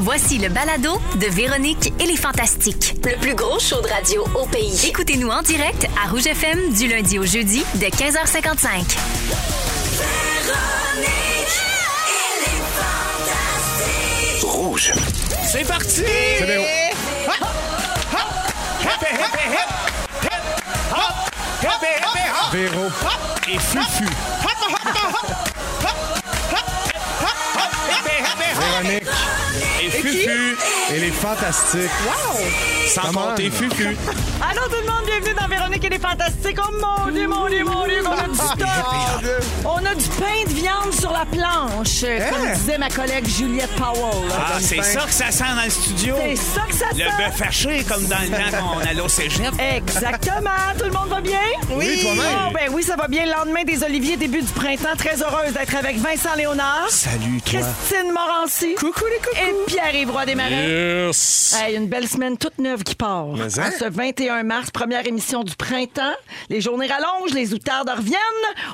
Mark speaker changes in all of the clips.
Speaker 1: Voici le balado de Véronique et les Fantastiques.
Speaker 2: Le plus gros show de radio au pays.
Speaker 1: Écoutez-nous en direct à Rouge FM du lundi au jeudi de 15h55.
Speaker 3: Rouge.
Speaker 4: C'est parti! C'est
Speaker 5: bien. Véro.
Speaker 4: Et Fufu.
Speaker 5: Véronique
Speaker 4: Et Fufu.
Speaker 5: et les Fantastiques.
Speaker 4: Sans
Speaker 5: Come on.
Speaker 4: compter Fufu.
Speaker 6: Allô tout le monde, bienvenue dans Véronique et les Fantastiques. Oh mon dieu, mon dieu, mon dieu, qu'on a du stock. On a du pain de viande sur la planche, comme disait ma collègue Juliette Powell.
Speaker 4: Hein? Ah, c'est ça que ça sent dans le studio.
Speaker 6: C'est ça que ça
Speaker 4: Le
Speaker 6: sent.
Speaker 4: bœuf haché, comme dans le temps qu'on allait au cégep.
Speaker 6: Exactement. Tout le monde va bien?
Speaker 5: Oui, toi-même.
Speaker 6: Oh, ben oui, ça va bien. Le lendemain des Oliviers, début du printemps. Très heureuse d'être avec Vincent Léonard.
Speaker 4: Salut, toi.
Speaker 6: Christine Morancy. Coucou les coucou. Et Pierre-Yves Roy Desmarais.
Speaker 4: Yes.
Speaker 6: Hey, une belle semaine toute neuve qui part.
Speaker 5: Mais hein?
Speaker 6: Ce 21 mars, première émission du printemps. Les journées rallongent, les outardes reviennent.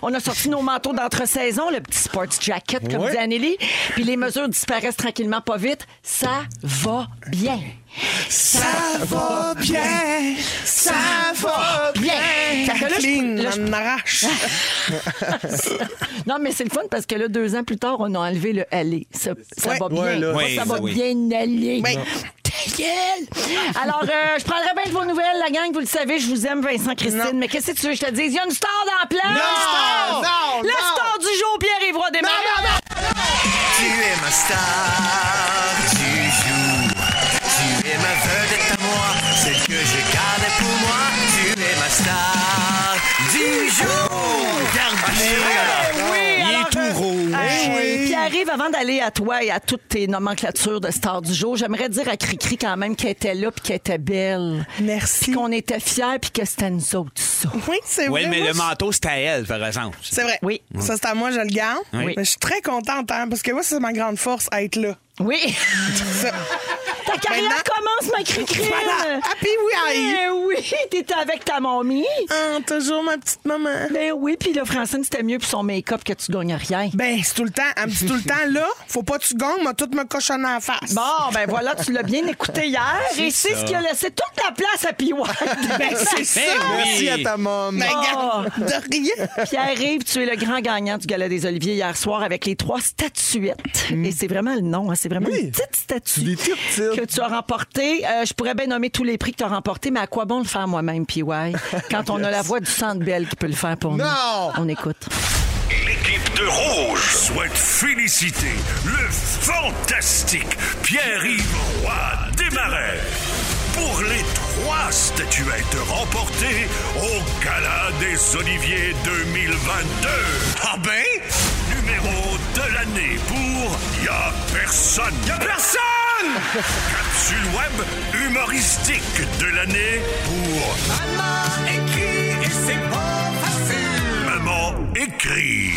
Speaker 6: On a sorti nos manteaux d'entre-saison, le petit sports jacket, comme
Speaker 5: Ouais.
Speaker 6: dit Anneli. Puis les mesures disparaissent tranquillement, pas vite. Ça va bien.
Speaker 4: Ça va bien. Ça va
Speaker 6: Bien! Fait que là, je- là, je-
Speaker 4: arrache.
Speaker 6: non, mais c'est le fun parce que là, deux ans plus tard, on a enlevé le aller. Ça, ça va bien.
Speaker 5: Ouais, là.
Speaker 6: Moi,
Speaker 4: Oui,
Speaker 6: ça
Speaker 4: ça,
Speaker 6: va
Speaker 4: oui.
Speaker 6: bien aller. Ta gueule! Alors, euh, je prendrai bien de vos nouvelles, la gang. Vous le savez, je vous aime, Vincent, Christine. Mais qu'est-ce que tu veux? Je te dis, il y a une star dans la place!
Speaker 4: Non!
Speaker 6: La star du jour, Pierre-Yves Roy des Marais.
Speaker 3: Tu es ma star, tu joues. Tu es ma vedette à moi, celle que je gardais pour moi. Tu es ma star du jour.
Speaker 6: Eh
Speaker 4: Regardez.
Speaker 6: oui,
Speaker 4: Il
Speaker 6: alors,
Speaker 4: est tout
Speaker 6: euh,
Speaker 4: rouge.
Speaker 6: hey,
Speaker 4: Oui.
Speaker 6: Puis arrive avant d'aller à toi et à toutes tes nomenclatures de stars du jour, j'aimerais dire à Cricri quand même qu'elle était là puis qu'elle était belle. Puis
Speaker 7: Merci.
Speaker 6: qu'on était fiers puis que c'était nous autres, ça.
Speaker 7: Oui, c'est
Speaker 4: Oui,
Speaker 7: vrai.
Speaker 4: mais
Speaker 7: Moi,
Speaker 4: le
Speaker 7: je-
Speaker 4: manteau, c'est à elle, par exemple.
Speaker 7: C'est vrai.
Speaker 6: Oui.
Speaker 7: Ça, c'est à moi, je le garde.
Speaker 6: Oui.
Speaker 7: Mais je suis très contente, hein, parce que moi, c'est ma grande force à être là.
Speaker 6: Oui.
Speaker 7: Ça-
Speaker 5: Ah.
Speaker 6: Ta carrière
Speaker 7: Maintenant-
Speaker 6: commence, ma Cricri.
Speaker 7: Voilà. Ah, Happy we are.
Speaker 6: Eh oui, t'étais avec ta mamie.
Speaker 7: Ah, toujours ma petite maman.
Speaker 6: Ben oui, puis là, Francine, c'était mieux pour son make-up que tu gagnes rien.
Speaker 7: Ben, c'est tout le temps. Elle me dit tout le temps, là, faut pas que tu gagnes, m'a tout me cochonner en face.
Speaker 6: Bon, ben voilà, tu l'as bien écouté hier. Et c'est ce qui a laissé toute la place à PY.
Speaker 7: Ben, c'est ça.
Speaker 4: Ben oui.
Speaker 5: Merci à ta mom.
Speaker 7: Ben, regarde, de rien.
Speaker 6: Pierre-Yves, tu es le grand gagnant du Gala des Oliviers hier soir avec les trois statuettes. Et c'est vraiment le nom, hein, c'est vraiment
Speaker 5: Mm. Oui.
Speaker 6: une petite statue
Speaker 5: Des toutes petites.
Speaker 6: que tu as remportée. Euh, je pourrais bien nommer tous les prix que tu as remportés, mais à quoi bon le faire moi-même, PY, quand on a la voix du Centre Belle qui peut le faire pour
Speaker 5: Non.
Speaker 6: nous? On écoute.
Speaker 8: L'équipe de Rouge souhaite féliciter le fantastique Pierre-Yves Roy Desmarais pour les trois statuettes remportées au Gala des Oliviers 2022. Ah ben? Numéro de l'année pour Y'a personne. Y'a personne! Capsule web humoristique de l'année pour Maman écrit.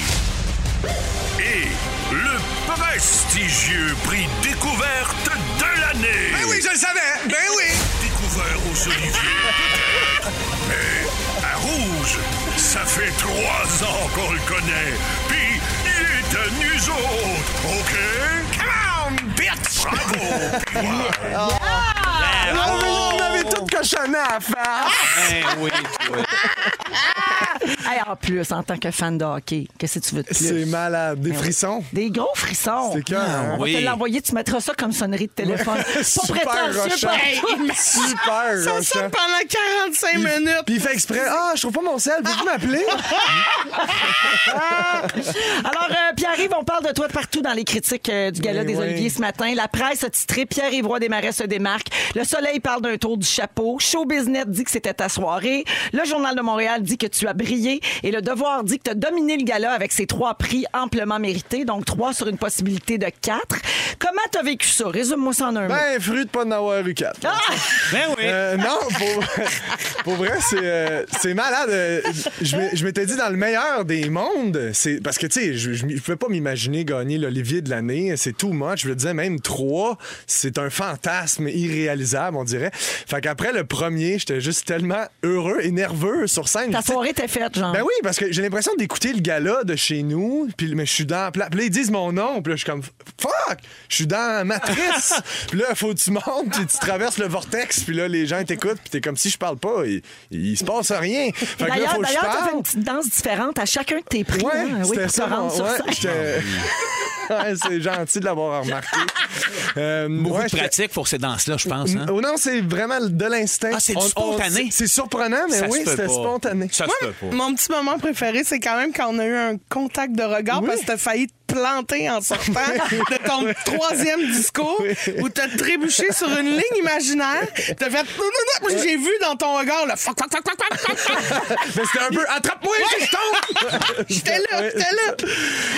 Speaker 8: Et le prestigieux prix découverte de l'année. Ben oui, je le savais. Ben oui. Découvert aux oliviers, peut-être. Mais à Rouge, ça fait trois ans qu'on le connaît. Puis il est à nous autres, OK? Come on, bitch! Oh, Bravo, P.Y.
Speaker 5: Ah, mais
Speaker 4: Bravo.
Speaker 7: Oh.
Speaker 5: on avait tout cochonné à faire.
Speaker 4: Eh oui, toi.
Speaker 6: Hey, en plus, en tant que fan de hockey, qu'est-ce que tu veux de
Speaker 5: C'est
Speaker 6: plus?
Speaker 5: malade. Des frissons.
Speaker 6: Des gros frissons.
Speaker 5: C'est cœur, hein?
Speaker 6: On va
Speaker 4: Oui.
Speaker 6: te l'envoyer, tu mettras ça comme sonnerie de téléphone. pas
Speaker 5: Super
Speaker 6: prétentieux,
Speaker 5: rochant.
Speaker 6: pas
Speaker 5: Super,
Speaker 7: Ça
Speaker 5: Rochelle.
Speaker 7: sonne pendant 45
Speaker 5: Il-
Speaker 7: minutes.
Speaker 5: Puis il fait exprès. Ah, je trouve pas mon sel. Peux-tu m'appeler?
Speaker 6: Alors, euh, Pierre-Yves, on parle de toi partout dans les critiques euh, du Gala
Speaker 5: Mais
Speaker 6: des
Speaker 5: Eh oui.
Speaker 6: Oliviers ce matin. La presse a titré Pierre-Yves Roy Desmarais se démarque. Le Soleil parle d'un tour du chapeau. Show Business dit que c'était ta soirée. Le Journal de Montréal dit que tu as brillé. Et Le Devoir dit que tu as dominé le gala avec ses trois prix amplement mérités, donc trois sur une possibilité de quatre. Comment t'as vécu ça? Résume-moi ça en un mot.
Speaker 5: Ben, fruit de pas en avoir eu quatre.
Speaker 6: Ah!
Speaker 4: Ben oui.
Speaker 5: Euh, non, pour, pour vrai, c'est euh, c'est malade. Euh, Je m'ai- je m'étais dit dans le meilleur des mondes, c'est parce que tu sais, je je m'y- je pouvais pas m'imaginer gagner l'Olivier de l'année. C'est too much. Je le disais même trois, c'est un fantasme irréalisable, on dirait. Fait qu'après le premier, j'étais juste tellement heureux et nerveux sur scène.
Speaker 6: Ta
Speaker 5: Tu sais,
Speaker 6: soirée était faite, genre.
Speaker 5: ben
Speaker 4: Ah.
Speaker 5: oui, parce que j'ai l'impression d'écouter le gala de chez nous, puis mais je suis dans la place. Puis là, ils disent mon nom, puis là, je suis comme fuck, je suis dans dans Matrice. puis là, faut que tu montes, puis tu traverses le vortex, puis là, les gens t'écoutent, puis t'es comme si je parle pas, il, il se passe rien. Fait que là,
Speaker 6: D'ailleurs,
Speaker 5: faut que je
Speaker 6: d'ailleurs, t'as
Speaker 5: parle.
Speaker 6: fait une petite danse différente à chacun de tes prix.
Speaker 4: Ah
Speaker 6: hein,
Speaker 5: Ouais,
Speaker 6: oui,
Speaker 5: c'était
Speaker 6: pour te
Speaker 5: ça.
Speaker 6: rendre
Speaker 5: mon-
Speaker 6: sur
Speaker 5: ouais,
Speaker 6: scène.
Speaker 5: j'étais- Ouais, c'est gentil de l'avoir remarqué. Euh,
Speaker 4: Beaucoup
Speaker 5: ouais,
Speaker 4: de
Speaker 5: j'étais-
Speaker 4: pratique pour ces danses-là, je pense. hein?
Speaker 5: Oh non, c'est vraiment de l'instinct.
Speaker 4: Ah, c'est du
Speaker 5: On- on-
Speaker 4: spontané.
Speaker 5: C'est c'est surprenant, mais
Speaker 4: Ça
Speaker 5: oui,
Speaker 4: se peut
Speaker 5: c'était
Speaker 4: pas.
Speaker 5: spontané.
Speaker 4: Ça se peut pas.
Speaker 7: Mon petit moment préféré, c'est quand même quand on a eu un contact de regard parce que t'as failli te planter en sortant de ton troisième discours où t'as trébuché sur une ligne imaginaire. T'as fait. Non, non, non. J'ai vu dans ton regard le. fuck, fuck, fuck, fuck, fuck, fuck, fuck.
Speaker 5: Mais c'était un peu attrape-moi, je tombe!
Speaker 7: J'étais là,
Speaker 5: Ouais.
Speaker 7: j'étais là.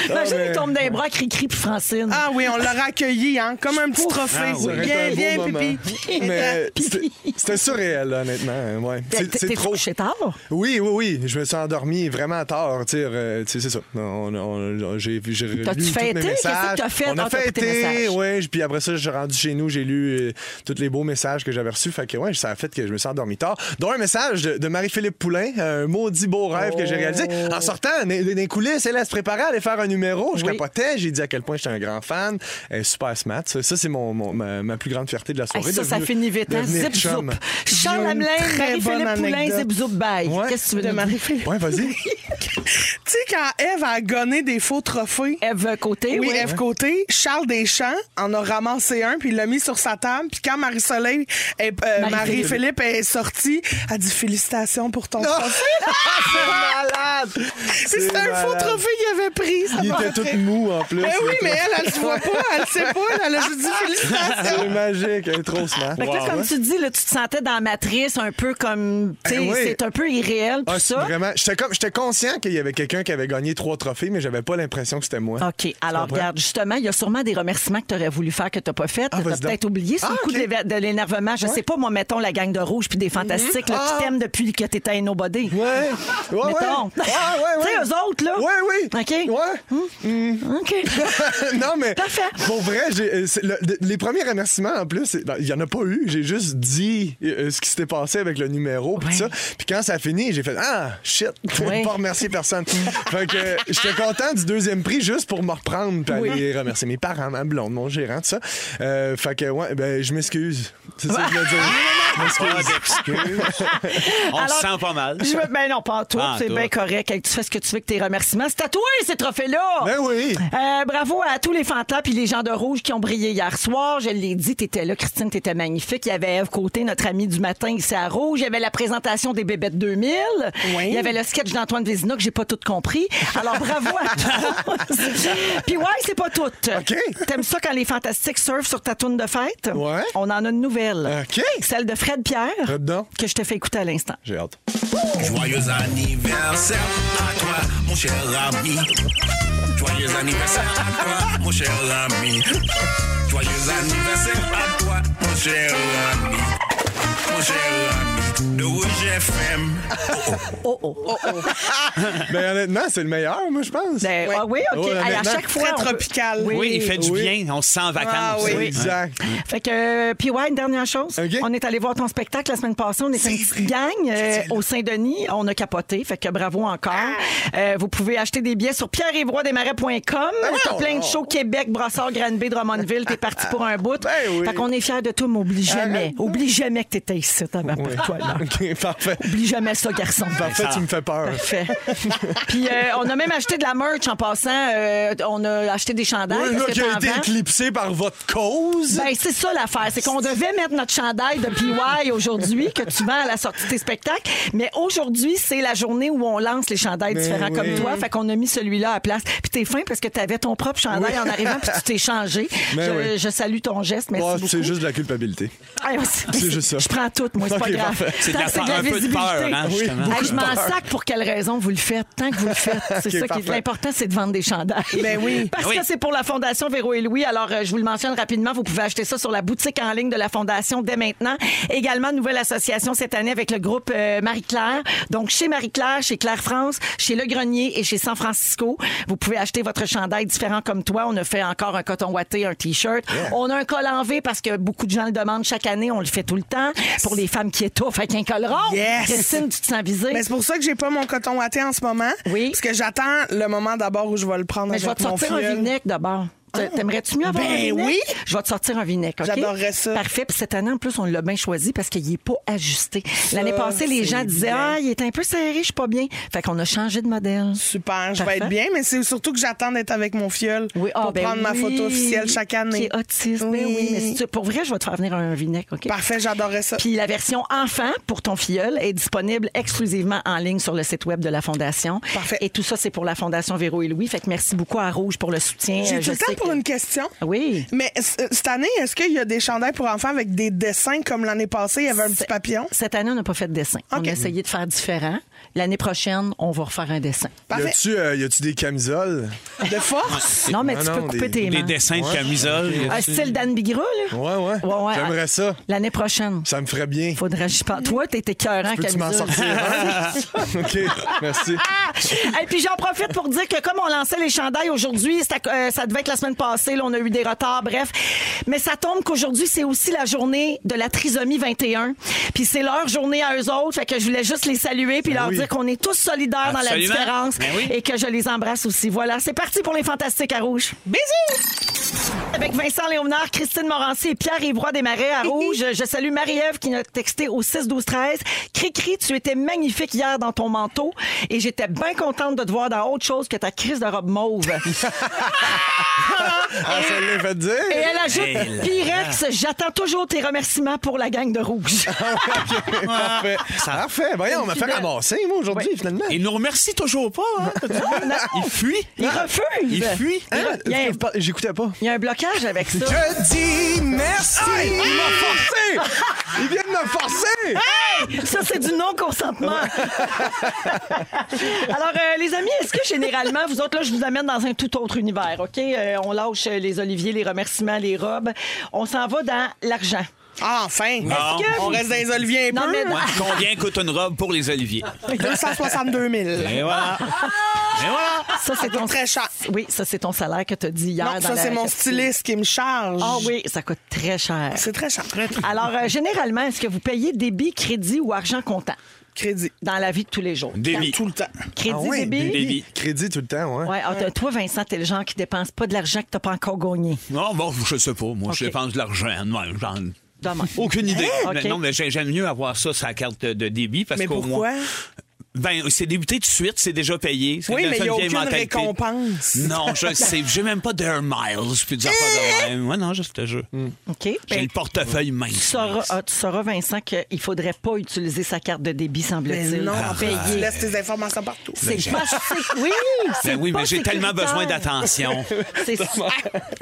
Speaker 6: Imagine,
Speaker 5: Ah, mais-
Speaker 6: il tombe d'un bras, cri-cri, puis Francine.
Speaker 7: Ah oui, on l'aurait accueilli, hein, comme un petit trophée.
Speaker 5: Ah Ça aurait été
Speaker 7: Viens,
Speaker 5: un beau
Speaker 7: viens,
Speaker 5: moment.
Speaker 7: pipi.
Speaker 5: Mais c'était- c'était surréel, là, honnêtement. hein, Ouais.
Speaker 6: T'es-
Speaker 5: C'est- C'est
Speaker 6: T'es
Speaker 5: trop.
Speaker 6: couché tard.
Speaker 5: Oui, oui, oui. Je me suis endormi vraiment tard. tu sais, euh, tu sais, c'est ça. On- on- on- J'ai j'ai relu
Speaker 6: T'as-tu
Speaker 5: tous mes
Speaker 6: fêté? Qu'est-ce que
Speaker 5: messages.
Speaker 6: t'as fait?
Speaker 5: On a
Speaker 6: Ah, t'as pris tes
Speaker 5: fêté,
Speaker 6: messages.
Speaker 5: oui. Puis après ça, je suis rendu chez nous. J'ai lu euh, tous les beaux messages que j'avais reçus. Fait que, ouais, ça a fait que je me suis endormi tard. Dont un message de, de Marie-Philippe Poulain, un maudit beau rêve que j'ai réalisé. En sortant d'un d'un coulisses, elle elle se préparait à aller faire un numéro. Je
Speaker 6: Oh. Oui.
Speaker 5: capotais. J'ai dit à quel point j'étais un grand fan. Elle est super smart. Ça, ça, c'est mon, mon- ma, ma plus grande fierté de la
Speaker 6: Hey,
Speaker 5: soirée.
Speaker 6: ça, ça
Speaker 5: devenir-
Speaker 6: finit vite. Hein?
Speaker 5: devenir
Speaker 6: Zip
Speaker 5: chum.
Speaker 6: zoup. Charles
Speaker 7: J'ai une
Speaker 6: Hamelin,
Speaker 7: très
Speaker 6: Marie-Philippe
Speaker 7: bonne
Speaker 6: Poulin,
Speaker 7: anecdote.
Speaker 6: zip zoup bye.
Speaker 5: Ouais.
Speaker 6: Qu'est-ce que tu veux
Speaker 7: De
Speaker 6: de marie
Speaker 7: Marie-Philippe.
Speaker 5: Ouais, vas-y.
Speaker 7: Tu sais, quand Eve a gonné des faux trophées,
Speaker 6: Eve Côté,
Speaker 7: Oui,
Speaker 6: ouais.
Speaker 7: F côté, Charles Deschamps en a ramassé un puis il l'a mis sur sa table. Puis quand Marie-Soleil, est- euh,
Speaker 6: Marie-Philippe.
Speaker 7: Marie-Philippe est sortie, elle dit félicitations pour ton trophée.
Speaker 5: Ah! c'est malade!
Speaker 7: Puis C'était un faux
Speaker 5: malade.
Speaker 7: trophée qu'il avait pris. ça
Speaker 5: Il
Speaker 7: m'a
Speaker 5: était
Speaker 7: fait-
Speaker 5: tout mou en plus.
Speaker 7: Ben oui,
Speaker 5: Il
Speaker 7: mais
Speaker 5: était-
Speaker 7: elle, elle se voit pas, elle sait pas, elle a juste dit
Speaker 5: C'est
Speaker 7: félicitations.
Speaker 5: magique, elle est trop smart.
Speaker 6: Fait que là, comme tu dis, là, tu te sentais dans la matrice un peu comme. tu sais,
Speaker 5: Eh oui.
Speaker 6: C'est un peu irréel, tout
Speaker 5: Ah, c'est
Speaker 6: ça.
Speaker 5: vraiment, j'étais comme- j'étais conscient qu'il y avait quelqu'un qui avait gagné trois trophées, mais j'avais pas l'impression que c'était moi.
Speaker 6: OK. Alors,
Speaker 5: comprends?
Speaker 6: regarde, justement, il y a sûrement des remerciements que tu aurais voulu faire que tu n'as pas fait.
Speaker 5: Ah,
Speaker 6: tu as
Speaker 5: vas-y donc.
Speaker 6: peut-être oublié sur
Speaker 5: Ah,
Speaker 6: le coup
Speaker 5: OK. Mhm.
Speaker 6: de l'éve- de l'énervement. Je sais pas, moi, mettons la gang de rouge puis des fantastiques là, qui t'aiment depuis que tu étais un nobody.
Speaker 5: Ah. Ouais, ouais, ouais.
Speaker 6: Mettons.
Speaker 5: Ouais, ouais, ouais.
Speaker 6: Tu sais, eux autres, là.
Speaker 5: Ouais, oui.
Speaker 6: OK.
Speaker 5: Ouais.
Speaker 6: OK.
Speaker 5: non, mais.
Speaker 6: Parfait.
Speaker 5: Pour vrai, j'ai, euh, c'est le- le- les premiers remerciements, en plus, c'est- ben, il y en a pas eu. J'ai juste dit euh, ce qui s'était passé avec le numéro, puis
Speaker 6: Ouais.
Speaker 5: ça. Puis quand ça a fini, j'ai fait Ah, shit, je
Speaker 6: Ouais.
Speaker 5: pas remercier personne. fait que euh, j'étais content du deuxième prix juste pour me reprendre, puis aller remercier mes parents, ma blonde, mon gérant, tout ça. Euh, fait que, ouais, ben, je m'excuse. C'est ça que je veux dire. Je m'excuse.
Speaker 4: On
Speaker 6: Alors,
Speaker 4: se sent pas mal.
Speaker 6: Je me... Ben non, pas en tout.
Speaker 4: Pas en
Speaker 6: c'est
Speaker 4: tout.
Speaker 6: bien correct. Hey, Tu fais ce que tu veux avec tes remerciements. C'est à toi, ces trophées-là.
Speaker 5: Ben oui.
Speaker 6: Euh, bravo à tous les fantas puis les gens de rouge qui ont brillé hier soir. Je l'ai dit, t'étais là, Christine, t'étais magnifique. Il y avait Eve Côté, notre amie du matin ici à Rouge. Il y avait la présentation des bébêtes 2000.
Speaker 7: Oui.
Speaker 6: Il y avait le sketch d'Antoine Vézina que j'ai pas tout compris. Alors bravo à tous. puis ouais, c'est pas tout.
Speaker 5: OK.
Speaker 6: T'aimes ça quand les fantastiques surfent sur ta toune de fête?
Speaker 5: Ouais.
Speaker 6: On en a une nouvelle.
Speaker 5: OK.
Speaker 6: Celle de Fred Pierre.
Speaker 5: Redon.
Speaker 6: Que je te fais écouter à l'instant.
Speaker 5: J'ai hâte.
Speaker 3: Joyeux anniversaire à toi, mon cher ami. Joyeux anniversaire à toi, mon cher ami. Joyeux anniversaire à toi, mon cher ami. Mon cher ami de Rouge FM.
Speaker 6: Oh, oh, oh, oh.
Speaker 5: Ben honnêtement, c'est le meilleur, moi, je pense.
Speaker 6: Ben,
Speaker 7: Ouais.
Speaker 6: Ah oui, OK.
Speaker 5: Ouais,
Speaker 6: Hey, à
Speaker 5: honnêtement,
Speaker 6: chaque fois.
Speaker 7: Très
Speaker 6: on peut-
Speaker 7: tropical.
Speaker 6: Oui.
Speaker 4: Oui, il fait du
Speaker 5: Oui.
Speaker 4: bien. On se sent en vacances.
Speaker 7: oui.
Speaker 4: Ouais.
Speaker 5: Exact.
Speaker 6: Fait que, euh, puis ouais, une dernière chose.
Speaker 5: OK.
Speaker 6: On est allé voir ton spectacle la semaine passée. On est une petite gang euh, au Saint-Denis. On a capoté. Fait que bravo encore. Euh, vous pouvez acheter des billets sur pierre-évoix-desmarais.com. T'as
Speaker 5: Ben voyons
Speaker 6: plein de
Speaker 5: donc.
Speaker 6: shows Québec, Brossard, Granby, Drummondville. T'es parti pour un bout.
Speaker 5: Ben oui.
Speaker 6: Fait qu'on est fiers de toi, mais oublie jamais.
Speaker 5: Arrête.
Speaker 6: Oublie jamais que t'étais ici. t'as ma paix, toi, là.
Speaker 5: OK, Ben, parfait.
Speaker 6: Oublie jamais ça, Ben, garçon.
Speaker 5: Parfait, tu me fais peur.
Speaker 6: Parfait. Puis euh, on a même acheté de la merch en passant. Euh, on a acheté des chandails.
Speaker 5: Oui,
Speaker 6: parce
Speaker 5: là, qui
Speaker 6: que t'en
Speaker 5: a été
Speaker 6: vends.
Speaker 5: éclipsé par votre cause.
Speaker 6: Ben, c'est ça l'affaire. C'est qu'on devait mettre notre chandail de PY aujourd'hui, que tu vends à la sortie de tes spectacles. Mais aujourd'hui, c'est la journée où on lance les chandails
Speaker 5: Ben
Speaker 6: différents
Speaker 5: oui.
Speaker 6: comme toi. Fait qu'on a mis celui-là à la place. Puis t'es fin parce que t'avais ton propre chandail en arrivant, puis tu t'es changé.
Speaker 5: Ben
Speaker 6: je,
Speaker 5: oui.
Speaker 6: je salue ton geste. Merci
Speaker 5: Ouais,
Speaker 6: beaucoup.
Speaker 5: c'est juste de la culpabilité.
Speaker 6: Ah, ouais, c'est-
Speaker 5: c'est juste ça.
Speaker 6: Je prends tout, moi, c'est
Speaker 5: Ok,
Speaker 6: pas grave.
Speaker 5: parfait.
Speaker 4: C'est de
Speaker 6: Tant
Speaker 4: la
Speaker 6: que c'est
Speaker 4: peur, un peu de
Speaker 6: visibilité.
Speaker 4: peur, hein,
Speaker 5: Oui,
Speaker 4: justement.
Speaker 5: beaucoup.
Speaker 6: Hey, je m'en sac pour quelle raison vous le faites, tant que vous le faites. C'est
Speaker 5: Ok,
Speaker 6: ça qui est
Speaker 5: parfait. Ah
Speaker 6: l'important, c'est de vendre des chandails.
Speaker 7: Ben oui.
Speaker 6: Parce
Speaker 4: Oui.
Speaker 6: que c'est pour la Fondation Véro et Louis. Alors, euh, je vous le mentionne rapidement, vous pouvez acheter ça sur la boutique en ligne de la Fondation dès maintenant. Également, nouvelle association cette année avec le groupe euh, Marie-Claire. Donc, chez Marie-Claire, chez Claire France, chez Le Grenier et chez San Francisco, vous pouvez acheter votre chandail différent comme toi. On a fait encore un coton ouaté, un T-shirt. On a un col en V parce que beaucoup de gens le demandent chaque année. On le fait tout le temps. Pour les femmes qui étouffent avec un col rond.
Speaker 7: Yes.
Speaker 6: Christine, tu te sens visée.
Speaker 7: Mais c'est pour ça que j'ai pas mon coton watté en ce moment.
Speaker 6: Oui.
Speaker 7: Parce que j'attends le moment d'abord où je vais le prendre avec
Speaker 6: Mais je vais te
Speaker 7: mon
Speaker 6: sortir un
Speaker 7: filleul.
Speaker 6: vinaigre d'abord. T'aimerais-tu mieux avoir
Speaker 7: Ben
Speaker 6: un vinaigre?
Speaker 7: oui!
Speaker 6: Je vais te sortir un vinaigre, OK?
Speaker 7: J'adorerais ça.
Speaker 6: Parfait. Puis cette année, en plus, on l'a bien choisi parce qu'il n'est pas ajusté. L'année
Speaker 7: Ça,
Speaker 6: passée, les
Speaker 7: c'est
Speaker 6: gens disaient
Speaker 7: bien.
Speaker 6: Ah, il est un peu serré, je suis pas bien. Fait qu'on a changé de modèle.
Speaker 7: Super, je
Speaker 6: Parfait.
Speaker 7: vais être bien, mais c'est surtout que j'attends d'être avec mon fiole
Speaker 6: Oui, ah,
Speaker 7: pour
Speaker 6: ben
Speaker 7: prendre ma
Speaker 6: oui.
Speaker 7: photo officielle chaque année.
Speaker 6: Qui est autiste. Oui, oui. mais si tu- pour vrai, je vais te faire venir un vinaigre, OK?
Speaker 7: ben Parfait, j'adorerais ça.
Speaker 6: Puis la version enfant pour ton filleul est disponible exclusivement en ligne sur le site web de la Fondation.
Speaker 7: Parfait.
Speaker 6: Et tout ça, c'est pour la Fondation Véro et Louis. Fait que merci beaucoup à Rouge pour le soutien.
Speaker 7: J'ai
Speaker 6: Euh,
Speaker 7: tout
Speaker 6: je
Speaker 7: le temps
Speaker 6: sais
Speaker 7: pour
Speaker 6: que-
Speaker 7: une question.
Speaker 6: Oui.
Speaker 7: Mais c- euh, cette année, est-ce qu'il y a des chandails pour enfants avec des dessins comme l'année passée? Il y avait un petit papillon.
Speaker 6: Cette année, on n'a pas fait de dessin.
Speaker 7: OK.
Speaker 6: On a essayé de faire différent. L'année prochaine, on va refaire un dessin.
Speaker 7: Parfait.
Speaker 5: Y a-tu euh, y a-tu des camisoles?
Speaker 7: De force?
Speaker 6: Non, mais
Speaker 5: Non,
Speaker 6: tu
Speaker 5: non,
Speaker 6: peux couper
Speaker 5: des-
Speaker 6: tes
Speaker 4: Des
Speaker 6: mains.
Speaker 4: dessins de
Speaker 5: Ouais.
Speaker 4: camisole.
Speaker 6: Un style Dan Bigra, là?
Speaker 5: Ouais, ouais.
Speaker 6: Ouais, ouais.
Speaker 5: J'aimerais ça.
Speaker 6: L'année prochaine.
Speaker 5: Ça me ferait bien.
Speaker 6: Faudrait, je pense. Toi, t'es écœurant,
Speaker 5: Peux-tu m'en
Speaker 6: camisole.
Speaker 5: sortir un? OK, merci.
Speaker 6: Et Ah! puis j'en profite pour dire que comme on lançait les chandails aujourd'hui, ça, euh, ça devait être la semaine passée, là, on a eu des retards, bref. Mais ça tombe qu'aujourd'hui, c'est aussi la journée de la trisomie 21. Puis c'est leur journée à eux autres. Fait que je voulais juste les saluer puis leur
Speaker 5: oui.
Speaker 6: dire qu'on est tous solidaires
Speaker 4: Ben Absolument.
Speaker 6: dans la différence
Speaker 4: Ben oui.
Speaker 6: et que je les embrasse aussi. Voilà, c'est parti pour les Fantastiques à Rouge. Bisous! Avec Vincent Léonard, Christine Morancy et Pierre Évroy Desmarais à Rouge. Je salue Marie-Ève qui nous a texté au 6-12-13. Cricri, tu étais magnifique hier dans ton manteau et j'étais bien contente de te voir dans autre chose que ta crise de robe mauve.
Speaker 5: Ah, ça l'a fait dire?
Speaker 6: et elle ajoute Pirex, j'attends toujours tes remerciements pour la gang de Rouge.
Speaker 5: Parfait. Parfait. Voyons, on m'a fait ramasser, moi, aujourd'hui, finalement.
Speaker 4: Il nous remercie toujours pas. hein.
Speaker 6: Ah,
Speaker 4: Il fuit.
Speaker 6: Il refuse.
Speaker 4: Il fuit.
Speaker 5: Hein?
Speaker 6: Il y a un-
Speaker 5: J'écoutais pas.
Speaker 6: il y a un blocage avec ça.
Speaker 5: Je dis merci! il m'a forcé! Il vient de me forcer! Ah
Speaker 6: Ça, c'est du non-consentement. Alors, euh, les amis, est-ce que généralement, vous autres, là, je vous amène dans un tout autre univers, OK? Euh, on lâche euh, les oliviers, les remerciements, les robes. On s'en va dans l'argent.
Speaker 7: Ah, enfin!
Speaker 4: Non.
Speaker 6: que-
Speaker 7: On reste dans les oliviers un
Speaker 6: Non,
Speaker 7: peu.
Speaker 6: mais-
Speaker 4: Ouais, Combien coûte une robe pour les oliviers?
Speaker 7: 262 000.
Speaker 4: Et voilà. Et voilà.
Speaker 6: Ça, c'est Ah, ton...
Speaker 7: Très cher.
Speaker 6: Oui, ça, c'est ton salaire que tu as dit hier.
Speaker 7: Non,
Speaker 6: dans
Speaker 7: ça,
Speaker 6: la-
Speaker 7: c'est mon styliste qui me charge.
Speaker 6: Ah oui, ça coûte très cher.
Speaker 7: C'est très cher.
Speaker 6: Alors, euh, généralement, est-ce que vous payez débit, crédit ou argent comptant
Speaker 7: Crédit.
Speaker 6: dans la vie de tous les jours?
Speaker 4: Débit.
Speaker 7: Tout le temps.
Speaker 6: Crédit,
Speaker 5: Ah ouais,
Speaker 6: débit?
Speaker 4: débit. Débit.
Speaker 5: Crédit tout le temps, ouais.
Speaker 6: Ouais, ah, t'as- toi, Vincent, t'es le genre qui dépense pas de l'argent que t'as pas encore gagné.
Speaker 4: Non, bon, je sais pas. Moi, je
Speaker 6: Ok.
Speaker 4: dépense de l'argent. Ouais, j'en-
Speaker 6: Dommage.
Speaker 4: Aucune idée.
Speaker 6: Hein?
Speaker 4: Mais
Speaker 6: Ok.
Speaker 4: Non, mais j'ai- j'aime mieux avoir ça sur la carte de débit parce
Speaker 7: Mais
Speaker 4: qu'au
Speaker 7: pourquoi?
Speaker 4: moins. Ben, c'est débuté tout de suite, c'est déjà payé. C'est
Speaker 7: Oui,
Speaker 4: une-
Speaker 7: mais
Speaker 4: c'est
Speaker 7: il y a
Speaker 4: une vieille
Speaker 7: aucune
Speaker 4: mentalité.
Speaker 7: récompense.
Speaker 4: Non, je le sais. J'ai même pas d'air miles, puis des affaires de même. Ouais, non, je te jure.
Speaker 6: OK.
Speaker 4: J'ai
Speaker 6: Ben,
Speaker 4: le portefeuille mince.
Speaker 6: tu sauras, ah, tu sauras, Vincent, qu'il faudrait pas utiliser sa carte de débit,
Speaker 7: Mais
Speaker 6: semble-t-il.
Speaker 7: Ben non,
Speaker 4: Ah,
Speaker 7: tu
Speaker 6: payer.
Speaker 7: laisses tes informations partout.
Speaker 6: C'est pas sé- Oui, c'est
Speaker 4: Ben oui,
Speaker 6: pas
Speaker 4: mais j'ai tellement
Speaker 6: sécuritaire.
Speaker 4: besoin d'attention.
Speaker 6: C'est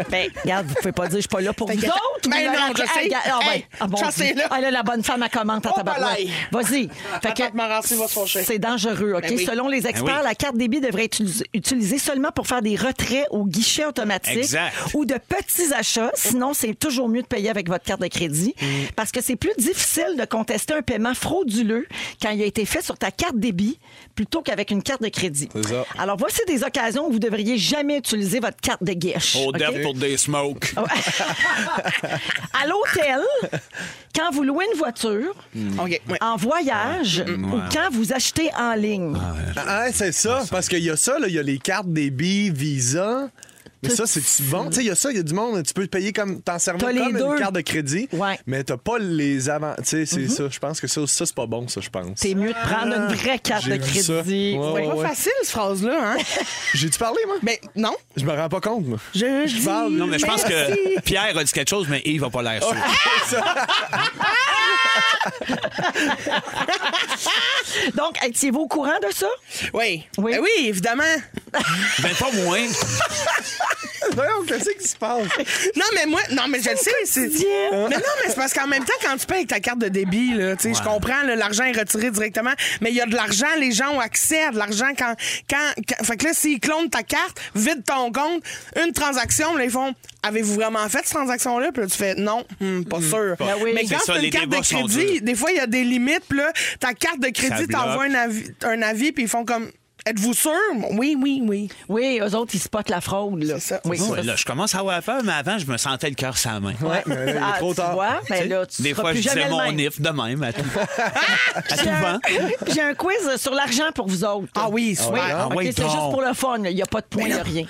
Speaker 6: Ben, regarde, vous pouvez pas dire je suis pas là pour
Speaker 7: Fait
Speaker 6: vous
Speaker 7: que-
Speaker 6: autres.
Speaker 7: Ben
Speaker 6: vous
Speaker 7: non,
Speaker 6: l'avez-
Speaker 7: je sais.
Speaker 6: regarde- Ah, ben,
Speaker 7: Hey,
Speaker 6: ah, bon
Speaker 7: chassez-le.
Speaker 6: Dieu. Ah, là, la bonne femme, elle commente à
Speaker 7: Oh,
Speaker 6: tabarouette. Vas-y. Fait que-
Speaker 7: Attends, Morancy va se fâcher.
Speaker 6: C'est dangereux, OK?
Speaker 7: Ben oui.
Speaker 6: Selon les experts,
Speaker 4: Ben oui.
Speaker 6: la carte débit devrait être utilis- utilisée seulement pour faire des retraits au guichet automatique
Speaker 4: Exact.
Speaker 6: ou de petits achats. Sinon, c'est toujours mieux de payer avec votre carte de crédit
Speaker 5: Mm.
Speaker 6: parce que c'est plus difficile de contester un paiement frauduleux quand il a été fait sur ta carte débit plutôt qu'avec une carte de crédit.
Speaker 5: ça.
Speaker 6: Alors, voici des occasions où vous devriez jamais utiliser votre carte de guiche.
Speaker 4: Au
Speaker 6: OK?
Speaker 4: dep pour des smokes.
Speaker 6: À l'hôtel, quand vous louez une voiture,
Speaker 5: Mm.
Speaker 7: OK. ouais.
Speaker 6: en voyage ou quand vous achetez en ligne.
Speaker 5: Ah, c'est ça, parce qu'il y a ça, là, il y a les cartes débit, Visa. Mais ça, c'est bon. Tu sais, il y a ça, il y a du monde. Tu peux payer comme t'en servir
Speaker 6: T'as
Speaker 5: comme
Speaker 6: les
Speaker 5: une
Speaker 6: deux.
Speaker 5: carte de crédit,
Speaker 6: Ouais. Mhm.
Speaker 5: mais t'as pas les avant. Tu sais, c'est ça. Je pense que ça, ça c'est pas bon, ça, je pense.
Speaker 6: C'est mieux de prendre une vraie carte
Speaker 5: J'ai
Speaker 6: de
Speaker 5: vu ça.
Speaker 6: crédit.
Speaker 5: Ouais,
Speaker 7: C'est
Speaker 5: ouais,
Speaker 7: pas
Speaker 5: ouais.
Speaker 7: facile, cette phrase-là, hein?
Speaker 5: J'ai-tu parlé, moi?
Speaker 7: Mais non.
Speaker 5: Je me rends pas compte, moi.
Speaker 7: Je, dis
Speaker 5: parle.
Speaker 4: Non, mais je pense
Speaker 7: merci.
Speaker 4: que Pierre a dit quelque chose, mais Yves va pas l'air sûr.
Speaker 6: Donc, étiez-vous au courant de ça?
Speaker 7: Oui.
Speaker 6: Oui.
Speaker 7: Ben oui, évidemment.
Speaker 4: Ben, pas moins.
Speaker 5: Voyons, qu'est-ce qui se passe?
Speaker 7: Non, mais moi, non, mais je le sais. c'est-
Speaker 6: quotidien.
Speaker 7: Mais non, mais c'est parce qu'en même temps, quand tu payes avec ta carte de débit, là, tu sais, je comprends, là, l'argent est retiré directement, mais il y a de l'argent, les gens ont accès à de l'argent quand, quand, quand- Fait que là, s'ils clonent ta carte, vide ton compte, une transaction, là, ils font Avez-vous vraiment fait cette transaction-là? Puis là, tu fais Non, hum, pas sûr.
Speaker 6: Ben oui.
Speaker 7: Mais quand
Speaker 4: Hmm. C'est ça,
Speaker 7: c'est une
Speaker 4: les
Speaker 7: carte de
Speaker 4: débats sont
Speaker 7: crédit,
Speaker 4: durs.
Speaker 7: des fois, il y a des limites, puis là, ta carte de
Speaker 4: Ça
Speaker 7: crédit
Speaker 4: bloque.
Speaker 7: t'envoie un avis, un avis, puis ils font comme Êtes-vous sûr? Oui, oui, oui.
Speaker 6: Oui, eux autres, ils spotent la fraude. là.
Speaker 7: C'est ça.
Speaker 6: Oui,
Speaker 4: Ouais, là, je commence à avoir peur, mais avant, je me sentais le cœur sans main.
Speaker 5: Ouais, mais là, il est
Speaker 6: Ah,
Speaker 5: trop
Speaker 6: tu
Speaker 5: tard.
Speaker 6: vois?
Speaker 4: Tu
Speaker 6: Ben
Speaker 4: sais,
Speaker 6: là, tu
Speaker 4: des
Speaker 6: seras
Speaker 4: fois,
Speaker 6: plus
Speaker 4: je disais
Speaker 6: jamais le
Speaker 4: mon
Speaker 6: même.
Speaker 4: if de même à tout, à tout
Speaker 6: J'ai un-
Speaker 4: vent.
Speaker 6: J'ai un quiz sur l'argent pour vous autres.
Speaker 7: Ah oui, super.
Speaker 6: Oui,
Speaker 4: Ah
Speaker 6: ok,
Speaker 4: oui,
Speaker 6: c'est
Speaker 4: donc.
Speaker 6: juste pour le fun. là. Il n'y a pas de point, de rien.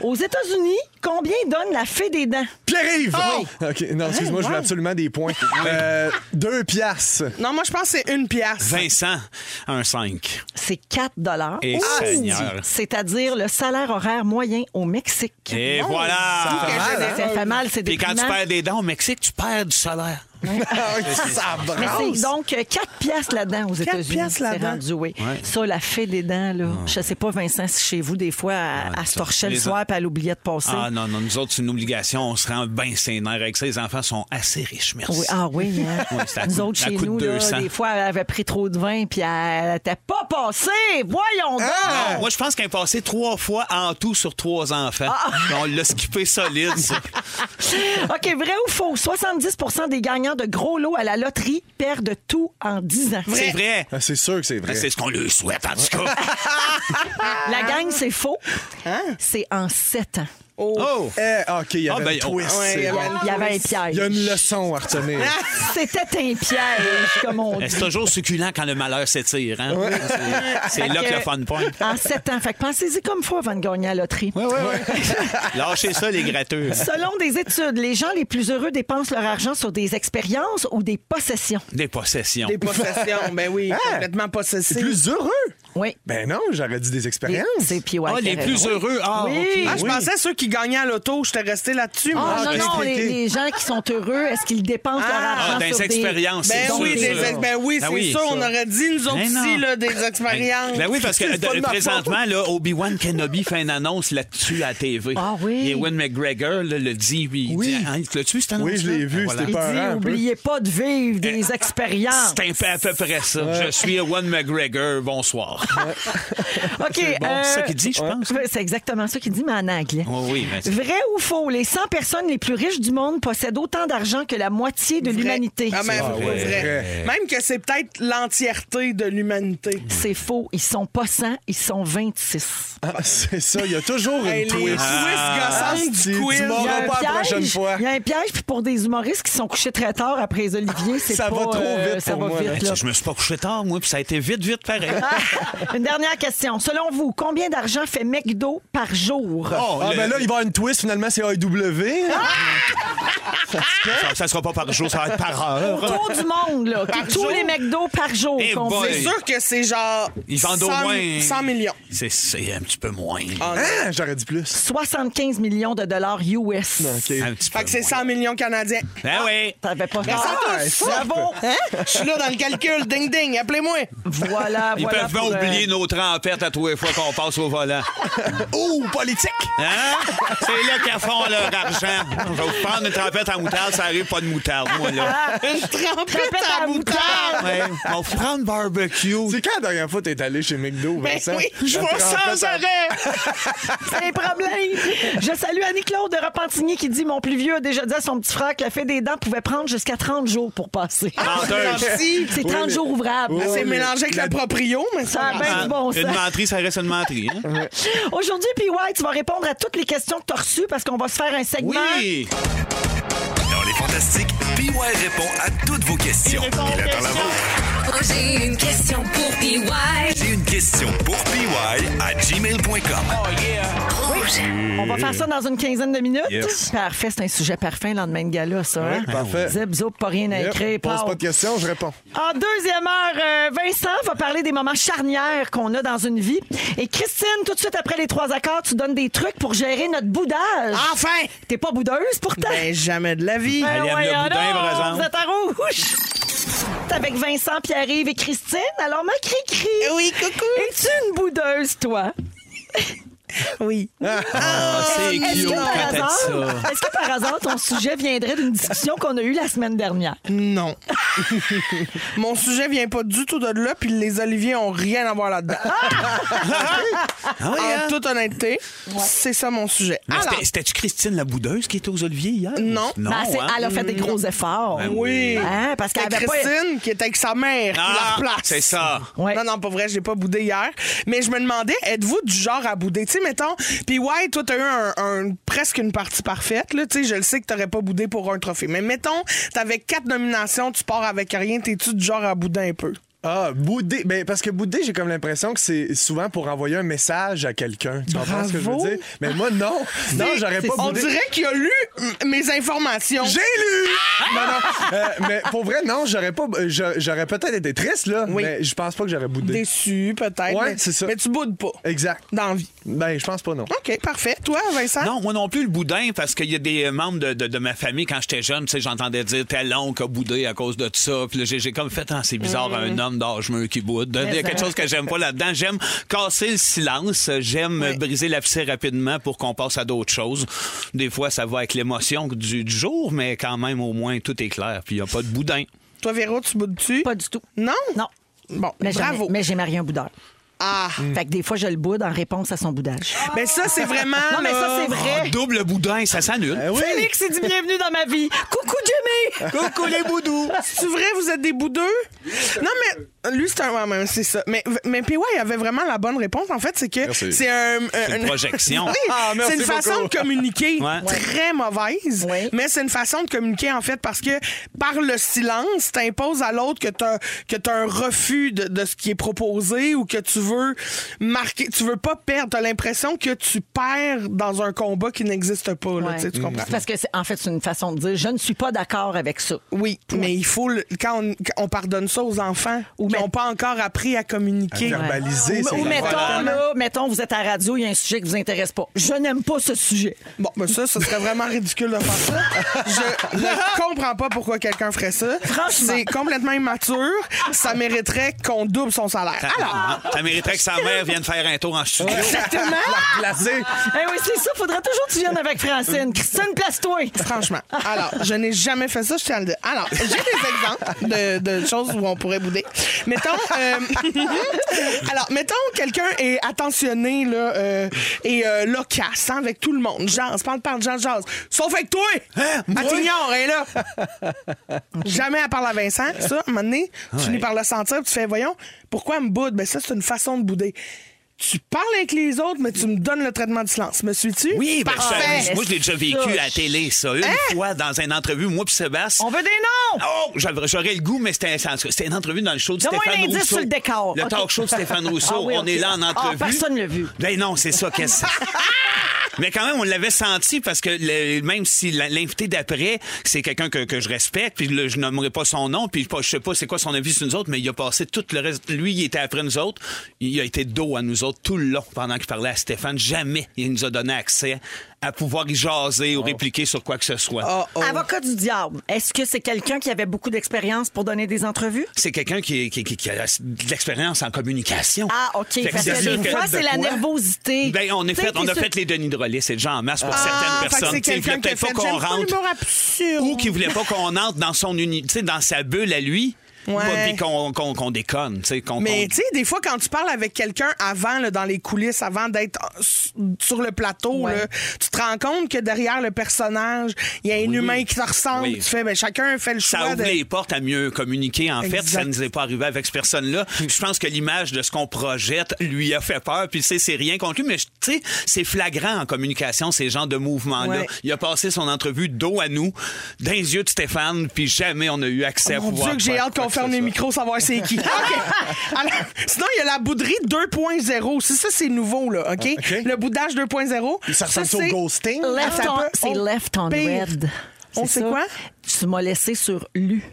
Speaker 6: Aux États-Unis, combien donne la fée des dents?
Speaker 5: Pierre-Yves!
Speaker 7: Oh!
Speaker 5: OK, non, excuse-moi, je veux
Speaker 7: wow.
Speaker 5: absolument des points. Euh, deux piastres.
Speaker 7: Non, moi, je pense que c'est une pièce.
Speaker 4: Vincent, un 5.
Speaker 6: C'est 4
Speaker 4: Et Seigneur.
Speaker 6: C'est-à-dire le salaire horaire moyen au Mexique.
Speaker 4: Et
Speaker 6: Wow.
Speaker 4: voilà!
Speaker 5: fait mal,
Speaker 6: Ah, Ça fait mal, c'est
Speaker 4: Puis quand tu
Speaker 6: déprimant.
Speaker 4: perds des dents au Mexique, tu perds du salaire.
Speaker 5: ça
Speaker 6: Mais c'est donc 4 piastres là-dedans aux
Speaker 7: Quatre
Speaker 6: États-Unis.
Speaker 7: piastres
Speaker 6: C'est
Speaker 7: là-dedans.
Speaker 6: rendu, oui.
Speaker 4: Ouais.
Speaker 6: Ça, la fée des dents, là. Je sais pas, Vincent, si chez vous, des fois, elle, elle se
Speaker 4: ça,
Speaker 6: torchait le
Speaker 4: les
Speaker 6: soir puis elle oubliait de passer.
Speaker 4: Ah non, non, nous autres, c'est une obligation. On se rend bien sénère avec ça. Les enfants sont assez riches, merci.
Speaker 6: Oui, ah oui, hein.
Speaker 4: Ouais, c'était à
Speaker 6: nous
Speaker 4: coup-
Speaker 6: autres,
Speaker 4: à
Speaker 6: chez
Speaker 4: coup de
Speaker 6: nous, là,
Speaker 4: 200.
Speaker 6: des fois, elle avait pris trop de vin puis elle n'était pas passée. Voyons donc!
Speaker 7: Ah!
Speaker 4: Non, moi, je pense qu'elle est passée trois fois en tout sur trois enfants.
Speaker 6: Ah!
Speaker 4: On l'a skippé solide, ça.
Speaker 6: OK, vrai ou faux? 70 des gagnants de gros lots à la loterie perdent tout en 10 ans.
Speaker 4: C'est vrai.
Speaker 5: Ah, C'est sûr que c'est vrai.
Speaker 4: C'est ce qu'on lui souhaite, en tout cas.
Speaker 6: La
Speaker 7: Ah!
Speaker 6: gang, c'est faux.
Speaker 7: Hein?
Speaker 6: C'est en 7 ans.
Speaker 4: Oh!
Speaker 5: Eh, OK, il y
Speaker 4: Ah,
Speaker 5: avait
Speaker 4: ben,
Speaker 5: un twist.
Speaker 4: on-
Speaker 5: c'est
Speaker 7: Ouais, il y
Speaker 5: bon.
Speaker 7: avait-
Speaker 6: Il y avait un
Speaker 5: Il y a
Speaker 6: piège.
Speaker 5: une leçon à retenir.
Speaker 6: C'était un piège, comme on dit.
Speaker 4: Eh, C'est toujours succulent quand le malheur s'étire. Hein? C'est- C'est là
Speaker 6: Fait
Speaker 4: que
Speaker 6: que-
Speaker 4: le fun point.
Speaker 6: En 7 ans. Fait que pensez-y comme faut avant de gagner à la loterie.
Speaker 4: Lâchez ça, les gratteux.
Speaker 6: Selon des études, les gens les plus heureux dépensent leur argent sur des expériences ou des possessions.
Speaker 4: Des possessions.
Speaker 7: Des possessions. ben oui,
Speaker 4: Hein?
Speaker 7: complètement possessé.
Speaker 5: C'est plus heureux.
Speaker 6: Oui.
Speaker 5: Ben non, j'aurais dit des
Speaker 6: Des-
Speaker 5: expériences.
Speaker 6: C'est puis ouais,
Speaker 4: Ah, les
Speaker 6: t'as
Speaker 4: plus
Speaker 6: raison.
Speaker 4: heureux. Ah,
Speaker 6: Oui.
Speaker 4: OK.
Speaker 7: Ah, je pensais à ceux qui gagnaient à l'auto, j'étais resté là-dessus. moi.
Speaker 6: Ah,
Speaker 5: Ah,
Speaker 6: non,
Speaker 5: ok,
Speaker 6: non,
Speaker 5: ok,
Speaker 6: les,
Speaker 5: ok.
Speaker 6: les gens qui sont heureux, est-ce qu'ils dépensent leur
Speaker 7: Ah,
Speaker 6: argent
Speaker 4: dans les
Speaker 6: sur des...
Speaker 4: expériences, c'est
Speaker 7: Ben
Speaker 4: sûr.
Speaker 7: oui, des-
Speaker 4: ça.
Speaker 7: ben oui,
Speaker 4: Ben
Speaker 7: c'est
Speaker 4: oui,
Speaker 7: ça, on
Speaker 4: ça.
Speaker 7: aurait dit, nous autres
Speaker 4: Ben
Speaker 7: aussi,
Speaker 4: non.
Speaker 7: là, des expériences.
Speaker 4: Ben oui, parce que
Speaker 5: C'est pas de
Speaker 4: euh,
Speaker 5: ma
Speaker 4: présentement, là, Obi-Wan Kenobi fait une annonce là-dessus à la TV.
Speaker 6: Ah oui.
Speaker 4: Ewan McGregor là, le dit. puis Il
Speaker 5: Oui.
Speaker 4: dit, Ah, tu l'as-tu, cette Ah, annonce
Speaker 5: Oui, je l'ai vu, c'était
Speaker 6: Il
Speaker 5: Peurant un
Speaker 6: dit,
Speaker 5: peu.
Speaker 6: oubliez pas de vivre des hein, expériences.
Speaker 4: Eh, ah, C'est un peu à peu près ça. Je suis Ewan McGregor, bonsoir.
Speaker 6: OK.
Speaker 4: C'est bon,
Speaker 6: euh,
Speaker 4: c'est ça qu'il dit, je pense.
Speaker 6: ouais, C'est exactement ça qu'il dit, mais en anglais.
Speaker 4: Oh oui, ben, c'est-
Speaker 6: Vrai ou faux, les 100 personnes les plus riches du monde possèdent autant d'argent que la moitié de
Speaker 7: Vrai.
Speaker 6: l'humanité.
Speaker 7: Ah, mais
Speaker 5: Ah,
Speaker 7: vrai.
Speaker 5: ouais.
Speaker 7: Même que c'est peut-être l'entièreté de l'humanité.
Speaker 6: C'est faux. Ils sont pas 100, ils sont 26.
Speaker 5: Ah, c'est ça, il y a toujours
Speaker 7: Hey,
Speaker 5: une
Speaker 7: les
Speaker 5: twist. Ah,
Speaker 7: twists gossantes
Speaker 5: si,
Speaker 7: du quiz.
Speaker 5: tu m'auras
Speaker 6: Il y a un
Speaker 5: pas la
Speaker 6: piège.
Speaker 5: prochaine fois.
Speaker 6: Il y a un piège, puis pour des humoristes qui sont couchés très tard après les Oliviers, c'est
Speaker 5: Ça
Speaker 6: pas,
Speaker 5: va trop
Speaker 6: euh,
Speaker 5: vite
Speaker 6: ça
Speaker 5: pour
Speaker 6: va
Speaker 5: moi,
Speaker 6: vite,
Speaker 5: là.
Speaker 6: là.
Speaker 4: Je me suis pas couché tard, moi, puis ça a été vite, vite pareil.
Speaker 6: Une dernière question. Selon vous, combien d'argent fait McDo par jour?
Speaker 4: Oh,
Speaker 5: Ah,
Speaker 4: le-
Speaker 5: ben là, il va y avoir une twist, finalement, c'est AEW.
Speaker 4: ça, ça sera pas par jour, ça va être par heure.
Speaker 6: Autour du monde, là.
Speaker 7: Par
Speaker 6: tous
Speaker 7: jour?
Speaker 6: les McDo par jour.
Speaker 4: Eh
Speaker 6: combien?
Speaker 4: boy.
Speaker 7: C'est sûr que c'est genre.
Speaker 4: Ils vendent au
Speaker 7: 100
Speaker 4: moins-
Speaker 7: 100 millions.
Speaker 4: C'est- C'est un petit peu moins.
Speaker 5: Ah, j'aurais dit plus.
Speaker 6: 75 millions de dollars US.
Speaker 5: OK.
Speaker 4: Un petit peu
Speaker 7: Fait que c'est
Speaker 4: moins.
Speaker 7: 100 millions canadiens.
Speaker 4: Ben oui.
Speaker 6: T'avais pas
Speaker 7: ça
Speaker 6: Ah,
Speaker 7: touche.
Speaker 6: Bravo! Hein?
Speaker 7: Je suis là dans le calcul. Ding ding, appelez-moi.
Speaker 6: Voilà,
Speaker 4: Ils
Speaker 6: voilà.
Speaker 4: peuvent pas
Speaker 6: pour, euh,
Speaker 4: oublier nos trempettes à tous les fois qu'on passe au volant.
Speaker 5: Oh, politique!
Speaker 4: Hein? C'est là qu'ils font leur argent. Je vais vous prendre une trompette à moutarde, ça arrive pas de moutarde, moi, là.
Speaker 7: Une trompette
Speaker 6: Trompette Ah, à
Speaker 7: à moutarde.
Speaker 4: Ouais. On va vous prendre barbecue.
Speaker 5: C'est quand la dernière fois t'es allé chez McDo,
Speaker 7: Ben
Speaker 5: Vincent?
Speaker 7: oui, je
Speaker 5: La
Speaker 7: vais
Speaker 5: trompette
Speaker 7: sans
Speaker 5: à-
Speaker 7: arrêt.
Speaker 6: C'est un problème. Je salue Annie-Claude de Repentigny qui dit Mon plus vieux a déjà dit à son petit frère que la fée des dents pouvait prendre jusqu'à 30 jours pour passer.
Speaker 4: Menteuse.
Speaker 7: Gentil.
Speaker 6: C'est 30
Speaker 5: mais-
Speaker 6: jours ouvrables.
Speaker 4: Oh,
Speaker 5: Ouais,
Speaker 7: C'est
Speaker 5: mais-
Speaker 7: mélangé avec
Speaker 5: la-
Speaker 7: le proprio, mais
Speaker 6: Ça
Speaker 7: ça.
Speaker 6: a bien du bon
Speaker 4: Ah, Une
Speaker 6: sens.
Speaker 4: menterie, ça reste une menterie. hein?
Speaker 6: Aujourd'hui, puis ouais, tu vas répondre à toutes les questions que tu as reçues parce qu'on va se faire un segment.
Speaker 4: Oui.
Speaker 8: Dans les fantastiques, PY répond à toutes vos questions.
Speaker 4: Il répond aux
Speaker 8: Il attend la
Speaker 4: questions.
Speaker 8: vôtre.
Speaker 2: Oh, j'ai une question pour PY.
Speaker 8: J'ai une question pour PY à gmail.com.
Speaker 2: Rouge.
Speaker 6: On va faire ça dans une quinzaine de minutes.
Speaker 4: Yes.
Speaker 6: Parfait, c'est un sujet parfait, lendemain de gala, ça. hein?
Speaker 5: parfait.
Speaker 6: Zip, zoup, pas rien à
Speaker 5: Yep,
Speaker 6: écrire.
Speaker 5: Pose
Speaker 6: pau.
Speaker 5: pas de questions, je réponds.
Speaker 6: En deuxième heure, euh, Vincent va parler des moments charnières qu'on a dans une vie. Et Christine, tout de suite après les trois accords, tu donnes des trucs pour gérer notre boudage.
Speaker 7: Enfin!
Speaker 6: T'es pas boudeuse pourtant?
Speaker 7: Ben, jamais de la vie.
Speaker 6: Ben
Speaker 4: Elle aime le boudin,
Speaker 6: voyons donc,
Speaker 4: par exemple.
Speaker 6: Vous êtes à rouge. T'es Avec Vincent, Pierre-Yves
Speaker 7: Eh
Speaker 6: et Christine. Alors, ma cri-cri.
Speaker 7: Oui, coucou.
Speaker 6: Es-tu une boudeuse, toi?
Speaker 7: Oui.
Speaker 4: Ah, c'est
Speaker 6: Est-ce
Speaker 4: cute
Speaker 6: que,
Speaker 4: quand t'as
Speaker 6: par
Speaker 4: dit ça.
Speaker 6: hasard, est-ce que par hasard, ton sujet viendrait d'une discussion qu'on a eue la semaine dernière?
Speaker 7: Non. Mon sujet vient pas du tout de là, puis les oliviers ont rien à voir là-dedans. en toute honnêteté, c'est ça mon sujet.
Speaker 4: Mais
Speaker 7: Alors,
Speaker 4: c'était- C'était-tu Christine la boudeuse qui était aux Oliviers hier?
Speaker 7: Non.
Speaker 4: Non,
Speaker 6: Ben, c'est-
Speaker 4: hein?
Speaker 6: Elle a fait des gros efforts.
Speaker 7: oui.
Speaker 6: Hein, parce qu'elle
Speaker 7: C'était
Speaker 6: avait pas...
Speaker 7: Christine qui était avec sa mère
Speaker 4: Ah,
Speaker 7: qui la place.
Speaker 4: c'est ça.
Speaker 6: Ouais.
Speaker 7: Non, non, pas vrai, j'ai pas boudé hier. Mais je me demandais, êtes-vous du genre à bouder? Tu sais, mettons, puis ouais, toi, t'as eu un, un- presque une partie parfaite, là. Tu sais, je le sais que t'aurais pas boudé pour un trophée. Mais mettons, t'avais quatre nominations, tu pars avec rien, t'es-tu du genre à bouder un peu?
Speaker 5: Ah, bouder. Ben, parce que bouder, j'ai comme l'impression que c'est souvent pour envoyer un message à quelqu'un. Tu comprends ce que je veux
Speaker 7: Bravo.
Speaker 5: dire? Mais moi, non. Non, j'aurais pas
Speaker 7: On
Speaker 5: boudé.
Speaker 7: dirait qu'il a lu mm, mes informations.
Speaker 5: J'ai lu! Non, non. euh, mais pour vrai, non, j'aurais pas. euh, j'a- J'aurais peut-être été triste, là.
Speaker 7: Oui.
Speaker 5: Mais je pense pas que j'aurais boudé.
Speaker 7: Déçu, peut-être.
Speaker 5: Ouais,
Speaker 7: mais-
Speaker 5: c'est ça.
Speaker 7: Mais tu boudes pas.
Speaker 5: Exact.
Speaker 7: D'envie.
Speaker 5: Ben, je pense pas, non.
Speaker 7: OK, parfait. Toi, Vincent?
Speaker 4: Non, moi non plus le boudin, parce qu'il y a des euh, membres de, de- de ma famille, quand j'étais jeune, tu sais, j'entendais dire tel oncle a boudé à cause de ça. Puis là, j'ai j'ai comme fait, Ah, c'est bizarre, un homme d'âge mûr qui boude. Il y a quelque chose que j'aime pas là-dedans. J'aime casser le silence. J'aime euh, briser l'abcès rapidement pour qu'on passe à d'autres choses. Des fois, ça va avec l'émotion du, du jour, mais quand même, au moins, tout est clair. Puis il n'y a pas de boudin.
Speaker 7: Toi, Véro, tu boudes-tu?
Speaker 6: Pas du tout.
Speaker 7: Non?
Speaker 6: Non.
Speaker 7: Bon,
Speaker 6: Mais j'aimais-
Speaker 7: bravo.
Speaker 6: Mais j'aimais rien boudeur.
Speaker 7: Ah.
Speaker 6: Fait que des fois, je le boude en réponse à son boudage.
Speaker 7: Mais ça, c'est vraiment.
Speaker 6: Non, mais ça,
Speaker 7: là,
Speaker 6: c'est
Speaker 4: Ah,
Speaker 6: vrai.
Speaker 4: double boudin, ça s'annule.
Speaker 7: Ah
Speaker 5: Eh oui!
Speaker 6: Félix, il dit bienvenue dans ma vie. Coucou, Jimmy!
Speaker 4: Coucou les boudous!
Speaker 7: C'est vrai, vous êtes des boudeux? Non, mais lui, c'est un. ouais, mais c'est ça. Mais, mais PY avait vraiment la bonne réponse, en fait, c'est que
Speaker 5: Merci.
Speaker 7: c'est un.
Speaker 4: une
Speaker 7: un-
Speaker 4: projection.
Speaker 7: Oui,
Speaker 5: Ah, merci
Speaker 7: c'est une
Speaker 5: beaucoup.
Speaker 7: façon de communiquer
Speaker 4: Ouais.
Speaker 7: très mauvaise,
Speaker 6: Oui.
Speaker 7: mais c'est une façon de communiquer, en fait, parce que par le silence, t'imposes à l'autre que t'as que t'as un refus de, de ce qui est proposé ou que tu veux marquer. Tu veux pas perdre. T'as l'impression que tu perds dans un combat qui n'existe pas, là,
Speaker 6: Ouais.
Speaker 7: tu sais, tu
Speaker 4: Mm.
Speaker 7: comprends?
Speaker 6: C'est Parce que, c'est- en fait, c'est une façon de dire je ne suis pas d'accord avec ça.
Speaker 7: Oui, mais il faut le- quand on, quand on pardonne ça aux enfants
Speaker 6: Ou
Speaker 7: qui
Speaker 6: met-
Speaker 7: n'ont pas encore appris à communiquer.
Speaker 5: À verbaliser,
Speaker 6: Ou,
Speaker 5: c'est
Speaker 6: ou
Speaker 5: la
Speaker 6: mettons,
Speaker 5: voilà.
Speaker 6: là, mettons, vous êtes à la radio, il y a un sujet qui vous intéresse pas. Je n'aime pas ce sujet.
Speaker 7: Bon, ben ça, ce serait vraiment ridicule de faire ça. Je ne comprends pas pourquoi quelqu'un ferait ça.
Speaker 6: Franchement.
Speaker 7: c'est complètement immature. Ça mériterait qu'on double son salaire. Alors,
Speaker 4: Ça mériterait que sa mère vienne faire un tour en studio.
Speaker 7: exactement.
Speaker 5: Placé.
Speaker 7: Ah.
Speaker 6: Eh oui, c'est ça. Faudrait toujours que tu viennes avec Francine. Christine, place-toi.
Speaker 7: Franchement. Alors, je n'ai jamais fait ça, je tiens à le dire. Alors, j'ai des exemples de, de choses où on pourrait bouder. Mettons, euh, alors, mettons, quelqu'un est attentionné, là, euh, et euh, loquace, hein, avec tout le monde. Jase, parle, parle, jase, jase. Sauf avec toi!
Speaker 4: Hein? moi?
Speaker 7: Elle t'ignore, elle est là. jamais elle parle à Vincent. Ça, à un moment donné, tu finis par le sentir, puis tu fais, voyons, pourquoi elle me boude? Ben, ça, c'est une façon de bouder. Tu parles avec les autres, mais tu me donnes le traitement de silence. Me suis-tu?
Speaker 4: Oui, ben,
Speaker 7: parfait.
Speaker 4: je- moi, je l'ai déjà vécu à la télé, ça. Une fois, dans une entrevue, moi puis Sébastien.
Speaker 6: On veut des noms!
Speaker 4: Oh, j'aurais j'aurais le goût, mais c'était en tout cas, c'était une entrevue dans le show de
Speaker 6: Donne-moi
Speaker 4: Stéphane
Speaker 6: un indice
Speaker 4: Rousseau.
Speaker 6: sur le décor. OK.
Speaker 4: talk show de Stéphane Rousseau.
Speaker 6: Ah oui,
Speaker 4: on
Speaker 6: OK.
Speaker 4: est là en
Speaker 6: Ah,
Speaker 4: entrevue.
Speaker 6: personne l'a vu.
Speaker 4: Ben non, c'est ça. Qu'est-ce que Mais quand même, on l'avait senti parce que le- même si la- l'invité d'après, c'est quelqu'un que, que je respecte, puis le- je nommerai pas son nom, puis je pas- je sais pas c'est quoi son avis sur nous autres, mais il a passé tout le reste. Lui, il était après nous autres. Il a été dos à nous autres tout le long pendant qu'il parlait à Stéphane. Jamais il nous a donné accès à pouvoir y jaser ou
Speaker 6: Oh.
Speaker 4: répliquer sur quoi que ce soit.
Speaker 7: Oh,
Speaker 6: Avocat du diable, est-ce que c'est quelqu'un qui avait beaucoup d'expérience pour donner des entrevues?
Speaker 4: C'est quelqu'un qui, qui- qui- qui a de l'expérience en communication.
Speaker 6: Ah, OK.
Speaker 4: Fait que
Speaker 6: Parce
Speaker 4: c'est
Speaker 6: que
Speaker 4: sûr
Speaker 6: des
Speaker 4: que-
Speaker 6: fois, c'est la
Speaker 5: quoi?
Speaker 6: nervosité.
Speaker 4: Ben, on, est
Speaker 6: Tu sais,
Speaker 4: fait, on
Speaker 6: t'es
Speaker 4: a
Speaker 6: sûr-
Speaker 4: fait les Denis de Relais, c'est déjà en masse pour
Speaker 7: Ah,
Speaker 4: certaines
Speaker 7: fait que
Speaker 4: personnes.
Speaker 7: c'est
Speaker 4: Tu sais, il voulait
Speaker 7: quelqu'un qui a
Speaker 4: peut-être pas
Speaker 7: fait,
Speaker 4: qu'on
Speaker 7: J'aime pas
Speaker 4: rentre.
Speaker 7: l'humour absurde.
Speaker 4: Ou qui voulait pas qu'on entre dans son uni, tu sais, dans sa bulle à lui.
Speaker 7: Ouais.
Speaker 4: pas- Puis qu'on qu'on- qu'on déconne, tu sais, qu'on-
Speaker 7: Mais
Speaker 4: qu'on-
Speaker 7: tu sais, des fois, quand tu parles avec quelqu'un avant, là, dans les coulisses, avant d'être euh, s- sur le plateau,
Speaker 6: Ouais.
Speaker 7: là, tu te rends compte que derrière le personnage, il y a un humain qui te ressemble.
Speaker 4: Oui.
Speaker 7: Tu fais, ben, chacun fait le
Speaker 4: ça
Speaker 7: choix.
Speaker 4: ouvre
Speaker 7: de... Oh
Speaker 4: les portes à mieux communiquer. En fait,
Speaker 7: ben Exact.
Speaker 4: ça ne nous est pas arrivé avec cette personne-là. Je pense que l'image de ce qu'on projette lui a fait peur. Puis, tu sais, c'est rien contre lui, mais je- tu sais, c'est flagrant en communication, ces genres de mouvements-là.
Speaker 7: Ouais.
Speaker 4: Il a passé son entrevue dos à nous, dans les yeux de Stéphane, puis jamais on a eu accès à
Speaker 7: Oh Mon
Speaker 4: pouvoir.
Speaker 7: Dieu, que j'ai
Speaker 4: faire
Speaker 7: hâte
Speaker 4: quoi
Speaker 7: qu'on
Speaker 4: que
Speaker 7: ferme
Speaker 4: ce
Speaker 7: les
Speaker 4: soit.
Speaker 7: micros, savoir c'est qui. OK. Alors, sinon, il y a la bouderie 2.0. C'est ça, c'est nouveau, là, OK?
Speaker 4: Ah,
Speaker 5: OK.
Speaker 7: Le boudage 2.0.
Speaker 5: Ça ressemble
Speaker 7: ça,
Speaker 5: au
Speaker 7: c'est-
Speaker 5: ghosting?
Speaker 6: Left
Speaker 7: Ah, ça
Speaker 6: on-
Speaker 7: peut-
Speaker 6: C'est
Speaker 7: on-
Speaker 6: left on
Speaker 7: pire.
Speaker 6: red.
Speaker 7: On
Speaker 6: C'est
Speaker 7: sait
Speaker 6: ça.
Speaker 7: quoi?
Speaker 6: Tu m'as laissé sur lu.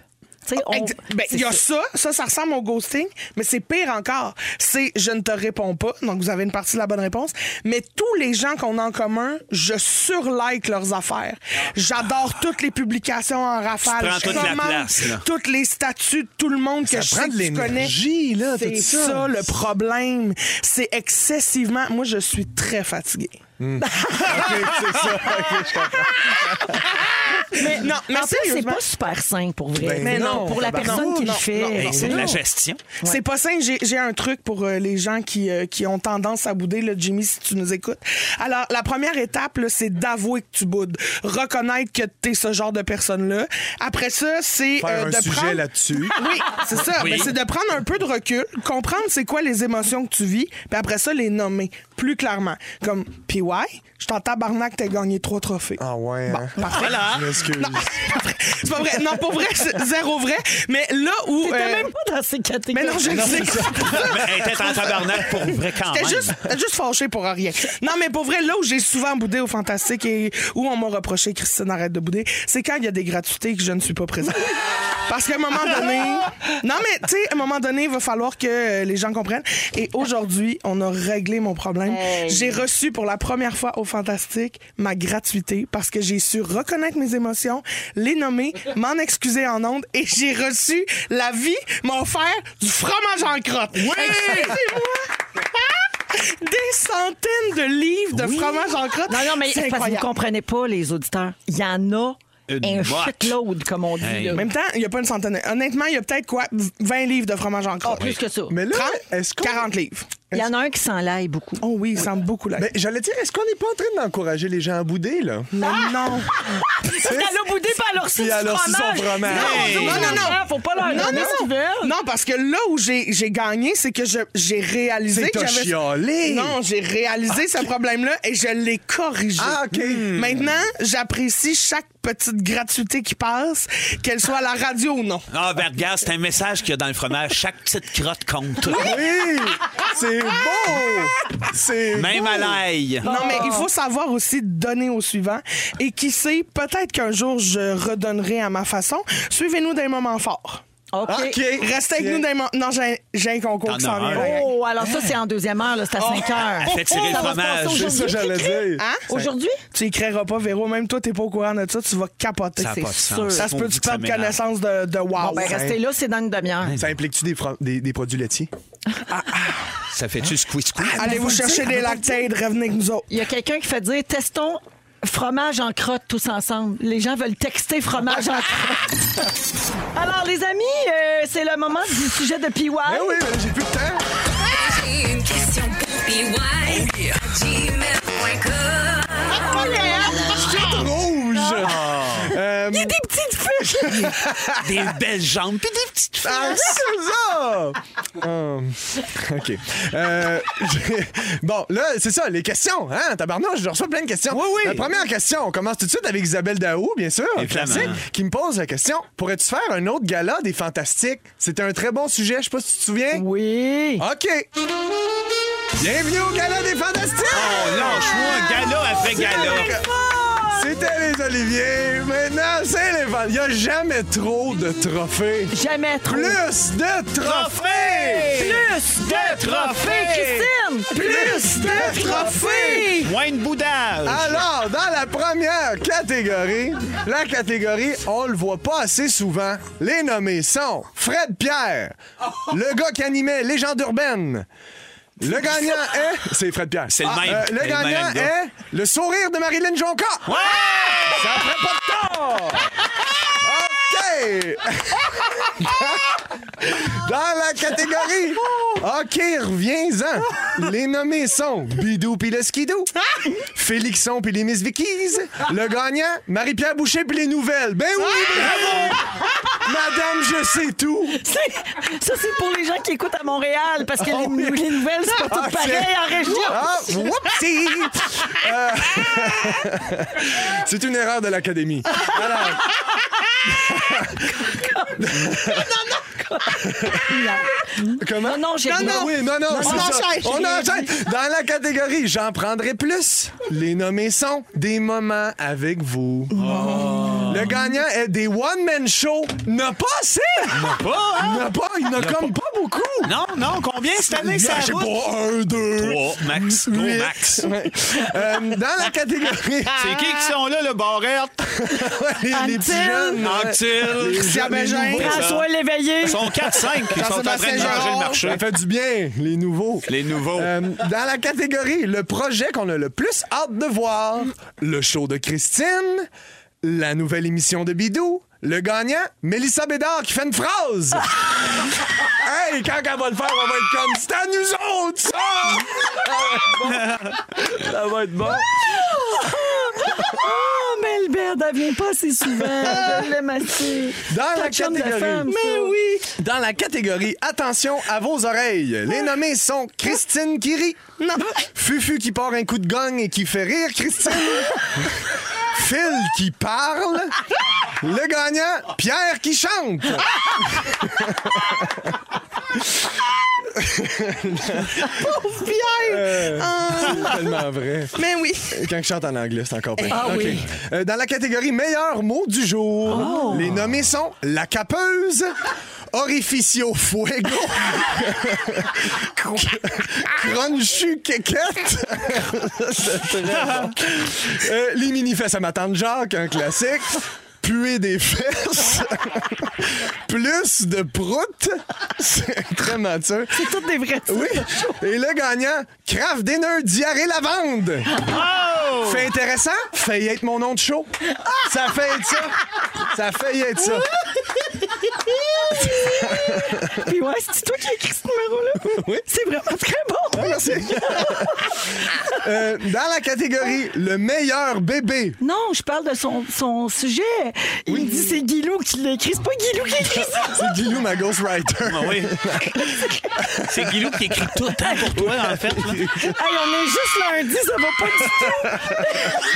Speaker 6: Tu Tu sais, on-
Speaker 7: Ex- ben,
Speaker 6: c'est
Speaker 7: Il y a ça, ça, ça ressemble au ghosting, mais c'est pire encore. C'est je ne te réponds pas, donc vous avez une partie de la bonne réponse, mais tous les gens qu'on a en commun, je surlike leurs affaires. J'adore toutes les publications en rafale.
Speaker 4: prends
Speaker 7: Je
Speaker 4: toute la
Speaker 7: commente
Speaker 4: place, là.
Speaker 7: toutes les statuts de tout le monde que je
Speaker 5: prend
Speaker 7: sais
Speaker 5: de
Speaker 7: que tu connais.
Speaker 5: l'énergie, là,
Speaker 7: C'est
Speaker 5: tout ça.
Speaker 7: ça le problème. C'est excessivement. Moi, je suis très fatiguée.
Speaker 5: c'est ça. Ok, je comprends.
Speaker 7: Mais non, mais
Speaker 6: En plus, c'est
Speaker 7: sérieusement,
Speaker 6: pas super sain pour vrai.
Speaker 5: Ben Mais non, non,
Speaker 6: pour la
Speaker 5: tabarnak.
Speaker 6: personne qui le
Speaker 7: Non, non,
Speaker 6: fait.
Speaker 7: non,
Speaker 4: Hey, c'est de la gestion.
Speaker 7: C'est pas simple. J'ai- J'ai un truc pour euh, les gens qui, euh, qui ont tendance à bouder, là, Jimmy, si tu nous écoutes. Alors, la première étape, là, c'est d'avouer que tu boudes. Reconnaître que t'es ce genre de personne-là. Après ça, c'est
Speaker 5: Faire
Speaker 7: euh,
Speaker 5: un
Speaker 7: de
Speaker 5: sujet
Speaker 7: prendre...
Speaker 5: là-dessus.
Speaker 7: Oui, c'est ça.
Speaker 4: Oui.
Speaker 7: Ben, c'est de prendre un peu de recul, comprendre c'est quoi les émotions que tu vis, puis après ça, les nommer plus clairement. Comme, PY, je t'en tabarnak, t'as gagné trois trophées.
Speaker 5: Ah ouais. hein.
Speaker 4: Voilà.
Speaker 5: Je m'excuse.
Speaker 7: C'est pas vrai. Non, pour vrai, c'est zéro vrai. Mais là où...
Speaker 6: T'étais
Speaker 7: euh,
Speaker 6: même pas dans ces catégories.
Speaker 7: Mais non, je le sais.
Speaker 4: Mais elle était en tabarnak pour vrai quand même.
Speaker 7: J'étais juste, j'étais juste fâchée pour rien. Non, mais pour vrai, là où j'ai souvent boudé au Fantastique et où on m'a reproché, Christine, arrête de bouder, c'est quand il y a des gratuités que je ne suis pas présente. Parce qu'à un moment donné. Non, mais tu sais, à un moment donné, il va falloir que euh, les gens comprennent. Et aujourd'hui, on a réglé mon problème. J'ai reçu pour la première fois au Fantastique ma gratuité parce que j'ai su reconnaître mes émotions, les nommer, m'en excuser en ondes et j'ai reçu la vie m'a offert du fromage en crotte. Ah! Oui! moi des centaines de livres de fromage en crotte.
Speaker 6: Non, non, mais
Speaker 7: c'est
Speaker 6: c'est parce que vous
Speaker 7: incroyable.
Speaker 6: comprenez pas, les auditeurs. Il y en a
Speaker 4: Une
Speaker 6: un
Speaker 4: botte.
Speaker 6: shitload, comme on dit.
Speaker 4: Hey.
Speaker 6: là.
Speaker 7: En même temps, il n'y a pas une centaine. Honnêtement, il y a peut-être quoi 20 livres de fromage en
Speaker 6: Ah,
Speaker 7: crotte.
Speaker 6: plus que ça.
Speaker 5: Mais là,
Speaker 7: 30,
Speaker 5: est-ce qu'on.
Speaker 7: 40 livres.
Speaker 6: Il y en a un qui s'enlaille beaucoup.
Speaker 7: Oh oui, il semble beaucoup là.
Speaker 5: Ben, J'allais dire, est-ce qu'on n'est pas en train d'encourager les gens à bouder, là?
Speaker 7: Mais
Speaker 6: Ah!
Speaker 7: non.
Speaker 6: Elle a boudé pas à leur
Speaker 5: Puis elle a reçu son fromage.
Speaker 6: Non,
Speaker 5: Hey.
Speaker 6: non, non, non. Faut pas leur
Speaker 7: Non,
Speaker 6: donner
Speaker 7: non,
Speaker 6: ce Ah, qu'ils
Speaker 7: non.
Speaker 6: veulent.
Speaker 7: Non, parce que là où j'ai j'ai gagné, c'est que je- j'ai réalisé
Speaker 5: C'est
Speaker 7: que
Speaker 5: t'as
Speaker 7: j'avais...
Speaker 5: chialé.
Speaker 7: Non, j'ai réalisé
Speaker 6: Ah,
Speaker 7: ce problème-là et je l'ai corrigé.
Speaker 5: Ah, OK.
Speaker 7: Maintenant, j'apprécie chaque petite gratuité qui passe, qu'elle soit à la radio ou non.
Speaker 4: Ah, ben regarde, c'est un message qu'il y a dans le fromage. Chaque petite crotte compte.
Speaker 5: Oui! C'est beau! C'est.
Speaker 4: Même
Speaker 5: beau.
Speaker 4: à l'ail.
Speaker 7: Non, mais
Speaker 6: Ah.
Speaker 7: il faut savoir aussi donner au suivant. Et qui sait, peut-être qu'un jour, je redonnerai à ma façon. Suivez-nous d'un moment fort.
Speaker 6: OK.
Speaker 5: OK.
Speaker 7: Restez avec nous d'un moment... Non, j'ai un- j'ai un concours
Speaker 4: T'en
Speaker 7: qui s'en
Speaker 4: as un. hein.
Speaker 7: vient.
Speaker 6: Oh, alors ça, c'est en deuxième heure, là, c'est à 5 heures.
Speaker 4: Elle fait tirer le
Speaker 6: Ça va se
Speaker 4: fromage.
Speaker 6: passer
Speaker 5: C'est ça que
Speaker 6: aujourd'hui.
Speaker 5: j'allais dire.
Speaker 7: Hein?
Speaker 6: Aujourd'hui?
Speaker 7: Tu y créeras pas, Véro. Même toi, t'es pas au courant de ça. Tu vas capoter.
Speaker 4: Ça a
Speaker 7: c'est
Speaker 4: pas de sens.
Speaker 7: sûr. Ça se
Speaker 4: On
Speaker 7: peut
Speaker 4: dit
Speaker 7: tu
Speaker 4: que ça
Speaker 7: perds
Speaker 4: m'énerve.
Speaker 7: connaissance de, de wow.
Speaker 6: Bon, ben, restez là, c'est dans une demi-heure.
Speaker 5: Ça implique-tu des, fro- des, des produits laitiers?
Speaker 4: Ça fait-tu squeeze-squeeze?
Speaker 7: Allez vous chercher des lactates, revenez avec nous autres.
Speaker 6: Il y a quelqu'un qui fait dire testons fromage en crotte tous ensemble. Les gens veulent texter fromage en crotte. Alors, les amis, euh, c'est le moment du sujet de PY.
Speaker 5: Ben oui, ben j'ai plus de temps.
Speaker 2: J'ai une question pour PY. Gmail.com.
Speaker 5: Rouge! Euh,
Speaker 6: Des petites fiches.
Speaker 4: Des belles jambes, puis des petites filles.
Speaker 5: Ah, c'est ça! Hum, OK. Euh, j'ai- bon, là, c'est ça, les questions. Hein, tabarnak, je reçois plein de questions.
Speaker 4: Oui, oui.
Speaker 5: La première question, on commence tout de suite avec Isabelle Daou, bien sûr,
Speaker 4: Évidemment.
Speaker 5: classique, qui me pose la question Pourrais-tu faire un autre gala des Fantastiques C'était un très bon sujet, je sais pas si tu te souviens.
Speaker 6: Oui.
Speaker 5: OK. Bienvenue au gala des Fantastiques!
Speaker 4: Oh, lâche-moi, gala après gala.
Speaker 6: Ah!
Speaker 5: C'était les Oliviers, maintenant c'est les Fantastiques. Il n'y a jamais trop de trophées.
Speaker 6: Jamais trop.
Speaker 5: Plus de trophées!
Speaker 6: Plus de
Speaker 5: trophées.
Speaker 6: Christine! Plus de
Speaker 5: trophées.
Speaker 4: Moins de boudage.
Speaker 5: Alors, dans la première catégorie, la catégorie on le voit pas assez souvent, les nommés sont Fred Pierre,
Speaker 6: Oh!
Speaker 5: le gars qui animait Légende urbaine. Le gagnant est. C'est Fred Pierre. Ah, euh,
Speaker 4: C'est le même.
Speaker 5: le
Speaker 4: C'est le
Speaker 5: gagnant
Speaker 4: même gars.
Speaker 5: est le sourire de Marilyn Jonca.
Speaker 4: Ouais!
Speaker 5: Ça ferait pas de tort! OK! Dans la catégorie OK, reviens-en. Les nommés sont Bidou puis le Skidou, Félixon puis les Miss Vickies, le gagnant, Marie-Pierre Boucher puis les Nouvelles. Ben oui, bravo! Madame, je sais tout.
Speaker 6: C'est- Ça, c'est pour les gens qui écoutent à Montréal, parce que les, les nouvelles, c'est pas
Speaker 5: Oh Ah,
Speaker 6: tout pareil
Speaker 5: c'est-
Speaker 6: en région.
Speaker 5: Ah, whoopsie! Euh, C'est une erreur de l'académie. Alors, comment?
Speaker 6: Non, non, j'ai
Speaker 5: Non, non, oui, non, non,
Speaker 6: On
Speaker 5: c'est ça.
Speaker 6: enchaîne,
Speaker 5: On
Speaker 6: j'ai rien
Speaker 5: enchaîne. Dans la catégorie, Oh. j'en prendrai plus. Les nommés sont des moments avec vous. Le gagnant est des one-man show. N'a pas assez! N'a
Speaker 4: pas, hein?
Speaker 5: N'a pas, il n'a comme pas, beaucoup.
Speaker 4: Non, non, combien cette année ça
Speaker 5: Je sais
Speaker 4: roule?
Speaker 5: pas, un, deux.
Speaker 4: Trois, max, gros
Speaker 5: huit.
Speaker 4: max.
Speaker 5: Ouais. Euh, dans la catégorie.
Speaker 4: C'est qui qui sont là, le barrette?
Speaker 5: les, les petits
Speaker 6: Until-
Speaker 5: jeunes. euh,
Speaker 4: Anctil.
Speaker 5: Christian
Speaker 7: Bégin.
Speaker 6: François Léveillé.
Speaker 4: Ils sont 4-5 qui sont en train de changer
Speaker 7: Jean-Sébastien
Speaker 4: le
Speaker 7: Jarre.
Speaker 4: marché.
Speaker 5: Ça fait du bien, les nouveaux.
Speaker 4: Les nouveaux.
Speaker 5: Euh, dans la catégorie, le projet qu'on a le plus hâte de voir, le show de Christine, la nouvelle émission de Bidou, le gagnant, Mélissa Bédard qui fait une phrase. hey, quand elle va le faire, on va être comme c'est à nous autres, ça! ça va être bon.
Speaker 6: Oh, mais Albert, elle vient pas assez souvent. Je l'aime assez.
Speaker 5: Dans
Speaker 6: Pas
Speaker 5: la
Speaker 6: de chum de
Speaker 5: catégorie.
Speaker 6: femme, ça.
Speaker 5: oui! Dans la catégorie Attention à vos oreilles, les nommés sont Christine qui rit. Non. Fufu qui part un coup de gang et qui fait rire Christine. Phil qui parle. Le gagnant, Pierre qui chante.
Speaker 7: Pierre! Ah,
Speaker 5: C'est tellement vrai.
Speaker 7: mais oui.
Speaker 5: Quand je chante en anglais, c'est encore pire.
Speaker 6: Ah
Speaker 5: OK.
Speaker 6: oui.
Speaker 5: Euh, dans la catégorie meilleur mot du jour, les nommés sont la capeuse, orificio fuego, crunchy quéquette. C'est très bon. Euh, les mini-fesses à ma tante Jacques, un classique. Puer des fesses, plus de prout, c'est très mature.
Speaker 6: C'est toutes des vraies.
Speaker 5: Oui. Et le gagnant, Kraft Dinner Diarrhée Lavande. Fait intéressant, fait y être mon nom de show. Ça fait être ça. Ça fait y être ça.
Speaker 6: Puis ouais, c'est toi qui as écrit ce numéro-là.
Speaker 5: Oui.
Speaker 6: C'est vraiment très bon.
Speaker 5: Ah, merci. Euh, dans la catégorie le meilleur bébé.
Speaker 6: Non, je parle de son, son sujet. Il me dit c'est Guilou qui l'écrit. C'est pas Guilou qui écrit ça.
Speaker 5: C'est Guilou, ma ghostwriter.
Speaker 4: Ah oui. C'est Guilou qui écrit tout le temps pour toi, en fait. là.
Speaker 6: Hey, on est juste lundi, ça va pas du tout.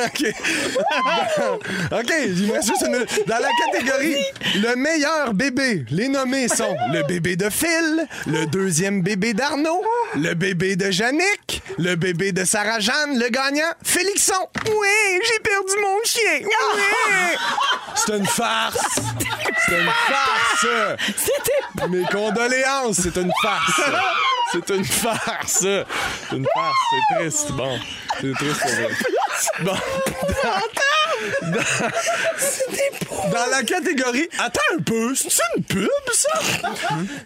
Speaker 5: OK. OK, il me reste juste une minute. Dans la catégorie le meilleur bébé, les nommés sont le bébé de Phil, le deuxième bébé d'Arnaud, le bébé de Yannick, le bébé de Sarah-Jeanne, le gagnant, Félixon. Oui, j'ai perdu mon chien. Oui. C'est une farce. C'est une farce.
Speaker 6: C'était
Speaker 5: Mes condoléances, c'est une farce. C'est une farce. C'est une farce, c'est triste. Bon, c'est triste pour vrai. Bon. Dans- Dans, dans la catégorie Attends un peu, c'est une pub ça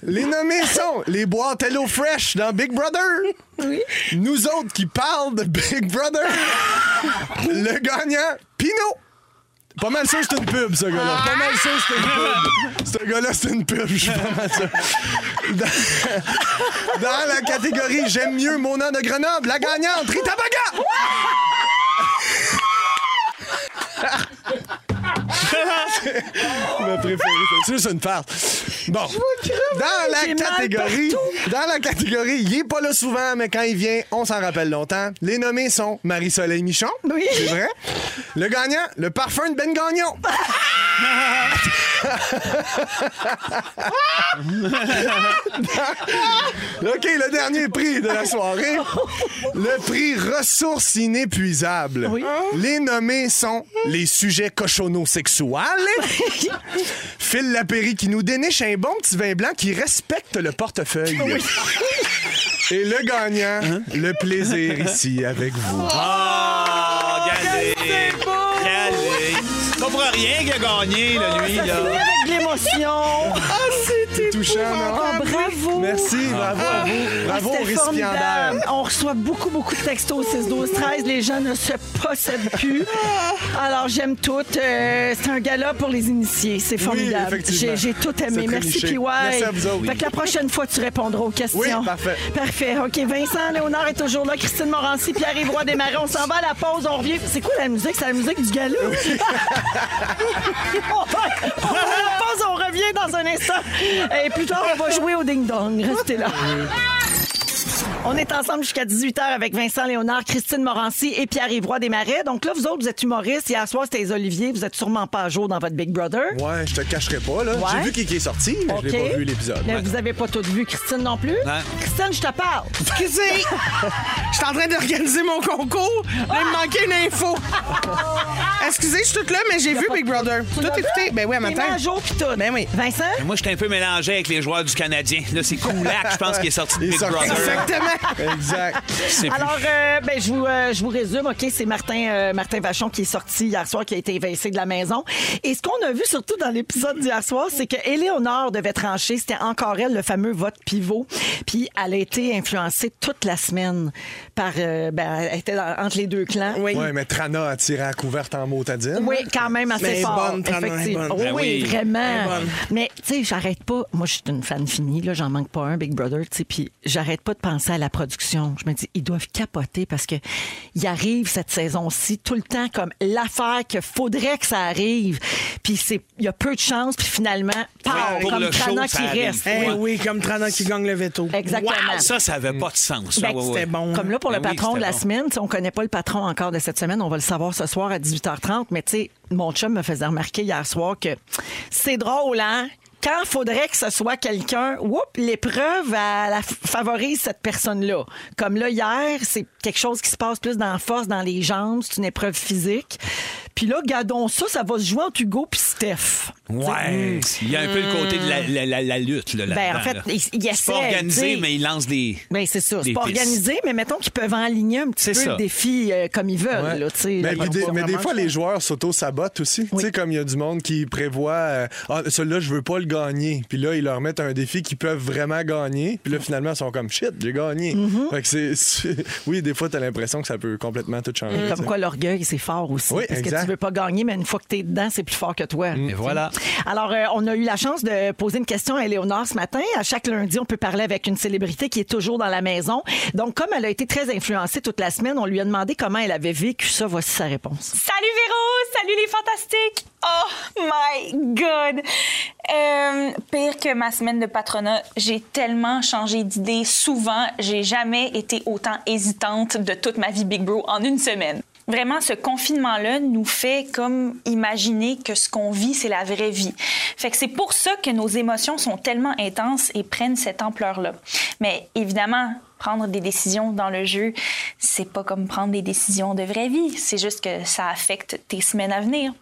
Speaker 5: Les nommés sont les boîtes Hello Fresh dans Big Brother. Nous autres qui parlent de Big Brother. Le gagnant Pino. Pas mal sûr que c'est une pub, ce gars-là. Pas mal sûr que c'est une pub. Ce gars-là, c'est une pub, je suis pas mal sûr. Dans, dans la catégorie J'aime mieux mon nom de Grenoble, la gagnante, Rita Baga! Ma préférée, c'est juste une farce. Bon. Dans
Speaker 6: j'ai
Speaker 5: la
Speaker 6: mal
Speaker 5: catégorie. Dans la catégorie, il est pas là souvent, mais quand il vient, on s'en rappelle longtemps. Les nommés sont Marie-Soleil Michon.
Speaker 6: Oui.
Speaker 5: C'est vrai. Le gagnant, le parfum de Ben Gagnon. OK, le dernier prix de la soirée. Le prix ressources inépuisables.
Speaker 6: Oui.
Speaker 5: Les nommés sont les sujets cochono-sexuels. Phil Lapéry qui nous déniche un bon petit vin blanc qui respecte le portefeuille.
Speaker 6: Ah
Speaker 5: Et le gagnant, le plaisir ici avec vous.
Speaker 6: Oh,
Speaker 4: Ah, regardez. Regardez. C'est pas pour rien qu'il a gagné, là,
Speaker 6: hein.
Speaker 4: lui. Là.
Speaker 6: avec de l'émotion.
Speaker 7: Ah, c'était
Speaker 5: Touchant, non?
Speaker 6: Ah, bravo. Ah,
Speaker 5: Merci, bravo à vous. Bravo aux
Speaker 6: C'était
Speaker 5: récipiendaires.
Speaker 6: formidable. On reçoit beaucoup, beaucoup de textos au 6, 12, 13. Les gens ne se possèdent plus.
Speaker 5: Ah.
Speaker 6: Alors, j'aime tout. Euh, c'est un gala pour les initiés. C'est formidable.
Speaker 5: effectivement.
Speaker 6: J'ai j'ai tout aimé.
Speaker 5: C'est
Speaker 6: Merci,
Speaker 5: très niché.
Speaker 6: PY.
Speaker 5: Merci à vous autres.
Speaker 6: Fait que la prochaine fois, tu répondras aux questions.
Speaker 5: Oui, parfait.
Speaker 6: Parfait. OK, Vincent Léonard est toujours là. Christine Morancy, Pierre-Yves Roy Desmarais. On s'en va à la pause. On revient. C'est quoi la musique? C'est la musique du gala? on va on va à la pause. On revient dans un instant. Et plus tard, on va jouer au ding-dong. Restez là. On est ensemble jusqu'à 18h avec Vincent Léonard, Christine Morancy et Pierre-Yvroy Desmarais. Donc là, vous autres, vous êtes humoristes. Hier soir, c'était les Oliviers. Vous êtes sûrement pas à jour dans votre Big Brother.
Speaker 5: Ouais, je te cacherai pas, là.
Speaker 6: Ouais.
Speaker 5: J'ai vu qui qui est sorti, mais je l'ai
Speaker 6: OK.
Speaker 5: pas vu l'épisode.
Speaker 6: Mais vous avez pas tout vu, Christine non plus. Christine, je te parle.
Speaker 7: Qu'est-ce que c'est? Je suis en train d'organiser mon concours. Là, il me manquait une info. Excusez, je suis toute là, mais j'ai vu Big Brother. Tout écouté. Ben oui, à
Speaker 6: T'es mis à
Speaker 7: matin.
Speaker 6: jour puis tout.
Speaker 7: Ben oui.
Speaker 6: Vincent?
Speaker 4: Mais Moi, j'étais un peu mélangé avec les joueurs du Canadien. Là, c'est Koulak, je pense, qui est sorti de
Speaker 5: Il est
Speaker 4: Big
Speaker 5: sorti.
Speaker 4: Brother.
Speaker 7: Exactement.
Speaker 5: Exact.
Speaker 4: C'est plus-
Speaker 6: Alors, euh, ben, je, vous, euh, je vous résume, OK? C'est Martin, euh, Martin Vachon qui est sorti hier soir, qui a été évincé de la maison. Et ce qu'on a vu surtout dans l'épisode d'hier soir, c'est que Éléonore devait trancher. C'était encore elle, le fameux vote pivot. Puis elle a été influencée toute la semaine par. euh, ben, elle était dans- entre les deux clans.
Speaker 7: Oui.
Speaker 5: Ouais, mais Trana a tiré à couvert en motadine.
Speaker 6: Oui, quand même assez
Speaker 7: Mais elle est
Speaker 6: fort.
Speaker 7: bonne, Trana, elle est
Speaker 6: effectivement.
Speaker 7: bonne.
Speaker 6: Oui,
Speaker 4: Ben
Speaker 6: oui,
Speaker 4: oui.
Speaker 6: vraiment.
Speaker 7: Elle est bonne.
Speaker 6: Mais tu sais, j'arrête pas. Moi, je suis une fan finie. Là, j'en manque pas un, Big Brother. Tu sais, puis j'arrête pas de penser à la production. Je me dis, ils doivent capoter parce que il arrive cette saison-ci tout le temps comme l'affaire que faudrait que ça arrive. Puis c'est, il y a peu de chance. Puis finalement, pow,
Speaker 4: pour
Speaker 6: comme
Speaker 4: le show,
Speaker 6: Trana
Speaker 4: ça
Speaker 6: qui
Speaker 4: arrive.
Speaker 6: reste.
Speaker 7: Eh oui, comme Trana qui gagne le veto.
Speaker 6: Exactement.
Speaker 4: Ah, Ça, ça avait pas de sens.
Speaker 6: Ben,
Speaker 4: Ouais, ouais, ouais.
Speaker 7: C'était bon.
Speaker 6: Comme là, pour le
Speaker 4: Ben oui,
Speaker 6: patron de la
Speaker 4: c'était bon.
Speaker 6: semaine, tu sais, on connaît pas le patron encore de cette semaine. On va le savoir ce soir à 18h30. Mais tu sais, mon chum me faisait remarquer hier soir que c'est drôle, hein? Quand faudrait que ce soit quelqu'un, whoop, l'épreuve elle, elle favorise cette personne-là. Comme là, hier, c'est quelque chose qui se passe plus dans la force, dans les jambes, c'est une épreuve physique. Puis là, gardons ça, ça va se jouer entre Hugo puis Steph. hmm.
Speaker 4: Ouais. Il y a un peu le côté de la, la- la- la lutte. Là,
Speaker 6: Ben,
Speaker 4: là-dedans,
Speaker 6: en fait,
Speaker 4: là.
Speaker 6: il- il
Speaker 4: C'est
Speaker 6: essaie,
Speaker 4: pas organisé,
Speaker 6: tu sais.
Speaker 4: mais il lance des.
Speaker 6: Ben c'est ça, c'est
Speaker 4: Des
Speaker 6: pas
Speaker 4: pistes.
Speaker 6: organisé, mais mettons qu'ils peuvent en aligner un petit
Speaker 4: C'est
Speaker 6: peu
Speaker 4: ça.
Speaker 6: le défi euh, comme ils veulent.
Speaker 5: Ouais.
Speaker 6: là, tu sais.
Speaker 5: mais,
Speaker 6: Ils
Speaker 5: puis
Speaker 6: ont
Speaker 5: des,
Speaker 6: pas
Speaker 5: mais des
Speaker 6: vraiment le
Speaker 5: fois,
Speaker 6: choix.
Speaker 5: les joueurs s'auto-sabotent aussi. Tu sais, comme il y a du monde qui prévoit euh, Ah, celui-là, je veux pas le gagner. Puis là, ils leur mettent un défi qu'ils peuvent vraiment gagner. Puis là, finalement, ils sont comme shit, j'ai gagné.
Speaker 6: Mm-hmm.
Speaker 5: Fait que c'est- c'est- Oui, des fois, t'as l'impression que ça peut complètement tout changer. tu sais.
Speaker 6: Mm. Comme quoi, l'orgueil, c'est fort aussi.
Speaker 5: Oui,
Speaker 6: parce que
Speaker 5: exact.
Speaker 6: tu veux pas gagner, mais une fois que t'es dedans, c'est plus fort que toi.
Speaker 4: Et voilà.
Speaker 6: Alors, euh, on a eu la chance de poser une question à Léonore ce matin. À chaque lundi, on peut parler avec une célébrité qui est toujours dans la maison. Donc, comme elle a été très influencée toute la semaine, on lui a demandé comment elle avait vécu ça. Voici sa réponse.
Speaker 9: Salut Véro, salut les fantastiques. Oh my god. Euh, pire que ma semaine de patronat, j'ai tellement changé d'idée souvent, j'ai jamais été autant hésitante de toute ma vie Big Bro en une semaine. Vraiment, ce confinement-là nous fait comme imaginer que ce qu'on vit, c'est la vraie vie. Fait que c'est pour ça que nos émotions sont tellement intenses et prennent cette ampleur-là. Mais évidemment, prendre des décisions dans le jeu, c'est pas comme prendre des décisions de vraie vie. C'est juste que ça affecte tes semaines à venir.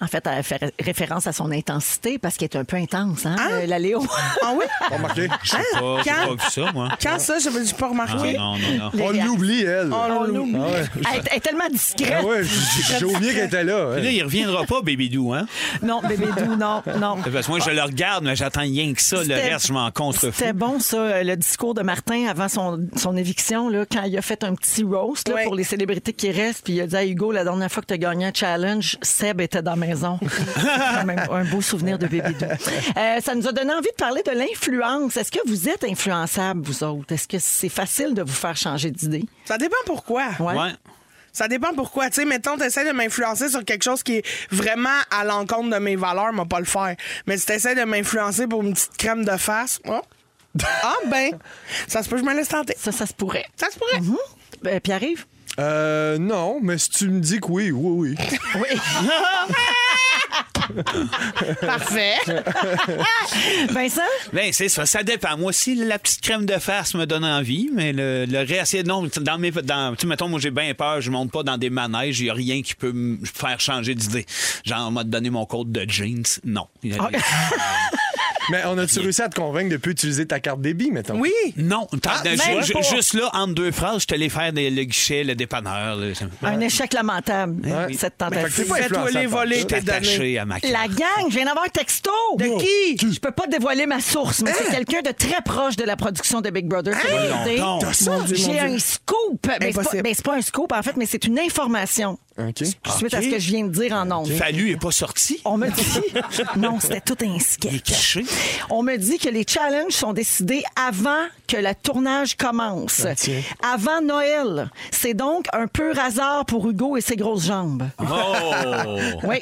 Speaker 6: En fait, elle fait référence à son intensité parce qu'elle est un peu intense, hein, euh, la Léo.
Speaker 7: Ah oui?
Speaker 5: Remarquez,
Speaker 4: Pas- Ah, J'ai pas
Speaker 7: Quand,
Speaker 4: vu ça, moi.
Speaker 7: quand ça, je n'ai pas
Speaker 4: hein. Ah,
Speaker 7: remarqué.
Speaker 4: non, non, non.
Speaker 5: on l'oublie, elle.
Speaker 7: On l'oublie.
Speaker 5: Ah ouais.
Speaker 6: Elle, est- elle est tellement discrète.
Speaker 5: Ah ouais, j'ai j'ai oublié qu'elle était là. ouais.
Speaker 4: Là, il reviendra pas, Babydou, hein?
Speaker 6: Non, bébé doux, non, non.
Speaker 4: Parce que moi, je le regarde, mais j'attends rien que ça. Le
Speaker 6: C'était-
Speaker 4: reste, je m'en contrefous.
Speaker 6: C'était bon, ça, euh, le discours de Martin avant son, son éviction, là, quand il a fait un petit roast là,
Speaker 7: Ouais.
Speaker 6: pour les célébrités qui restent. Puis il a dit à Hugo, la dernière fois que tu as gagné un challenge, Seb était dans la maison. Quand même un beau souvenir de bébé doux. Euh, ça nous a donné envie de parler de l'influence. Est-ce que vous êtes influençable, vous autres? Est-ce que c'est facile de vous faire changer d'idée?
Speaker 7: Ça dépend pourquoi.
Speaker 6: Ouais.
Speaker 4: Ouais.
Speaker 7: Ça dépend pourquoi. Tu sais, mettons, t'essaies de m'influencer sur quelque chose qui est vraiment à l'encontre de mes valeurs, moi, pas le faire. Mais si t'essaies de m'influencer pour une petite crème de face, oh. ah ben, ça se peut que je me laisse tenter.
Speaker 6: Ça, ça se pourrait.
Speaker 7: Ça se pourrait.
Speaker 6: Mhm. Euh, Pierre-Yves?
Speaker 5: Euh, non, mais si tu me dis que oui, oui, oui.
Speaker 6: Oui.
Speaker 7: Parfait.
Speaker 6: Vincent?
Speaker 4: Ben, c'est ça. Ça dépend. Moi aussi, la petite crème de face me donne envie, mais le, le reste, non, dans mes. Dans, tu sais, mettons, moi, j'ai bien peur, je monte pas dans des manèges, il n'y a rien qui peut me faire changer d'idée. Genre, on m'a donné mon code de jeans. Non. Il y a-
Speaker 7: Ah.
Speaker 5: Mais on a-tu réussi à te convaincre de plus utiliser ta carte débit, mettons?
Speaker 7: Oui.
Speaker 4: Non. T'as-
Speaker 7: Ah,
Speaker 6: même
Speaker 4: ju- ju-
Speaker 6: pas.
Speaker 4: juste là, entre deux phrases, je te les faire des- le guichet, le dépanneur. là. Ça me-
Speaker 6: Un échec lamentable,
Speaker 5: Ouais. Fait
Speaker 6: cette
Speaker 5: que t'es
Speaker 6: tentative.
Speaker 5: pas
Speaker 7: Ah, Fais-toi
Speaker 5: influençable
Speaker 7: les
Speaker 5: par
Speaker 7: voler
Speaker 5: ça.
Speaker 4: Je suis
Speaker 7: tes données.
Speaker 4: attaché à ma
Speaker 6: La gang, je viens d'avoir un texto.
Speaker 7: De qui?
Speaker 6: Je peux pas dévoiler ma source, mais c'est quelqu'un de très proche de la production de Big Brother. qui m'a aidé.
Speaker 4: non, non. T'as
Speaker 7: ça? Mon Dieu, mon
Speaker 6: J'ai
Speaker 7: Dieu.
Speaker 6: un scoop. Ben, c'est pas,
Speaker 7: Impossible.
Speaker 6: ben, c'est pas un scoop, en fait, mais c'est une information.
Speaker 5: OK.
Speaker 6: Suite à ce que je viens de dire en ondes.
Speaker 4: Fallu est pas sorti.
Speaker 6: On me dit. non, c'était tout un
Speaker 4: Il est
Speaker 6: sketch.
Speaker 4: caché.
Speaker 6: On me dit que les challenges sont décidés avant que le tournage commence.
Speaker 5: tiens.
Speaker 6: Avant Noël. C'est donc un peu hasard pour Hugo et ses grosses jambes.
Speaker 4: Oh!
Speaker 6: Oui.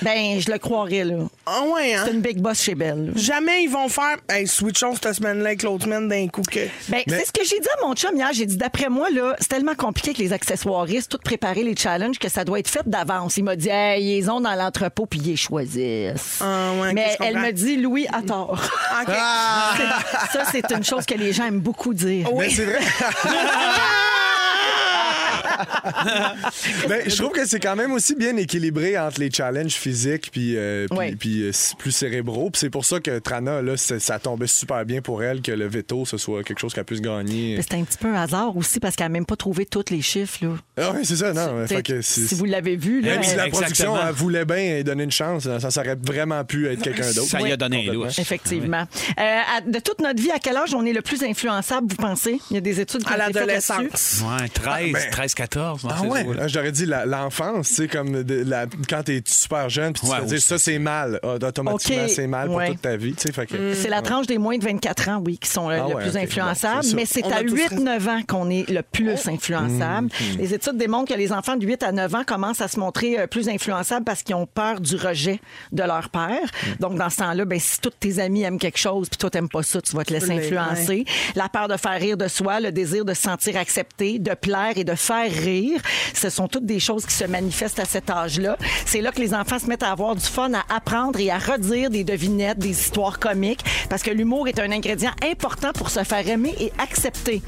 Speaker 6: Ben, je le croirais, là.
Speaker 7: Ah ouais, hein?
Speaker 6: C'est une big boss chez Belle.
Speaker 7: Jamais ils vont faire Hey, switchons cette semaine-là avec l'autre semaine d'un coup que.
Speaker 6: Ben, c'est ce que j'ai dit à mon chum hier. J'ai dit, d'après moi, là, c'est tellement compliqué que les accessoiristes, tout préparer les challenges, que ça doit être fait d'avance. Il m'a dit, hey, ils ont dans l'entrepôt, puis ils les choisissent.
Speaker 7: Ah ouais, ok,
Speaker 6: Mais
Speaker 7: je comprends.
Speaker 6: elle me dit, Louis, à tort.
Speaker 7: Ah, OK.
Speaker 6: Ah, C'est- ça, c'est une chose que les gens aiment beaucoup dire.
Speaker 5: Mais c'est vrai. Ben, je trouve que c'est quand même aussi bien équilibré entre les challenges physiques puis, euh, puis-
Speaker 6: Oui.
Speaker 5: puis, euh, c- plus cérébraux. Puis c'est pour ça que Trana, là, c'est- ça tombait super bien pour elle que le veto, ce soit quelque chose qu'elle puisse gagner.
Speaker 6: Mais C'est un petit peu un hasard aussi parce qu'elle n'a même pas trouvé tous les chiffres. Là.
Speaker 5: Ah oui, c'est ça, non. ouais, fait que
Speaker 6: Peut-être,
Speaker 5: c'est-
Speaker 6: si vous l'avez vu, là,
Speaker 5: Même si la
Speaker 4: Exactement.
Speaker 5: production elle voulait bien et donner une chance, ça, ça aurait vraiment pu être quelqu'un d'autre.
Speaker 4: Ça y a donné un louche.
Speaker 6: Effectivement. Euh, à- de toute notre vie, à quel âge on est le plus influençable, vous pensez? Il y a des études
Speaker 7: À
Speaker 6: qui ont été faites là-dessus.
Speaker 7: l'adolescence.
Speaker 4: Ouais, 13, 13, 14.
Speaker 5: Ah ouais? Ah, J'aurais dit la- l'enfance, tu sais, comme de- la- quand t'es super jeune, puis tu
Speaker 4: Ouais,
Speaker 5: te dis
Speaker 4: aussi.
Speaker 5: ça, c'est mal. Ah, automatiquement,
Speaker 6: Ok,
Speaker 5: c'est mal pour
Speaker 6: ouais. Mm.
Speaker 5: toute ta vie. tu sais, fait que-
Speaker 6: C'est la tranche des moins de 24 ans, oui, qui sont euh,
Speaker 5: Mm. Ah
Speaker 6: le
Speaker 5: ouais,
Speaker 6: plus
Speaker 5: ok.
Speaker 6: influençables.
Speaker 5: Bon, c'est
Speaker 6: mais
Speaker 5: ça.
Speaker 6: c'est
Speaker 7: On
Speaker 6: à
Speaker 7: a tous
Speaker 6: 8-9 ans qu'on est le plus influençable. Les études démontrent que les enfants de 8 à 9 ans commencent à se montrer euh, plus influençables parce qu'ils ont peur du rejet de leur père. Donc, dans ce temps-là, ben, si tous tes amis aiment quelque chose puis toi, t'aimes pas ça, tu vas te laisser
Speaker 7: les-
Speaker 6: influencer. La peur de faire rire de soi, le désir de se sentir accepté, de plaire et de faire rire, ce sont toutes des choses qui se manifestent à cet âge-là. C'est là que les enfants se mettent à avoir du fun, à apprendre et à redire des devinettes, des histoires comiques, parce que l'humour est un ingrédient important pour se faire aimer et accepter.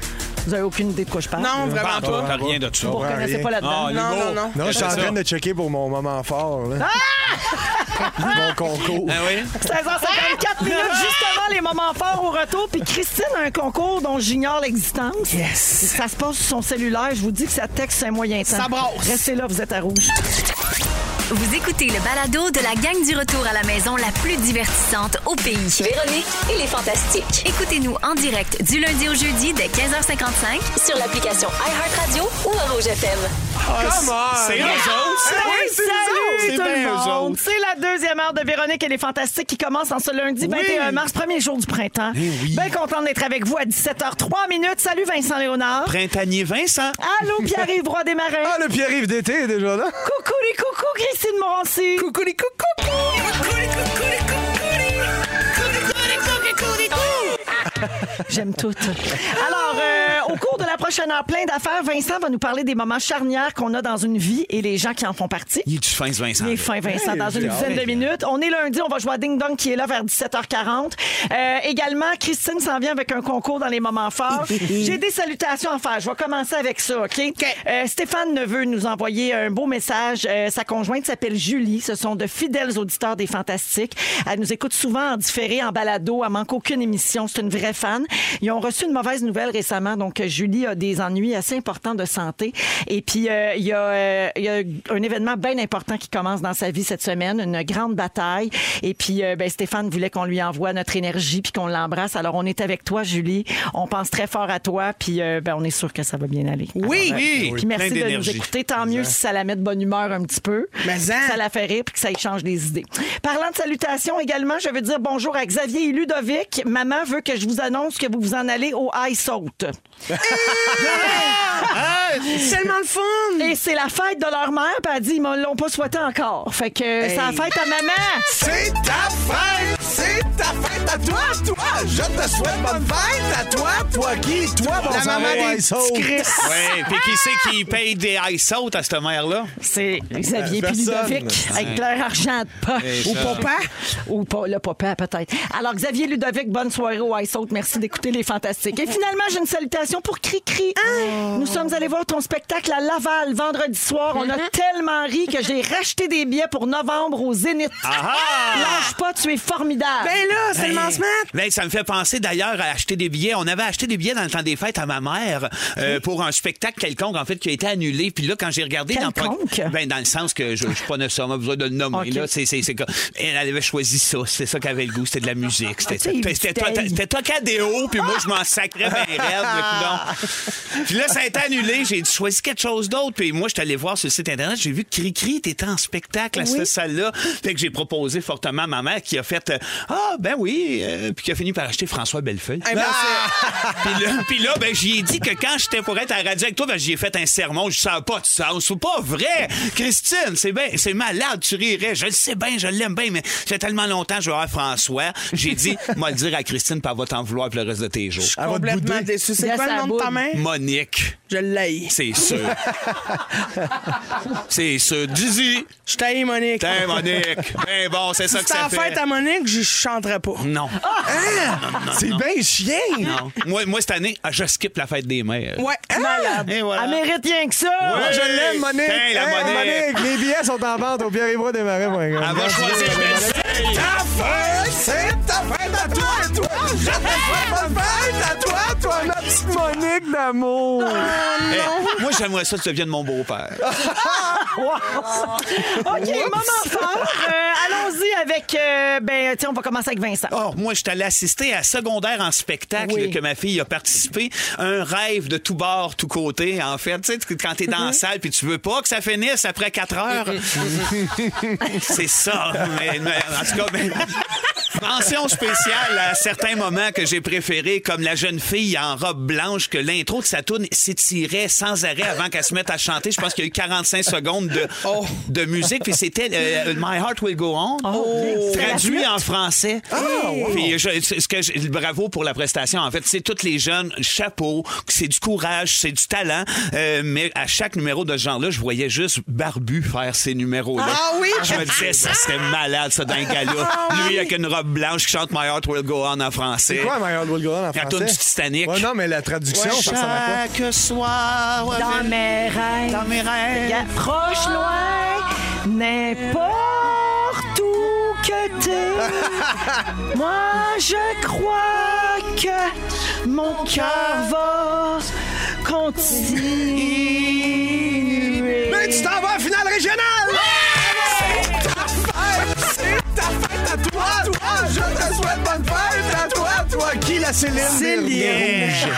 Speaker 6: Vous avez aucune idée de quoi je parle?
Speaker 5: Bah,
Speaker 7: Non, vraiment pas.
Speaker 4: T'as rien de ça.
Speaker 6: Vous ne reconnaissez
Speaker 5: rien.
Speaker 6: pas là-dedans.
Speaker 4: Ah,
Speaker 7: Non, non,
Speaker 4: l'humour.
Speaker 7: non.
Speaker 5: Non, je suis en
Speaker 4: C'est ça.
Speaker 5: train de checker pour mon moment fort. là.
Speaker 7: Ah!
Speaker 5: mon concours.
Speaker 4: Ah oui?
Speaker 6: 16h54 minutes, justement, les moments forts au retour. Puis Christine a un concours dont j'ignore l'existence.
Speaker 7: Yes.
Speaker 6: Ça se passe sur son cellulaire. Je vous dis que ça texte un moyen temps.
Speaker 7: Ça brasse.
Speaker 6: Restez là, vous êtes à rouge.
Speaker 1: Vous écoutez le balado de la gang du retour à la maison la plus divertissante au pays.
Speaker 2: Véronique et les Fantastiques.
Speaker 1: Écoutez-nous en direct du lundi au jeudi dès 15h55
Speaker 2: Sur l'application iHeartRadio ou à Rouge FM.
Speaker 5: Ah,
Speaker 4: C'est eux autres.
Speaker 6: Salut,
Speaker 7: c'est eux
Speaker 6: salut tout
Speaker 7: autres. C'est bien
Speaker 6: le
Speaker 7: eux
Speaker 6: monde.
Speaker 7: autres.
Speaker 6: C'est la deuxième heure de Véronique et les Fantastiques qui commence en ce lundi 21 mars, premier jour du printemps.
Speaker 7: Eh
Speaker 6: Bien content d'être avec vous à 17h03 minutes. Salut Vincent Léonard.
Speaker 4: Printanier Vincent.
Speaker 6: Allô Pierre-Yves Roy des Marais.
Speaker 5: Ah, le Pierre-Yves d'été est déjà là.
Speaker 6: Coucou les coucou Christine Morancy.
Speaker 7: Coucou les coucou.
Speaker 6: J'aime tout. Alors, euh, au cours de la prochaine heure, plein d'affaires, Vincent va nous parler des moments charnières qu'on a dans une vie et les gens qui en font partie.
Speaker 4: Il est du fin, ce Vincent.
Speaker 6: Il est fin, Vincent,
Speaker 5: Hey,
Speaker 6: dans une
Speaker 5: j'ai
Speaker 6: dizaine de
Speaker 5: hâte.
Speaker 6: minutes. On est lundi, on va jouer à Ding Dong qui est là vers 17h40. Euh, également, Christine s'en vient avec un concours dans les moments forts. J'ai des salutations à faire. Je vais commencer avec ça, OK? Euh, Stéphane Neveu nous a envoyé un beau message. Euh, sa conjointe s'appelle Julie. Ce sont de fidèles auditeurs des Fantastiques. Elle nous écoute souvent en différé, en balado. Elle manque aucune émission. C'est une vraie fan. Ils ont reçu une mauvaise nouvelle récemment. Donc, euh, Julie a des ennuis assez importants de santé. Et puis, euh, il y, a, euh, il y a un événement bien important qui commence dans sa vie cette semaine, une grande bataille. Et puis, euh, ben, Stéphane voulait qu'on lui envoie notre énergie puis qu'on l'embrasse. Alors, on est avec toi, Julie. On pense très fort à toi. Puis, euh, ben, on est sûr que ça va bien aller.
Speaker 7: Oui.
Speaker 6: Alors, euh,
Speaker 4: Ben Oui,
Speaker 6: Puis
Speaker 4: plein
Speaker 6: merci de nous
Speaker 4: d'énergie.
Speaker 6: écouter. Tant mieux si ça la met de bonne humeur un petit peu.
Speaker 7: Mais
Speaker 6: si
Speaker 7: hein.
Speaker 6: ça la fait rire puis que ça échange des idées. Parlant de salutations également, je veux dire bonjour à Xavier et Ludovic. Maman veut que je vous annonce que vous vous en allez au High Saute.
Speaker 7: C'est tellement le fun.
Speaker 6: Et c'est la fête de leur mère, puis elle dit, ils me l'ont pas souhaité encore. Fait que c'est la fête à maman.
Speaker 3: C'est ta fête, c'est ta fête à toi, toi. Je te souhaite bonne fête à toi, toi qui, toi,
Speaker 5: Ah,
Speaker 3: bon
Speaker 7: La maman des petits
Speaker 5: Saute.
Speaker 7: Chris.
Speaker 4: Oui, puis qui c'est qui paye des high sautes à cette mère-là?
Speaker 6: C'est Xavier puis
Speaker 5: Personne.
Speaker 6: Ludovic avec leur argent de poche.
Speaker 4: Ou ça.
Speaker 6: papa. Ou pas, le papa, peut-être. Alors, Xavier Ludovic, bonne soirée au Ice Out. Merci d'écouter les fantastiques. Et finalement, j'ai une salutation pour Cri-Cri. Nous sommes allés voir ton spectacle à Laval vendredi soir. On a tellement ri que j'ai racheté des billets pour novembre au Zénith. Lâche pas, tu es formidable.
Speaker 7: Ben là, c'est tellement smart.
Speaker 4: Ben, ça me fait penser d'ailleurs à acheter des billets. On avait acheté des billets dans le temps des fêtes à ma mère euh, pour un spectacle quelconque, en fait, qui a été annulé. Puis là, quand j'ai regardé... Dans,
Speaker 6: Quelconque?
Speaker 4: le ben, dans le sens que je je suis pas nécessairement besoin de le nommer.
Speaker 6: Ok.
Speaker 4: Là, c'est, c'est, c'est que- elle avait choisi ça. C'était ça qu'avait le goût. C'était de la musique. C'était,
Speaker 6: Ah, tu sais,
Speaker 4: c'était, c'était, toi-
Speaker 6: vieille.
Speaker 4: c'était toi Cadéo, puis moi, je m'en sacrais bien raide. le coudon. Puis là, ça a été annulé. J'ai dit, choisis quelque chose d'autre. Puis moi, je suis allé voir sur le site Internet. J'ai vu que Cricri était en spectacle à cette salle-là. Fait que j'ai proposé fortement à ma mère qui a fait euh, Ah, ben oui. euh, puis qui a fini par acheter François Bellefeuille.
Speaker 7: Eh ben, c'est-
Speaker 4: Ah! Puis là, puis là, ben, j'y ai dit que quand j'étais pour être à la radio avec toi, ben, j'y ai fait un sermon. Je sens pas de sens. C'est pas vrai. Christine, c'est ben, c'est malade. Tu rirais. Je le sais bien, je l'aime bien, mais ça fait tellement longtemps que je vais avoir François. J'ai dit, moi le dire à Christine, puis elle va t'en vouloir pour le reste de tes jours.
Speaker 5: Elle va te
Speaker 7: complètement
Speaker 5: bouder.
Speaker 7: déçu. C'est
Speaker 6: Yes,
Speaker 7: quoi
Speaker 6: ça
Speaker 7: le nom de ta
Speaker 6: boude.
Speaker 7: main?
Speaker 4: Monique,
Speaker 7: Je l'ai.
Speaker 4: c'est sûr. c'est sûr. Dizzy,
Speaker 7: Je t'ai, Monique.
Speaker 4: t'es Monique. Ben bon, c'est ça que
Speaker 7: Si
Speaker 4: ça
Speaker 7: en
Speaker 4: fait.
Speaker 7: fête à Ah! Monique, je chanterai pas. Ah
Speaker 4: Non.
Speaker 5: C'est bien chien!
Speaker 4: Non. Moi, moi, cette année, je skip la fête des mères.
Speaker 7: Ouais. Malade.
Speaker 4: Et
Speaker 6: Elle
Speaker 4: voilà.
Speaker 6: mérite rien que ça.
Speaker 5: Moi, Ah, je l'aime, Monique!
Speaker 4: Hey, la Monique.
Speaker 5: Les billets sont en vente au pierre et des marais.
Speaker 4: Elle va choisir Belle-Feuille.
Speaker 5: Euh, C'est ta fête à toi, toi! Je bonne fête à toi, toi, ma petite Monique d'amour!
Speaker 4: Eh, moi, j'aimerais ça que tu deviennes mon beau-père.
Speaker 6: OK, moment fort. Euh, Allons-y avec. euh, ben, tiens, on va commencer avec Vincent.
Speaker 4: Or, moi, je suis allé assister à secondaire en spectacle
Speaker 6: Oui.
Speaker 4: que ma fille a participé. Un rêve de tout bord, tout côté, en fait. Tu sais, quand t'es dans la salle puis tu veux pas que ça finisse après 4 heures. C'est ça. Mais, mais, en tout cas, mais- mention spéciale à certains moments que j'ai préférés, comme la jeune fille en robe blanche que l'intro de sa tourne s'étirait sans arrêt avant qu'elle se mette à chanter. Je pense qu'il y a eu 45 secondes de, de musique. Puis c'était euh, My Heart Will Go On
Speaker 6: C'est la
Speaker 4: traduit en français.
Speaker 5: Ah,
Speaker 4: Puis je- c'est ce que je- bravo pour la prestation. En fait, c'est toutes les jeunes, chapeau, c'est du courage, c'est du talent. Euh, mais à chaque numéro de ce genre-là, je voyais juste Barbu faire ces numéros-là.
Speaker 7: Ah oui?
Speaker 4: Je me disais, ça c'était malade, ça, d'un gala. Lui avec une robe blanche qui chante My Heart Will Go On en français.
Speaker 5: Ah C'est quoi, My Heart Will Go On en
Speaker 4: La
Speaker 5: français?
Speaker 4: toune du Titanic.
Speaker 5: Ouais, non, mais la traduction, ça ressemble à quoi?
Speaker 4: Chaque soir,
Speaker 6: Dans mes rêves.
Speaker 4: dans mes rêves.
Speaker 6: Regarde, Proche, loin, n'importe où que t'es. Moi, je crois que mon cœur va continuer.
Speaker 5: Mais tu t'en vas en finale régionale! C'est ta fête à toi, toi! Je te souhaite bonne fête à toi, toi! Qui, la Céline?
Speaker 7: Céline.
Speaker 5: des Rouges.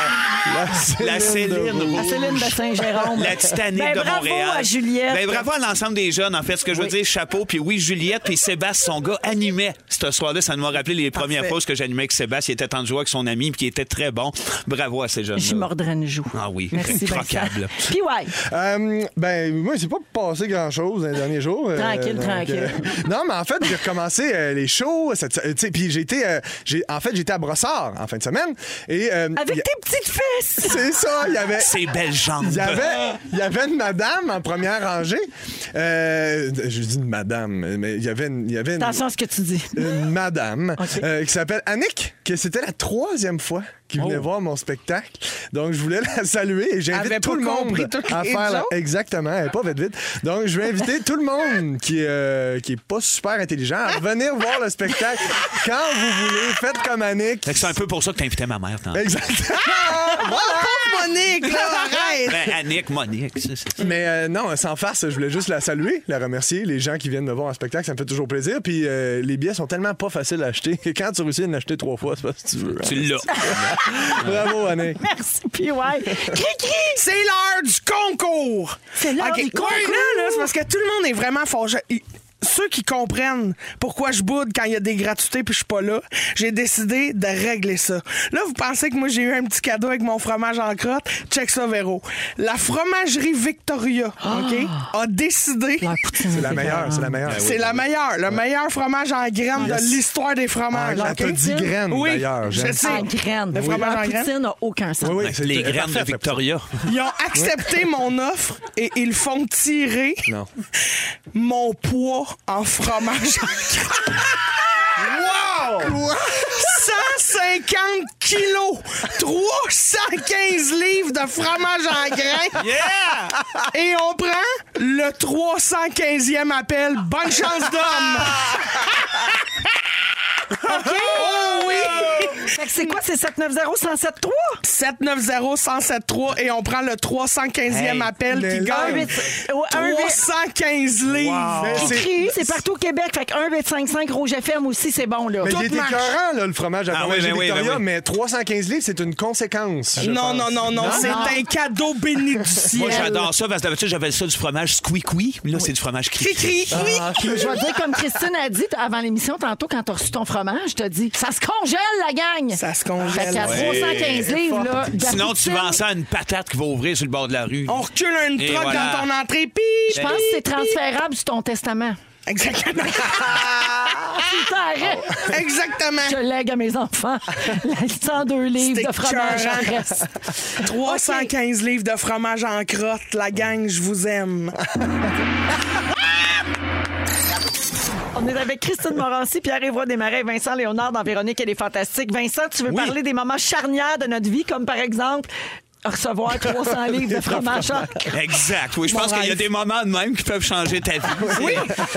Speaker 4: La Céline
Speaker 5: Rouge.
Speaker 6: La Céline de Saint-Jérôme.
Speaker 4: La Titanique
Speaker 6: Ben,
Speaker 4: de
Speaker 6: bravo
Speaker 4: Montréal.
Speaker 6: à Juliette.
Speaker 4: Ben, bravo à l'ensemble des jeunes, en fait. Ce que je veux dire, chapeau. Puis oui, Juliette puis Sébastien, son gars, animait ce soir-là. Ça m'a rappelé les premières pauses que j'animais avec Sébastien. Il était en joie avec son ami, puis il était très bon. Bravo à ces jeunes-là.
Speaker 6: J'y mordrai une joue.
Speaker 4: Ah oui,
Speaker 6: Merci,
Speaker 4: croquable.
Speaker 6: Vincent. Puis ouais.
Speaker 5: Euh, ben, moi, c'est pas passé grand-chose dans les derniers jours. euh,
Speaker 6: Tranquille, tranquille.
Speaker 5: euh, non, mais en fait, j'ai recommencé euh, les shows. cette- euh, tu sais, Puis j'ai été, euh, j'ai- en fait, j'étais à Brossard en fin de semaine. Et, euh,
Speaker 6: Avec
Speaker 5: y a-
Speaker 6: tes petites fesses.
Speaker 5: C'est ça, il y avait...
Speaker 4: Ces belles jambes.
Speaker 5: Il y, avait, il y avait une madame en première rangée. Euh, je dis une madame, mais il y avait une, il y avait une,
Speaker 6: Attention à ce que tu dis.
Speaker 5: une madame
Speaker 6: Ok.
Speaker 5: euh, qui s'appelle Annick, que c'était la troisième fois qu'il venait voir mon spectacle. Donc, je voulais la saluer et
Speaker 7: Avait
Speaker 5: j'invite tout
Speaker 7: pas
Speaker 5: le monde
Speaker 7: compris toutes
Speaker 5: à
Speaker 7: les
Speaker 5: faire la-
Speaker 7: jokes?
Speaker 5: Exactement, elle est pas vite vite. Donc, je vais inviter tout le monde qui, euh, qui est pas super intelligent
Speaker 7: Ah!
Speaker 5: à venir voir le spectacle quand vous voulez. Faites comme Annick.
Speaker 4: Fait que C'est un peu pour ça que t'invitais ma mère. tant.
Speaker 5: Ben- Exactement.
Speaker 7: Pauvre Monique, là, arrête.
Speaker 4: Ben, Annick, Monique. c'est- c'est-
Speaker 5: Mais euh, non, sans farce, je voulais juste la saluer, la remercier. Les gens qui viennent me voir en spectacle, ça me fait toujours plaisir. Puis euh, les billets sont tellement pas faciles à acheter que quand tu réussis à en acheter trois fois, c'est parce que tu veux. hein.
Speaker 4: Tu l'as.
Speaker 5: Bravo, Annick.
Speaker 6: Merci, puis ouais. Cri-cri!
Speaker 7: C'est l'heure du concours.
Speaker 6: C'est l'heure
Speaker 7: Ok,
Speaker 6: du concours.
Speaker 7: maintenant, là, c'est parce que tout le monde est vraiment fort. Je- i- Ceux qui comprennent pourquoi je boude quand il y a des gratuités puis je suis pas là, j'ai décidé de régler ça. Là, vous pensez que moi j'ai eu un petit cadeau avec mon fromage en crotte? Check ça, Véro. La fromagerie Victoria, OK, a décidé.
Speaker 5: C'est la meilleure, c'est la meilleure.
Speaker 4: Ben
Speaker 7: C'est la meilleure, le meilleur fromage en graines
Speaker 5: ben Yes. Ah,
Speaker 7: de l'histoire des fromages.
Speaker 5: Elle
Speaker 7: OK?
Speaker 5: t'a dit graines,
Speaker 7: Oui,
Speaker 5: d'ailleurs.
Speaker 7: je
Speaker 5: j'aime.
Speaker 7: sais.
Speaker 6: En graines.
Speaker 7: Le fromage
Speaker 6: La
Speaker 7: en graines.
Speaker 6: Ah, poutine n'a aucun sens.
Speaker 5: Oui, oui,
Speaker 4: Fait que
Speaker 5: c'est-
Speaker 4: Ben, les
Speaker 5: c'est
Speaker 4: graines
Speaker 5: parfait,
Speaker 4: de Victoria.
Speaker 7: Ils ont accepté mon offre et ils font tirer
Speaker 5: Non.
Speaker 7: mon poids en fromage. wow! 150 kilos, 315 livres de fromage en grains. Et on prend le 315e appel. Bonne chance d'homme! OK? Oh oui!
Speaker 6: Fait que c'est quoi? C'est 790-1073?
Speaker 7: 790-1073 et on prend le 315e
Speaker 4: Hey.
Speaker 7: appel
Speaker 5: Mais
Speaker 7: qui
Speaker 5: là-
Speaker 7: gagne
Speaker 6: 1
Speaker 7: 315 livres.
Speaker 5: Mais c'est-
Speaker 6: Écrit, c'est partout au Québec. Fait que 1-855 Rouge FM aussi, c'est bon, là.
Speaker 5: Mais il est
Speaker 7: marche.
Speaker 5: écœurant, là, le fromage à
Speaker 4: Ah oui,
Speaker 5: fromagerie
Speaker 4: ben oui, ben
Speaker 5: Victoria,
Speaker 4: oui.
Speaker 5: mais 315 livres, c'est une conséquence. je
Speaker 7: Non,
Speaker 5: pense.
Speaker 7: non, non, non, c'est un cadeau béni du ciel.
Speaker 4: Moi, j'adore ça parce que d'habitude, j'avais ça du fromage squeaky. Mais là, c'est du fromage cri.
Speaker 7: Cri-cri.
Speaker 5: Ah.
Speaker 6: Je vais te dire, comme Christine a dit t- avant l'émission, tantôt, quand t'as reçu ton fromage, t'as dit ça se congèle, la gang!
Speaker 7: Ça se
Speaker 6: Fait
Speaker 7: congèle.
Speaker 6: qu'à 315 livres, là. de la
Speaker 4: Sinon, tu
Speaker 6: poutine,
Speaker 4: vends ça à une patate qui va ouvrir sur le bord de la rue.
Speaker 7: On recule une
Speaker 4: Et
Speaker 7: trotte
Speaker 4: voilà.
Speaker 7: dans ton entrée, pip!
Speaker 6: Je pense que c'est transférable sur ton testament.
Speaker 7: Exactement.
Speaker 6: Putain, arrête!
Speaker 7: Ah
Speaker 6: Je
Speaker 7: Exactement.
Speaker 6: lègue à mes enfants la 102 livres de fromage en
Speaker 7: écœurant.
Speaker 6: reste.
Speaker 7: 315 livres de fromage en crotte. La gang, je vous aime.
Speaker 6: On est avec Christine Morancy, Pierre-Évoix Desmarais, Vincent Léonard dans Véronique et les Fantastiques. Vincent, tu veux parler des moments charnières de notre vie, comme par exemple recevoir 300 livres de fromage en crotte.
Speaker 4: Exact. Oui, je pense qu'il y a des moments de même qui peuvent changer ta vie. Oui.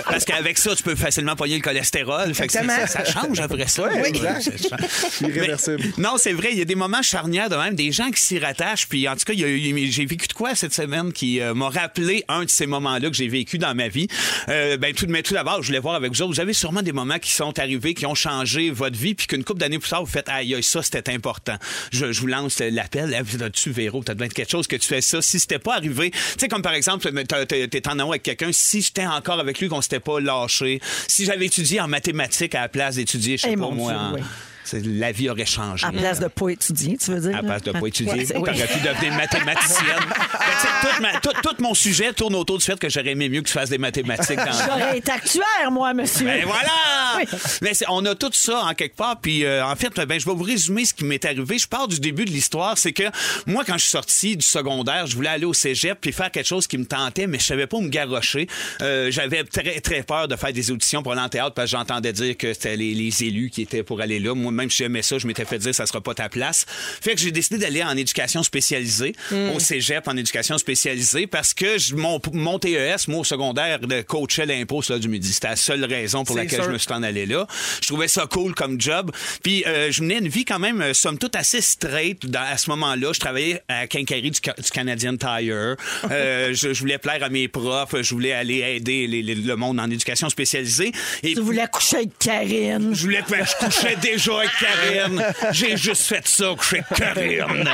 Speaker 4: Parce qu'avec ça, tu peux facilement pogner le cholestérol. Fait que c'est-
Speaker 7: Exactement.
Speaker 4: ça, ça change après ça.
Speaker 5: Oui, exact.
Speaker 4: C'est ça.
Speaker 5: Irréversible.
Speaker 4: Mais- non, c'est vrai. Il y a des moments charnières de même, des gens qui s'y rattachent. Puis en tout cas, il y a eu- j'ai vécu de quoi cette semaine qui euh, m'a rappelé un de ces moments-là que j'ai vécu dans ma vie. Euh, ben, tout, mais tout d'abord, je voulais voir avec vous autres. Vous avez sûrement des moments qui sont arrivés, qui ont changé votre vie, puis qu'une couple d'années plus tard, vous faites Aïe, aïe, ça, c'était important. Je, je vous lance l'appel. Ah, T'as-tu, Véro, t'as besoin de quelque chose que tu fais ça? Si c'était pas arrivé, tu sais, comme par exemple, t'as- t'es t'es en haut avec quelqu'un, si j'étais encore avec lui, qu'on s'était pas lâché, si j'avais étudié en mathématiques à la place d'étudier, je
Speaker 6: Eh,
Speaker 4: sais pas
Speaker 6: mon
Speaker 4: moi,
Speaker 6: Dieu,
Speaker 4: en-
Speaker 6: oui.
Speaker 4: c'est- la vie aurait changé.
Speaker 6: À place de pas étudier, tu veux dire?
Speaker 4: À
Speaker 6: là?
Speaker 4: place de pas étudier,
Speaker 6: Ouais, c'est- oui.
Speaker 4: t'aurais pu devenir mathématicienne. Fait que, tu sais, tout, ma- tout- tout mon sujet tourne autour du fait que j'aurais aimé mieux que tu fasses des mathématiques dans
Speaker 6: J'aurais été actuaire, moi, monsieur.
Speaker 4: ben voilà!
Speaker 6: Oui.
Speaker 4: Mais c'est- on a tout ça en quelque part. Puis euh, en fait, ben, je vais vous résumer ce qui m'est arrivé. Je pars du début de l'histoire. C'est que moi, quand je suis sorti du secondaire, je voulais aller au cégep puis faire quelque chose qui me tentait, mais je savais pas où me garrocher. Euh, J'avais très, très peur de faire des auditions pour aller en théâtre parce que j'entendais dire que c'était les, les élus qui étaient pour aller là. Moi, même si j'aimais ça, je m'étais fait dire ça sera pas ta place. Fait que j'ai décidé d'aller en éducation spécialisée,
Speaker 7: Hmm.
Speaker 4: au cégep en éducation spécialisée, parce que je- mon, mon TES, moi, au secondaire, de coachait l'impôt sur l'heure du midi. C'était la seule raison pour
Speaker 7: C'est
Speaker 4: laquelle
Speaker 7: sûr.
Speaker 4: je me suis en allé là. Je trouvais ça cool comme job. Puis euh, je menais une vie quand même, euh, somme toute, assez straight dans- à ce moment-là. Je travaillais à Quincaillerie du, Ca- du Canadian Tire. Euh, je, je voulais plaire à mes profs. Je voulais aller aider les- les- le monde en éducation spécialisée. Et
Speaker 6: Tu voulais coucher avec Karine.
Speaker 4: je voulais faire, je couchais déjà avec Karine. J'ai juste fait ça, coucher avec Karine.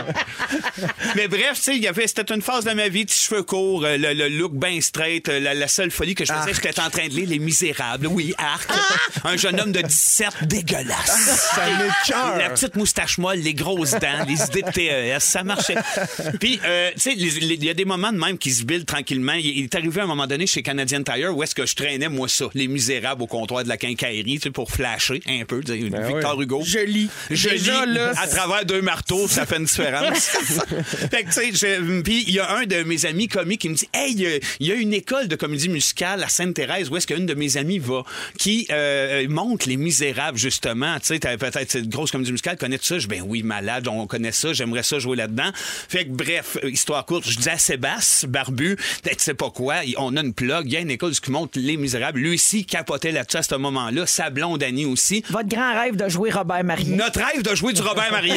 Speaker 4: Mais bref, tu sais, il y avait, c'était une phase de ma vie, petits cheveux courts, euh, le, le look bien straight, euh, la, la seule folie que je faisais, j'étais en train de lire Les Misérables. Oui, Arc. Un jeune homme de 17 dégueulasse.
Speaker 5: Ça m'écœure.
Speaker 4: La petite moustache molle, les grosses dents, les idées de TES, ça marchait. Puis, euh, tu sais, les- les- il y a des moments de même qui se build tranquillement. Il, il est arrivé à un moment donné chez Canadian Tire où est-ce que je traînais, moi, ça, les misérables au comptoir de la quincaillerie, tu sais, pour flasher un peu, tu sais, Victor Hugo.
Speaker 7: Joli.
Speaker 4: Ben Je
Speaker 7: Déjà,
Speaker 4: lis
Speaker 7: là,
Speaker 4: à travers deux marteaux, ça fait une différence. fait que, tu sais, je- puis il y a un de mes amis comiques qui me dit Hey, il y a- il y, a une école de comédie musicale à Sainte-Thérèse où est-ce qu'une de mes amies va qui euh, monte Les Misérables, justement. Tu sais, t'avais peut-être cette grosse comédie musicale, connais-tu ça Je dis, Ben oui, malade, on connaît ça, j'aimerais ça jouer là-dedans. Fait que, bref, euh, histoire courte, je dis à Sébastien, barbu, Ben, tu sais pas quoi, il- on a une plug, il y a une école qui monte Les Misérables. Lui aussi capotait là-dessus à ce moment-là, sa blonde Annie aussi.
Speaker 6: Votre grand rêve de jouer Robert Marie.
Speaker 4: Notre rêve de jouer du Robert Marien.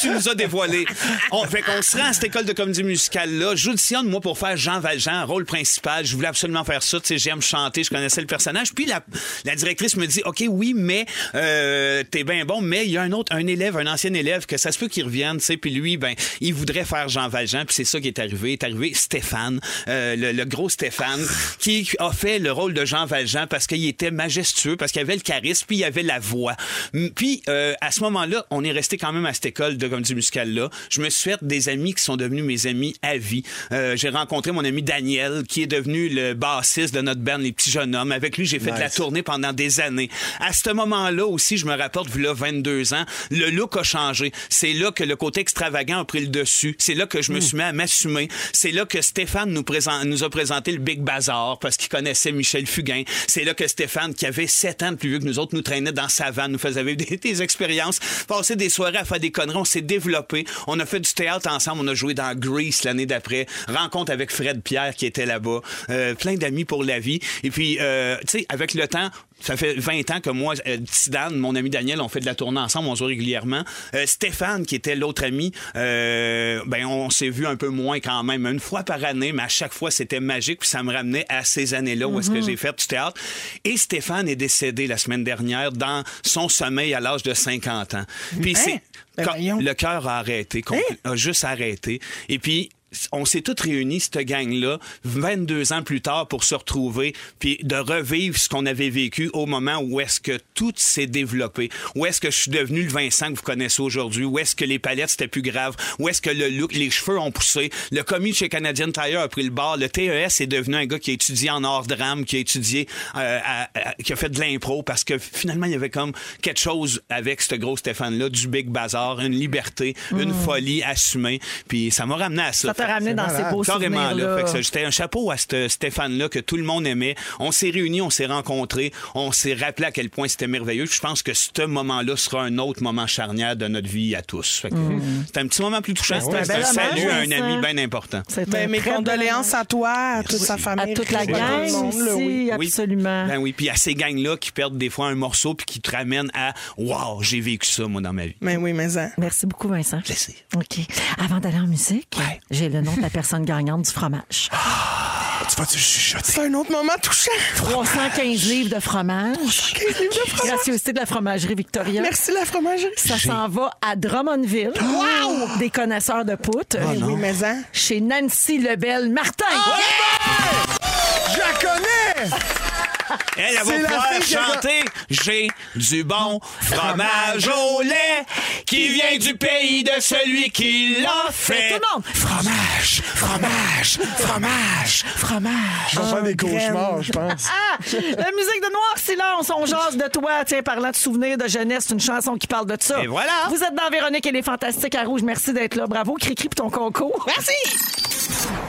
Speaker 4: tu nous as dévoilé. On, fait qu'on se rend à cette école de comédie musicale-là. J'auditionne, moi, pour faire Jean Valjean, rôle principal. Je voulais absolument faire ça. Tu sais, j'aime chanter, je connaissais le personnage. Puis la, la directrice me dit, OK, oui, mais euh, t'es bien bon, mais il y a un autre, un élève, un ancien élève, que ça se peut qu'il revienne, tu sais. Puis lui, ben, il voudrait faire Jean Valjean. Puis c'est ça qui est arrivé. Est arrivé Stéphane, euh, le, le gros Stéphane, qui a fait le rôle de Jean Valjean parce qu'il était majestueux, parce qu'il avait le charisme, puis il avait la voix. M- Puis, euh, à ce moment-là, on est resté quand même à cette école de comédie musicale-là. Je me suis fait des amis qui sont devenus mes amis à vie. Euh, j'ai rencontré mon ami Daniel, qui est devenu le bassiste de notre band Les Petits Jeunes Hommes. Avec lui, j'ai fait de la tournée pendant des années. À ce moment-là aussi, je me rapporte, voilà 22 ans, le look a changé. C'est là que le côté extravagant a pris le dessus. C'est là que je me suis mis à m'assumer. C'est là que Stéphane nous, présente, nous a présenté le Big Bazar parce qu'il connaissait Michel Fugain. C'est là que Stéphane, qui avait 7 ans de plus vieux que nous autres, nous traînait dans sa vanne, nous faisait vivre des, des expériences, passer des soirées à faire des conneries. On s'est développé. On a fait du théâtre ensemble. On a joué dans Grease l'année d'après. Rencontre avec Fred Pierre qui était là-bas. Euh, plein d'amis pour la vie. Et puis, euh, tu sais, avec le temps, Ça fait 20 ans que moi, euh, Tidane, mon ami Daniel, on fait de la tournée ensemble, on se voit régulièrement. Euh, Stéphane, qui était l'autre ami, euh, ben on s'est vu un peu moins quand même, une fois par année, mais à chaque fois, c'était magique, puis ça me ramenait à ces années-là où
Speaker 7: Mhm.
Speaker 4: est-ce que j'ai fait du théâtre. Et Stéphane est décédé la semaine dernière dans son sommeil à l'âge de 50 ans. Puis c'est...
Speaker 7: Ben
Speaker 4: quand-
Speaker 7: voyons.
Speaker 4: le cœur a arrêté, compl- a juste arrêté. Et puis, on s'est tous réunis, cette gang-là, 22 ans plus tard pour se retrouver, puis de revivre ce qu'on avait vécu au moment où est-ce que tout s'est développé, où est-ce que je suis devenu le Vincent que vous connaissez aujourd'hui, où est-ce que les palettes, c'était plus grave, où est-ce que le look, les cheveux ont poussé, le commis de chez Canadian Tire a pris le bar, le TES est devenu un gars qui a étudié en art drame, qui a étudié, euh, à- à- qui a fait de l'impro, parce que finalement, il y avait comme quelque chose avec ce gros Stéphane-là, du Big Bazar, une liberté, une folie assumée, puis ça m'a ramené à ça.
Speaker 6: Ça t'a ramené dans ces beaux
Speaker 4: Carrément, là.
Speaker 6: souvenirs-là.
Speaker 4: Fait que ça, j'étais un chapeau à ce Stéphane-là que tout le monde aimait. On s'est réunis, on s'est rencontrés, on s'est rappelé à quel point c'était merveilleux. Puis Je pense que ce moment-là sera un autre moment charnière de notre vie à tous. Fait que C'était un petit moment plus touchant. C'était
Speaker 6: ouais,
Speaker 4: un
Speaker 6: Mm. ben,
Speaker 4: salut à un
Speaker 6: dommage,
Speaker 4: ami
Speaker 6: ça.
Speaker 4: bien important.
Speaker 6: C'est
Speaker 7: Ben,
Speaker 6: un
Speaker 7: mes
Speaker 6: très
Speaker 7: condoléances à toi, à toute sa
Speaker 6: bon-
Speaker 7: famille.
Speaker 6: à toute la
Speaker 7: tout le
Speaker 6: gang
Speaker 7: monde, là, oui.
Speaker 6: aussi,
Speaker 4: Oui.
Speaker 6: absolument.
Speaker 4: Ben oui, puis à ces gangs-là qui perdent des fois un morceau puis qui te ramènent à Waouh, j'ai vécu ça, moi, dans ma vie.
Speaker 7: Mais oui, mais hein.
Speaker 10: Merci beaucoup, Vincent.
Speaker 4: Plaisir.
Speaker 10: OK. Avant d'aller en musique,
Speaker 4: Ouais.
Speaker 10: j'ai le nom de la personne gagnante du fromage.
Speaker 5: Tu vas-tu chuchoter?
Speaker 7: C'est un autre moment touchant.
Speaker 10: 315 livres de fromage. Graciosité de la fromagerie Victoria.
Speaker 7: Merci la fromagerie.
Speaker 10: Ça s'en va à Drummondville. Wow! Des connaisseurs de poutres.
Speaker 7: Mais oui, mais hein.
Speaker 10: Chez Nancy Lebel Martin.
Speaker 5: Je la connais!
Speaker 4: Elle, elle
Speaker 5: C'est la
Speaker 4: va pouvoir
Speaker 5: fille qui a-
Speaker 4: chanter J'ai du bon fromage au lait qui vient du pays de celui qui l'a
Speaker 10: Tout
Speaker 4: fait.
Speaker 10: le monde.
Speaker 4: Fromage, fromage, fromage.
Speaker 10: Fromage.
Speaker 5: Je vais
Speaker 10: Ah,
Speaker 5: faire des cauchemars, je pense.
Speaker 6: Ah! La musique de Noir Silence, on jase de toi. Tiens, parlant de souvenirs de jeunesse, c'est une chanson qui parle de ça.
Speaker 4: Et voilà.
Speaker 6: Vous êtes dans Véronique et les Fantastiques à Rouge. Merci d'être là. Bravo, Cricri, pour ton concours. Merci!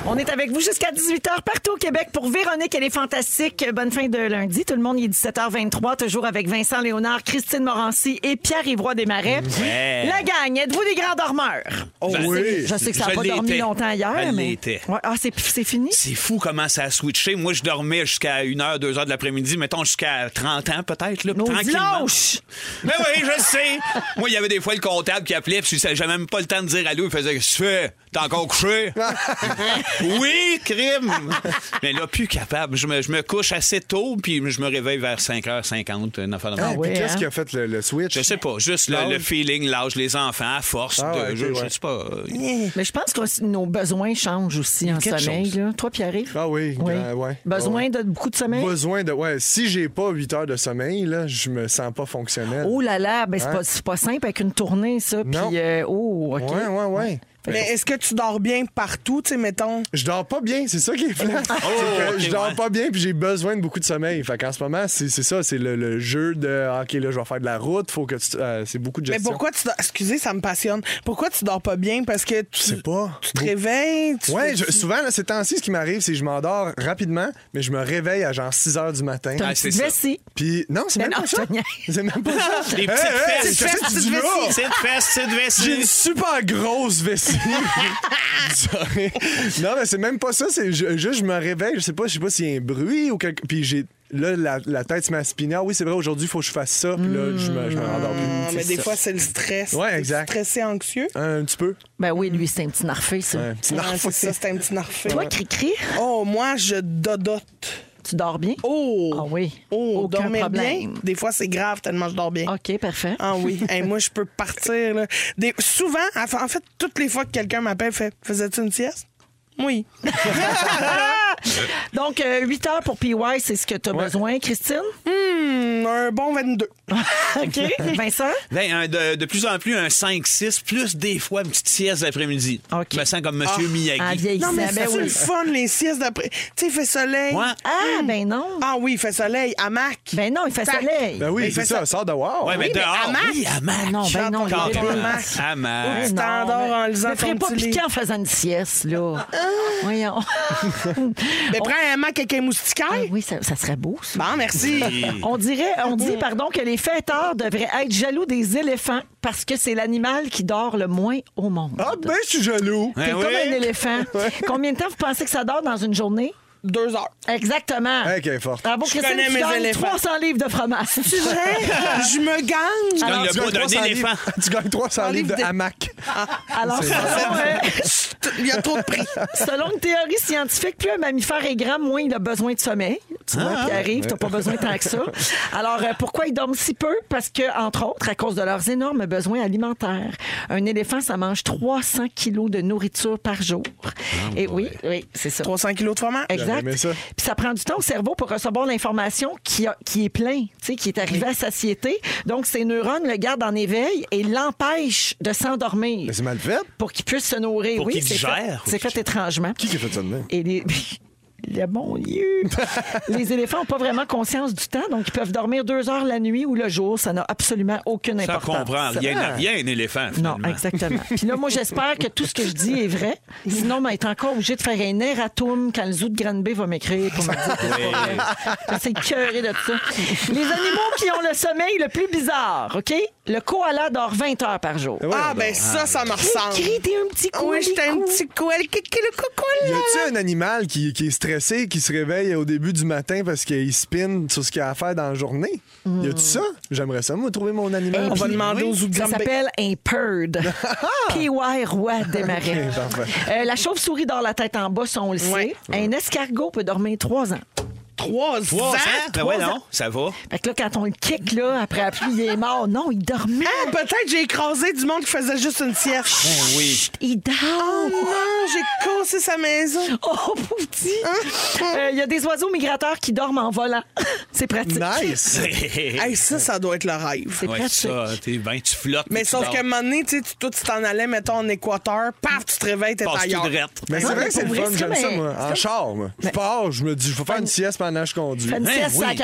Speaker 6: On est avec vous jusqu'à 18h partout au Québec pour Véronique et les Fantastiques. Bonne fin de lundi. Tout le monde, il est 17h23, toujours avec Vincent Léonard, Christine Morancy et Pierre-Yvroy Desmarais.
Speaker 4: Mm-hmm. Ouais.
Speaker 6: La gang, êtes-vous des grands dormeurs?
Speaker 5: Oh
Speaker 4: Ben,
Speaker 5: oui!
Speaker 10: Je sais que ça
Speaker 4: Je
Speaker 10: n'a pas dormi
Speaker 4: l'étais.
Speaker 10: longtemps hier,
Speaker 4: Je
Speaker 10: mais.
Speaker 4: l'étais.
Speaker 10: Ouais, ah, c'est
Speaker 6: C'est fini?
Speaker 4: C'est fou comment ça a switché. Moi, je dormais jusqu'à 1h, 2h de l'après-midi, mettons jusqu'à 30 ans peut-être. Là,
Speaker 6: Nos
Speaker 4: tranquillement.
Speaker 6: lâches!
Speaker 4: Mais oui, je sais. Moi, il y avait des fois le comptable qui appelait, puis j'avais même pas le temps de dire à lui, il faisait Qu'est-ce que tu fais? T'es encore couché? oui, crime! Mais là, plus capable. Je me, je me couche assez tôt, puis je me réveille vers 5h50, une affaire de
Speaker 5: Ah,
Speaker 4: même.
Speaker 5: puis
Speaker 10: ouais,
Speaker 5: qu'est-ce
Speaker 10: hein?
Speaker 5: qui a fait le, le switch?
Speaker 4: Je sais pas, juste le, le feeling, l'âge, les enfants, à force
Speaker 5: Ah
Speaker 4: de.
Speaker 5: ouais,
Speaker 4: je,
Speaker 5: ok,
Speaker 4: je
Speaker 5: ouais. Eh,
Speaker 4: sais pas. euh,
Speaker 10: Mais je pense que aussi nos besoins changent aussi en
Speaker 5: quelque
Speaker 10: sommeil.
Speaker 5: chose.
Speaker 10: là. Toi, pierre
Speaker 5: Ah oui, grand- ouais.
Speaker 10: Besoin
Speaker 5: Ouais.
Speaker 10: de beaucoup de sommeil?
Speaker 5: Besoin de. Ouais, si j'ai pas 8 heures de sommeil, là, je me sens pas fonctionnel.
Speaker 10: Oh là là, ben c'est
Speaker 5: Hein?
Speaker 10: pas, c'est pas simple avec une tournée, ça.
Speaker 5: Non.
Speaker 10: Puis, euh, oh, OK.
Speaker 5: Ouais, ouais, ouais.
Speaker 7: Mais est-ce que tu dors bien partout, tu sais, mettons? Ben,
Speaker 5: Je dors pas bien, c'est ça qui est flat. C'est que
Speaker 4: ok,
Speaker 5: je dors
Speaker 4: ouais.
Speaker 5: pas bien puis j'ai besoin de beaucoup de sommeil. Fait qu'en ce moment, c'est c'est ça, c'est le, le jeu de ah, OK, là, je vais faire de la route, faut que tu- euh, c'est beaucoup de
Speaker 7: Mais
Speaker 5: gestion.
Speaker 7: pourquoi tu dors... Excusez, ça me passionne. Pourquoi tu dors pas bien? Parce que tu,
Speaker 5: Je sais pas.
Speaker 7: tu te réveilles, tu
Speaker 5: Ouais,
Speaker 7: fais-
Speaker 5: je- souvent, là, ces temps-ci, ce qui m'arrive, c'est que je m'endors rapidement, mais je me réveille à genre 6 heures du matin.
Speaker 10: T'as
Speaker 4: Ah,
Speaker 10: une
Speaker 4: c'est
Speaker 10: petite
Speaker 4: ça.
Speaker 10: vessie.
Speaker 5: Puis, non, c'est
Speaker 10: Mais
Speaker 5: même
Speaker 10: non,
Speaker 5: pas
Speaker 10: je
Speaker 5: ça.
Speaker 10: te niaise.
Speaker 5: C'est même pas ça.
Speaker 4: Des
Speaker 5: Hey,
Speaker 4: petites
Speaker 5: hey,
Speaker 4: fesses,
Speaker 5: eh, qu'est-ce
Speaker 4: petites
Speaker 5: que tu dis là?
Speaker 4: vessie, Petite fesse, petite
Speaker 5: J'ai une
Speaker 4: vessie.
Speaker 5: super grosse vessie. Sorry. non, mais c'est même pas ça. C'est ju- juste, je me réveille. Je sais pas, je sais pas s'il y a un bruit ou quelque. Puis j'ai. Là, la, la tête se m'a spiné. Ah oui, c'est vrai, aujourd'hui, il faut que je fasse ça. Puis là, je me, je me rendors
Speaker 7: Ah,
Speaker 5: plus.
Speaker 7: mais des fois, c'est le stress.
Speaker 5: Mm, Ouais,
Speaker 7: T'es
Speaker 5: exact.
Speaker 7: Stressé, anxieux.
Speaker 5: Un petit peu.
Speaker 10: Ben oui, lui, c'est un petit narfé, ça.
Speaker 5: Un petit
Speaker 7: Ouais,
Speaker 5: narfou.
Speaker 7: c'est ça, c'est un petit narfé.
Speaker 10: Toi, Cricri,
Speaker 7: Oh, moi, je dodote.
Speaker 10: tu dors bien?
Speaker 7: Oh!
Speaker 10: Ah oui.
Speaker 7: Oh,
Speaker 10: Aucun
Speaker 7: dormir
Speaker 10: problème.
Speaker 7: bien. Des fois, c'est grave tellement je dors bien.
Speaker 10: OK, parfait.
Speaker 7: Ah oui, Hey, moi je peux partir. Là. Des- souvent, en fait- en fait, toutes les fois que quelqu'un m'appelle, fait faisais-tu une sieste? Oui.
Speaker 5: Ah.
Speaker 6: Donc,
Speaker 10: euh,
Speaker 6: 8 heures pour PY, c'est ce que tu as besoin, Christine?
Speaker 7: Hmm, un bon 22.
Speaker 6: OK. Vincent?
Speaker 4: Ben, un de, de plus en plus, un 5-6, plus des fois une petite sieste l'après-midi.
Speaker 6: Ok.
Speaker 4: Je me sens comme Monsieur
Speaker 10: En
Speaker 4: Miyagi.
Speaker 10: vieillissant,
Speaker 7: Non, mais c'est
Speaker 10: ben
Speaker 7: le
Speaker 10: oui.
Speaker 7: fun, les siestes d'après. Tu sais, il fait soleil.
Speaker 4: Ouais.
Speaker 10: Ah, ben non.
Speaker 7: Ah oui, il fait soleil. Hamac.
Speaker 10: Ben non, il fait
Speaker 7: Tac.
Speaker 10: soleil.
Speaker 5: Ben oui,
Speaker 7: il
Speaker 5: c'est
Speaker 7: fait
Speaker 5: ça. Sors dehors.
Speaker 4: Ouais, ben, mais dehors.
Speaker 7: hamac.
Speaker 4: oui, hamac.
Speaker 10: non, ben non,
Speaker 7: Chante
Speaker 10: il est
Speaker 7: ton
Speaker 10: débile.
Speaker 7: hamac.
Speaker 4: Hamac.
Speaker 6: Ah,
Speaker 7: Tu t'endors en lisant
Speaker 10: ne ferais
Speaker 7: ton
Speaker 10: pas
Speaker 7: petit
Speaker 10: piquer
Speaker 7: livre. Ah.
Speaker 10: en faisant une sieste, là. Voyons.
Speaker 7: Mais Bah. prends un hamac avec un moustiquaire.
Speaker 10: Ah oui, ça, ça serait beau, ça.
Speaker 7: Bon, merci.
Speaker 6: On dirait, on
Speaker 7: Mmh.
Speaker 6: dit, pardon, que les fêteurs devraient être jaloux des éléphants parce que c'est l'animal qui dort le moins au monde.
Speaker 5: Ah ben, je suis jaloux.
Speaker 4: Ouais.
Speaker 6: T'es
Speaker 4: Ben
Speaker 6: comme
Speaker 4: oui.
Speaker 6: un éléphant. Combien de temps vous pensez que ça dort dans une journée?
Speaker 7: deux heures.
Speaker 6: Exactement.
Speaker 5: Hey, qu'elle est forte.
Speaker 6: Bravo,
Speaker 7: Je
Speaker 6: Christine,
Speaker 7: connais
Speaker 6: tu
Speaker 7: mes
Speaker 6: gagnes
Speaker 7: éléphants.
Speaker 6: 300 livres de fromage.
Speaker 7: C'est vrai? Je me gagne.
Speaker 4: Donne
Speaker 6: Alors,
Speaker 4: le
Speaker 5: Tu
Speaker 4: poids
Speaker 5: gagnes
Speaker 4: d'un
Speaker 5: 300 livres-
Speaker 4: éléphant.
Speaker 5: Tu gagnes 300 livres de,
Speaker 7: livre de-
Speaker 5: hamac.
Speaker 6: Alors, selon, euh,
Speaker 7: Il y a trop de prix.
Speaker 6: selon une théorie scientifique, plus un mammifère est grand, moins il a besoin de sommeil. Tu
Speaker 5: Ah,
Speaker 6: vois, puis arrive, t'as pas besoin tant que ça. Alors, euh, pourquoi ils dorment si peu? Parce que, entre autres, à cause de leurs énormes besoins alimentaires. Un éléphant, ça mange 300 kilos de nourriture par jour.
Speaker 5: Ah,
Speaker 6: Et oui, oui, c'est ça.
Speaker 7: 300 kilos de fromage.
Speaker 5: J'aurais
Speaker 6: Exact.
Speaker 5: aimé ça.
Speaker 6: Puis ça prend du temps au cerveau pour recevoir l'information qui, a- qui est plein, tu sais, qui est arrivée à satiété. Donc, ses neurones le gardent en éveil et l'empêchent de s'endormir
Speaker 5: Mais c'est mal fait.
Speaker 6: pour qu'il puisse se nourrir.
Speaker 4: Pour
Speaker 6: oui,
Speaker 4: qu'il
Speaker 6: c'est fait,
Speaker 4: digère.
Speaker 6: c'est fait étrangement.
Speaker 5: Qui qui a fait ça de même?
Speaker 6: Et les... Le bon Dieu! les éléphants n'ont pas vraiment conscience du temps, donc ils peuvent dormir deux heures la nuit ou le jour. Ça n'a absolument aucune
Speaker 4: Ça
Speaker 6: importance.
Speaker 4: comprend rien à rien, un éléphant.
Speaker 6: Non,
Speaker 4: finalement.
Speaker 6: exactement. Puis là, moi, j'espère que tout ce que je dis est vrai. Sinon, on va être encore obligé de faire un erratum quand le zoo de Granby va m'écrire pour me dire que c'est pas vrai. Je vais essayer de cœurer de ça. Les animaux qui ont le sommeil le plus bizarre, OK? Le koala dort 20 heures par jour.
Speaker 7: Ah, ben ça, ça me ressemble.
Speaker 6: Crie, t'es un petit coup.
Speaker 7: Oui,
Speaker 6: des
Speaker 7: j'étais un
Speaker 6: coups.
Speaker 7: petit couel. Qui- qui- le coucou,
Speaker 5: Y
Speaker 7: là?
Speaker 5: a-tu un animal qui, qui est stressé, qui se réveille au début du matin parce qu'il spin sur ce qu'il a à faire dans la journée? Y a-tu ça? J'aimerais ça, moi, trouver mon
Speaker 6: Eh,
Speaker 5: animal.
Speaker 7: On va
Speaker 5: Puis-
Speaker 7: demander aux
Speaker 6: Ça
Speaker 7: Ougambé.
Speaker 6: s'appelle un PIRD. P.Y. Roi des marais.
Speaker 5: Ok, parfait.
Speaker 6: Euh, la chauve-souris dort la tête en bas, ça, on le sait.
Speaker 7: Ouais.
Speaker 6: Un escargot peut dormir trois ans.
Speaker 7: Trois
Speaker 4: Trois ans?
Speaker 7: ans.
Speaker 4: Ben ouais, non, ça va.
Speaker 6: Fait que là, quand on le kick, là, après la pluie, il est mort. Non, il dormait.
Speaker 7: Ah, peut-être j'ai écrasé du monde qui faisait juste une sieste.
Speaker 4: Ben Oui.
Speaker 6: Il dort.
Speaker 10: Ah,
Speaker 7: Oh non, j'ai cassé sa maison.
Speaker 6: Oh, pauvre petit. Euh, Il y a des oiseaux migrateurs qui dorment en volant. C'est pratique.
Speaker 5: Nice!
Speaker 7: Hey, ça, ça doit être le rêve.
Speaker 6: C'est
Speaker 4: Ouais,
Speaker 6: pratique.
Speaker 4: ça, t'es ben, tu flottes.
Speaker 7: Mais
Speaker 4: tu
Speaker 7: sauf
Speaker 4: dors.
Speaker 7: qu'à un moment donné, tu sais, tu- toi, tu t'en allais, mettons, en Équateur, paf, tu te réveilles, t'es
Speaker 4: Passe tout
Speaker 7: ailleurs.
Speaker 4: drette.
Speaker 5: Mais c'est
Speaker 6: Non,
Speaker 5: vrai
Speaker 6: mais
Speaker 5: que c'est
Speaker 6: pour
Speaker 5: le
Speaker 6: vrai,
Speaker 5: fun,
Speaker 6: c'est
Speaker 5: j'aime
Speaker 6: comme
Speaker 5: ça,
Speaker 6: un-
Speaker 5: moi.
Speaker 6: c'est
Speaker 5: En
Speaker 6: comme-
Speaker 5: char, moi. Je pars, je me dis, je vais faire une sieste pendant que je conduis.
Speaker 6: Fais une
Speaker 4: Hein,
Speaker 6: sieste
Speaker 4: oui. Ah,
Speaker 6: à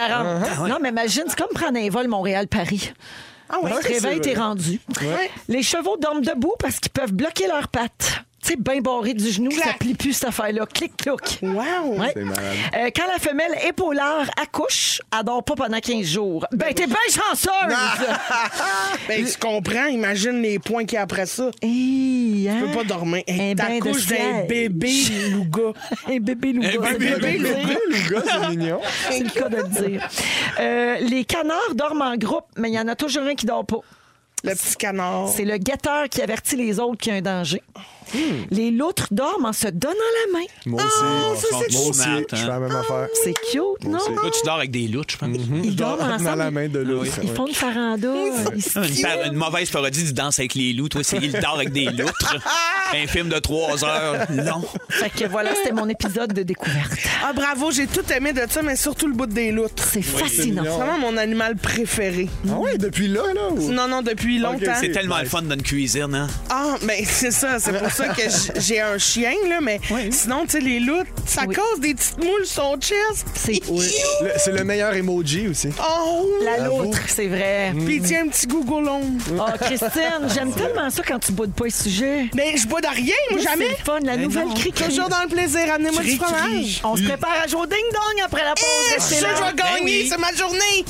Speaker 6: 40. Non, mais imagine, c'est comme prendre un vol Montréal-Paris.
Speaker 7: Ah oui,
Speaker 6: Tu te
Speaker 5: c'est
Speaker 6: réveilles,
Speaker 5: vrai.
Speaker 6: t'es rendu. Les chevaux dorment debout parce qu'ils peuvent bloquer leurs pattes. Tu sais, bien barré du genou, ça
Speaker 7: Clac. Ah,
Speaker 6: plie plus cette affaire-là. Clic, cloc.
Speaker 7: Wow.
Speaker 6: Ouais.
Speaker 5: C'est malade.
Speaker 6: Euh, quand la femelle épaulard accouche, elle dort pas pendant 15 jours. Ben, t'es bien chanceuse!
Speaker 7: Ben, tu comprends, imagine les points qu'il y a après ça.
Speaker 6: Hi, hein?
Speaker 7: Tu peux pas dormir. Hey,
Speaker 6: Un bain de
Speaker 7: T'accouches d'un
Speaker 6: siège.
Speaker 7: bébé louga.
Speaker 6: Un bébé loup.
Speaker 4: Un bébé
Speaker 5: Le gars, le gars, c'est mignon.
Speaker 6: C'est le cas de le dire. Euh, les canards dorment en groupe, mais il y en a toujours un qui dort pas.
Speaker 7: Le petit canard.
Speaker 6: C'est le guetteur qui avertit les autres qu'il y a un danger.
Speaker 7: Hmm.
Speaker 6: Les loutres dorment en se donnant la main.
Speaker 5: Moi aussi.
Speaker 7: Ah,
Speaker 4: ça, c'est
Speaker 5: moi aussi,
Speaker 4: smart, hein.
Speaker 5: je fais la même affaire.
Speaker 6: C'est cute, non?
Speaker 5: aussi.
Speaker 4: Toi, tu dors avec des loutres, je pense.
Speaker 6: Ils dorment
Speaker 5: Dans la
Speaker 6: ensemble. Ah
Speaker 5: main de l'autre.
Speaker 6: Ils font une faranda. Ils se
Speaker 4: Une, par- une mauvaise parodie du danse avec les loups. Toi, c'est il dort avec des loutres. Un film de trois heures long.
Speaker 6: Fait que voilà, c'était mon épisode de découverte.
Speaker 7: Ah, bravo, j'ai tout aimé de ça, mais surtout le bout des loutres.
Speaker 6: C'est fascinant.
Speaker 7: C'est vraiment mon animal préféré.
Speaker 5: Ah ouais, depuis là, là? ou-
Speaker 7: Non, non, depuis longtemps.
Speaker 4: C'est tellement le fun dans une cuisine, hein?
Speaker 7: Ah, ben c'est ça, c'est pour ça que j- j'ai un chien, là, mais sinon, tu sais, les loutres, ça
Speaker 6: Oui.
Speaker 7: cause des petites moules sur son chest.
Speaker 6: C'est
Speaker 5: Le- C'est le meilleur emoji aussi.
Speaker 7: Oh!
Speaker 6: La loutre, c'est vrai.
Speaker 7: Puis il tient un petit gougolon.
Speaker 6: Oh, Christine, j'aime tellement ça quand tu boudes pas les sujets.
Speaker 7: Mais je bois de rien, moi,
Speaker 6: C'est
Speaker 7: jamais.
Speaker 6: le fun, la nouvelle cri
Speaker 7: Toujours dans le plaisir, amenez-moi
Speaker 4: Cri,
Speaker 7: du
Speaker 4: cri.
Speaker 7: fromage.
Speaker 6: On se prépare à jouer au ding-dong après la pause.
Speaker 7: Eh, Je
Speaker 6: Restez
Speaker 7: sais,
Speaker 6: là.
Speaker 7: je vais gagner,
Speaker 4: oui.
Speaker 7: c'est ma journée.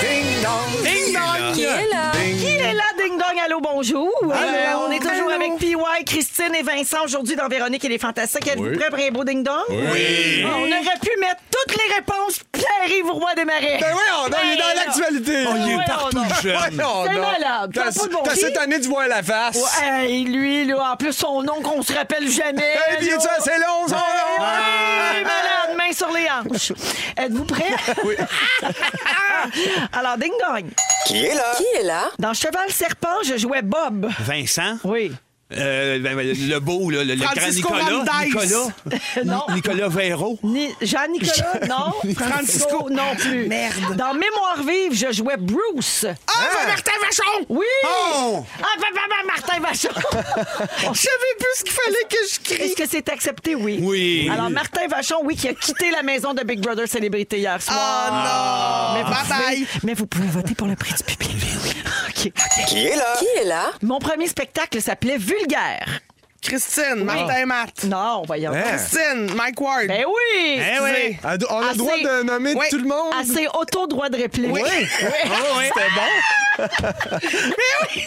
Speaker 4: Ding dong!
Speaker 6: Qui est là, Ding Dong? Allô, bonjour. Euh, on est toujours
Speaker 7: Allô.
Speaker 6: avec PY, Christine et Vincent aujourd'hui dans Véronique et les Fantastiques. Êtes-vous prêts pour un beau Ding Dong? Oui. On aurait pu mettre toutes les réponses. Pierre-Yves Roy des Marais.
Speaker 5: Ben oui, on il est dans
Speaker 6: Ben,
Speaker 5: l'actualité.
Speaker 4: Oh, il
Speaker 6: Ouais,
Speaker 4: est
Speaker 6: on
Speaker 4: partout
Speaker 6: a-
Speaker 4: jeune.
Speaker 6: C'est malade. Ça a
Speaker 5: T'as
Speaker 6: pas de bon
Speaker 5: t'as
Speaker 6: sens.
Speaker 5: cette année de voir la face.
Speaker 6: Ouais, hey, lui, là, en plus, son nom qu'on se rappelle jamais.
Speaker 5: Hey, Eh, puis
Speaker 6: là.
Speaker 5: tu c'est long, ça, Ah, long.
Speaker 6: Hey, malade, main sur les hanches. Êtes-vous prêts? Oui. Alors, ding dong. Dans Cheval Serpent, je jouais Bob.
Speaker 4: Vincent?
Speaker 6: Oui.
Speaker 4: Euh, ben, ben, le beau, là, le, le grand
Speaker 7: Francisco
Speaker 4: Nicolas.
Speaker 7: Ramdays.
Speaker 4: Nicolas.
Speaker 6: Non.
Speaker 4: Ni- Nicolas Véro.
Speaker 6: Ni- Jean-Nicolas, non. Francisco, non plus. Merde. Dans Mémoire vive, je jouais Bruce.
Speaker 7: Ah, va Martin Vachon!
Speaker 6: Oui!
Speaker 5: Oh!
Speaker 6: Ah, bah, bah, bah, Martin Vachon!
Speaker 7: Je savais plus ce qu'il fallait que je crie.
Speaker 6: Est-ce que c'est accepté? Oui.
Speaker 4: Oui.
Speaker 6: Alors, Martin Vachon, oui, qui a quitté la maison de Big Brother Célébrité hier
Speaker 7: Oh
Speaker 6: soir.
Speaker 7: non!
Speaker 6: vous
Speaker 7: Bye-bye!
Speaker 6: pouvez- Ah. mais vous pouvez voter pour le prix du public. OK.
Speaker 3: Qui est là?
Speaker 6: Mon premier spectacle s'appelait Vulgaire.
Speaker 7: Christine, Martin et Matt.
Speaker 6: Non, voyons.
Speaker 5: Hein?
Speaker 7: Christine, Mike Ward.
Speaker 6: Ben oui!
Speaker 4: Eh oui.
Speaker 5: On a le
Speaker 6: Assez-
Speaker 5: droit de nommer
Speaker 7: Oui.
Speaker 5: tout le monde.
Speaker 6: Assez auto-droit de réplique.
Speaker 7: Ah,
Speaker 5: C'était bon.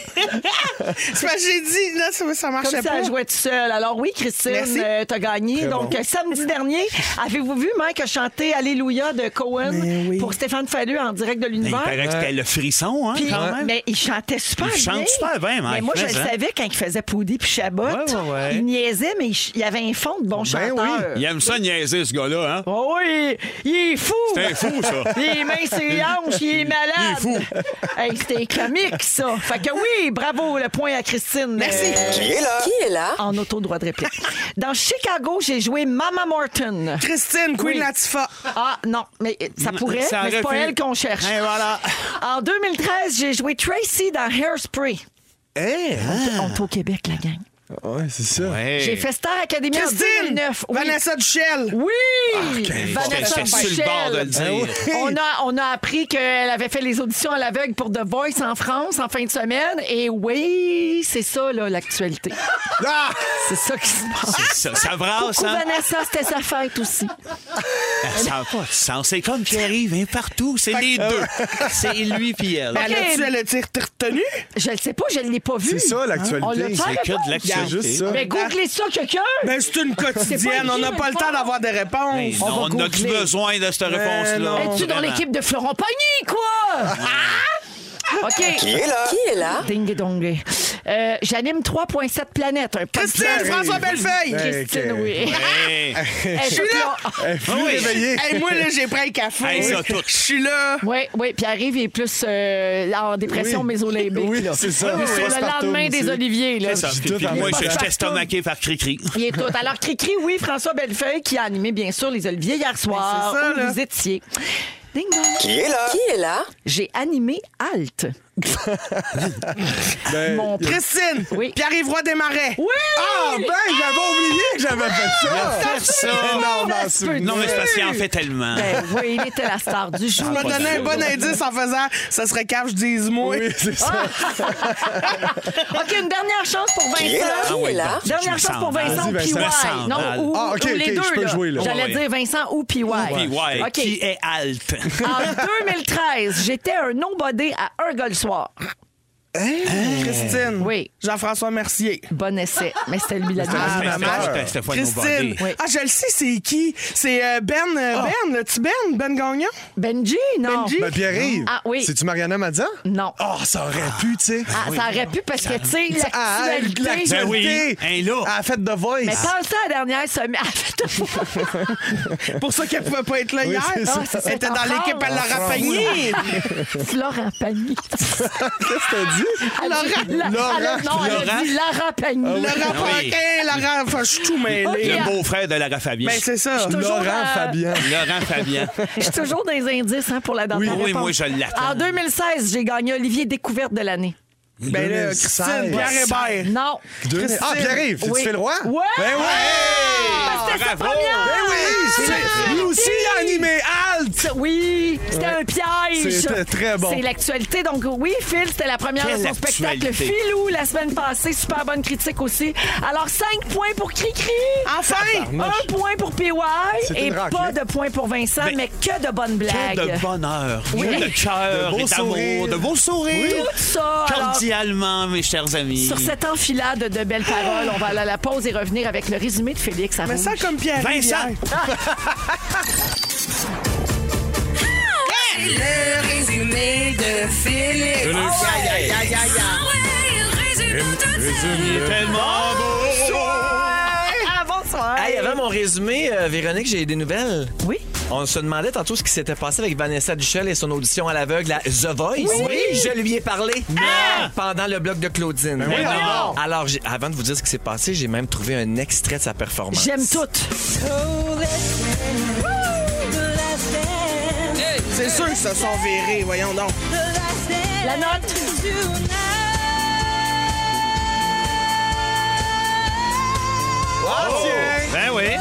Speaker 7: C'est parce que j'ai dit, là, ça, ça marchait
Speaker 6: Comme ça,
Speaker 7: pas.
Speaker 6: elle jouait tout seul. Alors oui,
Speaker 7: Merci.
Speaker 6: Christine, euh, t'as gagné. Donc, euh, samedi dernier, avez-vous vu Mike a chanté Alléluia de Cohen
Speaker 7: Mais oui.
Speaker 6: pour Stéphane Fallu en direct de
Speaker 4: Il
Speaker 6: l'univers?
Speaker 4: paraît que c'était le frisson, hein,
Speaker 6: Euh, Puis-
Speaker 4: quand même.
Speaker 6: mais il chantait super
Speaker 4: Il
Speaker 6: bien.
Speaker 4: chante super bien, Mike,
Speaker 6: Mais moi, je
Speaker 4: mais
Speaker 6: le
Speaker 4: hein.
Speaker 6: savais quand il faisait Poudy puis Chabot.
Speaker 4: Ouais, ouais, ouais. Ben
Speaker 6: Il niaisait, mais il, ch- il y avait un fond de bon chanteur.
Speaker 4: Il aime ça niaiser, ce gars-là, hein?
Speaker 6: Oh oui, il est fou!
Speaker 4: C'est un fou, ça.
Speaker 6: Les mains, ses hanches, il est malade.
Speaker 4: Il est fou.
Speaker 6: Hey, C'était comique, ça. Fait que oui, bravo, le point à Christine. Euh,
Speaker 7: Merci.
Speaker 2: Qui est là?
Speaker 6: en auto-droit de réplique. Dans Chicago, j'ai joué Mama Morton.
Speaker 7: Christine, Queen
Speaker 6: Oui.
Speaker 7: Latifah.
Speaker 6: Ah non, mais ça pourrait,
Speaker 4: Ça
Speaker 6: mais c'est
Speaker 4: aurait
Speaker 6: pas
Speaker 4: pu.
Speaker 6: elle qu'on cherche.
Speaker 4: Et voilà.
Speaker 6: En 2013, j'ai joué Tracy dans Hairspray.
Speaker 4: Hein?
Speaker 6: On est au Québec, la gang.
Speaker 5: Ouais, c'est ça.
Speaker 4: Ouais.
Speaker 6: J'ai fait Star Academy en
Speaker 7: Christine,
Speaker 6: 2009. Oui.
Speaker 7: Vanessa Duchel.
Speaker 6: Oui!
Speaker 4: J'étais
Speaker 6: Vanessa
Speaker 4: Ah, j'étais sur le bord de le
Speaker 6: Michel. Eh
Speaker 4: dire.
Speaker 6: On a, on a appris qu'elle avait fait les auditions à l'aveugle pour The Voice en France en fin de semaine. Et oui, c'est ça, là, l'actualité.
Speaker 5: Ah!
Speaker 6: C'est ça qui se passe.
Speaker 4: C'est Ça, ça brasse,
Speaker 6: Coucou,
Speaker 4: hein?
Speaker 6: Vanessa, c'était sa fête aussi.
Speaker 4: Ça n'a pas de sens. C'est comme Pierre-Yves, hein, partout. C'est les deux.
Speaker 6: euh,
Speaker 4: C'est lui puis elle.
Speaker 7: Elle a-tu elle a-tu été retenue?
Speaker 6: Je le sais pas, je ne l'ai pas vu.
Speaker 5: C'est ça,
Speaker 6: Hein? On l'a
Speaker 5: l'actualité.
Speaker 4: C'est que de
Speaker 6: pas répondu.
Speaker 5: C'est
Speaker 4: l'actualité.
Speaker 5: juste ça.
Speaker 6: Mais googlez ça, quelqu'un!
Speaker 7: Ben, c'est une quotidienne. On n'a
Speaker 6: écrit,
Speaker 7: pas le
Speaker 6: mais
Speaker 7: temps
Speaker 6: pas.
Speaker 7: d'avoir des réponses.
Speaker 4: Hey,
Speaker 6: On va
Speaker 4: non, on a tout
Speaker 6: googler. Euh,
Speaker 4: besoin de cette réponse-là.
Speaker 6: Es-tu dans
Speaker 4: Vraiment.
Speaker 6: l'équipe de Florent Pagny, quoi? Ah! OK.
Speaker 2: Qui est là?
Speaker 6: Ding et dong. Euh, J'anime 3,7 planètes. Un podcast.
Speaker 7: Christine, François Bellefeuille.
Speaker 5: Ben,
Speaker 6: Christine,
Speaker 5: ok.
Speaker 6: oui. Ah!
Speaker 4: Hey.
Speaker 6: Je suis là.
Speaker 5: Elle est plus
Speaker 4: Ah Eh. oui.
Speaker 5: réveillée.
Speaker 7: Hey, moi, là, j'ai pris un café.
Speaker 4: Hey, ça, tout.
Speaker 7: Je suis là.
Speaker 6: Oui, oui. Puis arrive, il est plus euh, là, en dépression
Speaker 5: Oui.
Speaker 6: mésolimbique.
Speaker 5: Oui,
Speaker 6: là.
Speaker 5: c'est ça.
Speaker 6: Il est
Speaker 5: Oui,
Speaker 6: sur
Speaker 5: oui.
Speaker 6: le lendemain
Speaker 5: Passepartout
Speaker 6: des
Speaker 5: aussi.
Speaker 6: oliviers. Là.
Speaker 4: C'est ça.
Speaker 5: Je
Speaker 4: Puis,
Speaker 5: doute
Speaker 4: puis
Speaker 5: à
Speaker 4: moi,
Speaker 5: la
Speaker 4: je
Speaker 6: partout.
Speaker 4: suis estomaqué par Cricri.
Speaker 6: Il est tout. Alors, Cricri, oui, François Bellefeuille qui a animé, bien sûr, les Oliviers hier soir.
Speaker 7: Ben, c'est ça,
Speaker 6: où
Speaker 7: là.
Speaker 6: vous étiez. Ding dong.
Speaker 2: Qui est là?
Speaker 6: J'ai animé Alt.
Speaker 5: Ben,
Speaker 6: Mon
Speaker 7: Christine.
Speaker 6: Oui.
Speaker 7: Pierre-Yves Roy Desmarais.
Speaker 6: Oui!
Speaker 5: Ah ben, j'avais oublié que j'avais fait ça.
Speaker 4: Faire ça.
Speaker 5: Non,
Speaker 6: Ah, Ça
Speaker 5: m'en
Speaker 6: se peut
Speaker 5: souviens.
Speaker 4: Non, mais c'est parce qu'il en fait tellement.
Speaker 6: Ben oui, il était la star du jour.
Speaker 7: Je me
Speaker 4: pas
Speaker 7: donnais un
Speaker 4: de
Speaker 7: Ah, bon indice en faisant ça serait cave, je dise moi.
Speaker 5: Oui, c'est ça.
Speaker 6: Ah, OK, une dernière chance pour
Speaker 2: Qui est là?
Speaker 6: Vincent.
Speaker 4: Ah ouais,
Speaker 2: là?
Speaker 4: donc, je me
Speaker 6: Dernière chance
Speaker 4: sens
Speaker 6: pour
Speaker 4: mal.
Speaker 6: Vincent,
Speaker 5: Vas-y,
Speaker 6: PY.
Speaker 4: Vincent.
Speaker 6: Non,
Speaker 4: Mal.
Speaker 6: ou,
Speaker 5: Ah, OK,
Speaker 6: ou les
Speaker 5: OK,
Speaker 6: deux.
Speaker 5: je peux jouer, là.
Speaker 6: J'allais
Speaker 4: Ouais, ouais.
Speaker 6: dire Vincent ou PY.
Speaker 4: Puis ouais,
Speaker 6: OK. Ah,
Speaker 4: qui est halte?
Speaker 6: En 2013, j'étais un non-bodé à un gars le soir.
Speaker 7: Christine.
Speaker 6: Oui.
Speaker 7: Jean-François Mercier.
Speaker 6: Bon essai. Mais c'était lui la
Speaker 5: Ah,
Speaker 4: C'était-
Speaker 5: ma
Speaker 4: c'était-
Speaker 5: mère.
Speaker 4: c'était- C'était fois
Speaker 7: Christine.
Speaker 6: Oui.
Speaker 7: Ah, je le sais, c'est qui? C'est euh, Ben, euh, Ben, le petit Ben, Ben Gagnon.
Speaker 6: Benji, non.
Speaker 7: Benji?
Speaker 5: Ben, Pierre-Yves.
Speaker 6: Ah, oui.
Speaker 5: C'est-tu Mariana Madia?
Speaker 6: Non.
Speaker 5: Oh, ça aurait pu, tu sais.
Speaker 6: Ah, ça aurait pu parce que, tu sais,
Speaker 5: Ah, elle-
Speaker 6: l'actualité.
Speaker 4: Ben oui. Hein, là.
Speaker 5: Elle a fait The Voice.
Speaker 6: Mais pensez à la dernière semaine. Ah, faites-
Speaker 7: Pour ça qu'elle pouvait pas être là
Speaker 5: Oui,
Speaker 7: hier.
Speaker 5: c'est ça.
Speaker 6: Ah, c'est ça,
Speaker 7: Elle était
Speaker 6: en
Speaker 7: dans l'équipe, elle
Speaker 6: France.
Speaker 7: l'a rappagné.
Speaker 6: Florent Pagny.
Speaker 5: Qu'est-ce que t'as dit?
Speaker 6: Elle a dit la-
Speaker 5: Laurent.
Speaker 6: elle a- Non, elle a dit Laurent Pagny.
Speaker 11: Ah
Speaker 7: Laurent
Speaker 4: oui.
Speaker 7: Paquin, Laurent. Enfin, je suis tout mêlé.
Speaker 6: Ok.
Speaker 4: Le beau-frère de Lara Fabian.
Speaker 7: Ben, c'est ça.
Speaker 6: Toujours,
Speaker 5: Laurent
Speaker 6: euh,
Speaker 5: Fabian.
Speaker 4: Laurent Fabian.
Speaker 6: Je suis toujours dans les indices hein, pour la dernière
Speaker 4: Oui, oui,
Speaker 6: réponse.
Speaker 4: moi, je l'attends.
Speaker 6: En 2016, j'ai gagné Olivier Découverte de l'année.
Speaker 7: Ben là, Christine,
Speaker 5: 2016.
Speaker 7: Pierre Hébert.
Speaker 6: Non.
Speaker 5: Deux-
Speaker 7: Christine.
Speaker 5: Ah, Pierre-Yves, tu
Speaker 6: Oui.
Speaker 5: fais le roi?
Speaker 6: Ouais!
Speaker 5: Ben oui!
Speaker 6: Ben, C'était sa
Speaker 4: Ah, bravo!
Speaker 6: première!
Speaker 5: Ben oui! c'est- Lui aussi, il a animé Alt!
Speaker 6: Oui, c'était un piège.
Speaker 5: C'était très bon.
Speaker 6: C'est l'actualité. Donc oui, Phil, c'était la première
Speaker 4: Quelle
Speaker 6: de son spectacle.
Speaker 4: actualité.
Speaker 6: Filou, la semaine passée, super bonne critique aussi. Alors, 5 points pour Cricri.
Speaker 7: Ah, Enfin!
Speaker 6: Un point pour PY
Speaker 5: C'est
Speaker 6: et
Speaker 5: une
Speaker 6: pas
Speaker 5: raclée.
Speaker 6: de point pour Vincent, mais,
Speaker 4: Mais-
Speaker 6: que de bonnes
Speaker 4: Que
Speaker 6: blagues.
Speaker 4: de bonheur, que
Speaker 6: Oui.
Speaker 4: de cœur
Speaker 5: De
Speaker 4: et
Speaker 5: beaux
Speaker 4: d'amour,
Speaker 5: sourires.
Speaker 4: de beaux sourires.
Speaker 6: Tout ça. alors,
Speaker 4: Cordialement, mes chers amis.
Speaker 6: Oh, Sur cette enfilade de belles paroles, on va aller à la pause et revenir avec le résumé de Félix. à
Speaker 7: Mais
Speaker 6: Rouge.
Speaker 7: ça, comme Pierre
Speaker 4: Vincent!
Speaker 2: Le résumé de Philippe.
Speaker 4: Le Il est tellement
Speaker 6: Ah, bonsoir.
Speaker 11: Hey, avant mon résumé, euh, Véronique, j'ai des nouvelles.
Speaker 6: Oui.
Speaker 11: On se demandait tantôt ce qui s'était passé avec Vanessa Duchel et son audition à l'aveugle à The Voice. Oui. Je lui ai parlé
Speaker 6: Ah!
Speaker 11: Ah! pendant le bloc de Claudine.
Speaker 6: Ben
Speaker 4: oui, non.
Speaker 11: Alors, j'ai- avant de vous dire ce qui s'est passé, j'ai même trouvé un extrait de sa performance.
Speaker 6: J'aime toutes.
Speaker 7: C'est sûr qu'ils se sont virés, voyons donc.
Speaker 6: La note.
Speaker 4: beau! Ben oui.
Speaker 7: Ils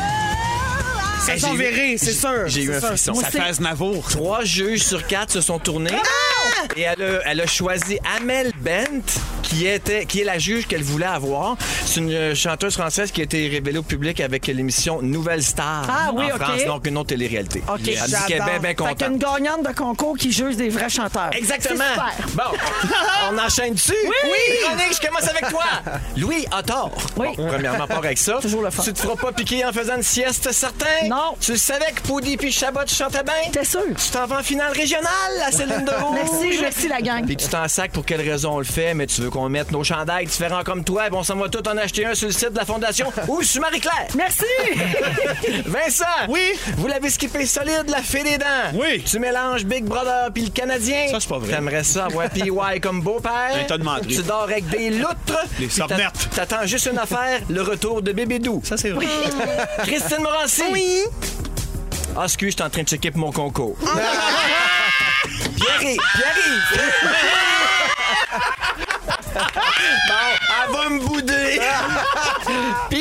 Speaker 11: Hey,
Speaker 7: se sont
Speaker 11: Eh, j'ai eu-
Speaker 7: virés, c'est sûr.
Speaker 11: J'ai eu
Speaker 7: c'est
Speaker 11: un
Speaker 7: sûr.
Speaker 11: frisson.
Speaker 4: Ça fait Navour.
Speaker 7: Ah!
Speaker 11: Trois juges sur quatre se sont tournés. Et elle a, elle a choisi Amel Bent, qui qui, était, qui est la juge qu'elle voulait avoir. C'est une euh, chanteuse française qui a été révélée au public avec l'émission Nouvelle Star
Speaker 6: Ah oui,
Speaker 11: en
Speaker 6: OK.
Speaker 11: France, donc une autre télé-réalité.
Speaker 6: OK,
Speaker 11: Elle dit qu'elle est bien, bien
Speaker 6: Fait qu'il y a
Speaker 11: contente.
Speaker 6: une gagnante de concours qui juge des vrais chanteurs.
Speaker 11: Exactement.
Speaker 6: C'est super.
Speaker 11: Bon, on enchaîne dessus.
Speaker 6: Oui.
Speaker 11: Véronique, je commence avec toi. Louis a tort. Bon, premièrement, part avec ça. Toujours le fun. Tu te feras pas piquer en faisant une sieste, certain. Non. Tu le savais que Poudy puis Chabot chantaient bien. T'es
Speaker 6: sûr.
Speaker 11: Tu t'en vas en finale régionale, la Céline de Rouge.
Speaker 6: Merci, merci la gang.
Speaker 11: Puis tu t'en sacs pour quelle raison on le fait, mais tu veux qu'on mette nos chandails différents comme toi. Bon, on s'en va tout en acheter un sur le site de la Fondation ou sur Marie-Claire.
Speaker 6: Merci.
Speaker 11: Vincent! Oui! Vous l'avez skippé solide, la fée des dents! Oui! Tu mélanges Big Brother puis le Canadien.
Speaker 4: Ça, c'est pas vrai.
Speaker 11: T'aimerais ça avoir PY comme beau-père.
Speaker 4: Un tas de menteries.
Speaker 11: Tu dors avec des loutres.
Speaker 4: Les
Speaker 11: Puis t'a-
Speaker 4: sornettes.
Speaker 11: T'attends juste une affaire, le retour de Bébédou. Ça, c'est vrai. Christine Morancy! Oui! Ah, excuse, je suis en train de checker pour mon concours. Pierre, Pierre! Bon, elle va me bouder! PY!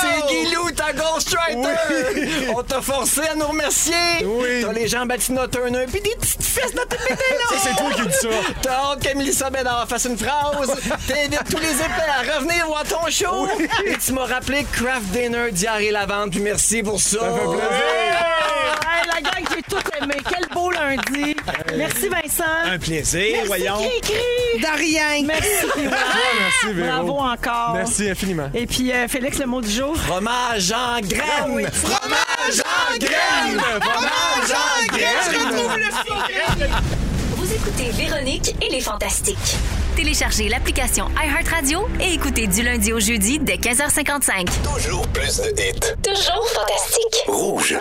Speaker 11: C'est Guilou, ta ghostwriter! On t'a forcé à nous remercier!
Speaker 5: Oui.
Speaker 11: T'as les jambes batinot turner, pis des petites fesses dans tes pétales!
Speaker 5: Ça, c'est toi qui dis ça.
Speaker 11: T'as hâte que Mélissa Bédard fasse une phrase! T'invites tous les épais à revenir voir ton show! Et tu m'as rappelé Craft Dinner d'hier et lavande, puis merci pour ça!
Speaker 6: Hey, la gang, j'ai tout aimé. Quel beau lundi. Merci, Vincent.
Speaker 4: Un plaisir,
Speaker 6: Merci,
Speaker 4: voyons.
Speaker 6: Cri-Cri.
Speaker 7: De rien.
Speaker 6: Merci, Cri-Cri.
Speaker 5: Merci, Véro.
Speaker 6: Bravo encore.
Speaker 5: Merci infiniment.
Speaker 6: Et puis, euh, Félix, le mot du jour.
Speaker 11: Fromage en graines! Ah Fromage en graines! Fromage en graines!
Speaker 1: Vous écoutez Véronique et les Fantastiques. Téléchargez l'application iHeartRadio et écoutez du lundi au jeudi dès 15h55.
Speaker 3: Toujours plus de hits.
Speaker 1: Toujours fantastique.
Speaker 3: Rouge.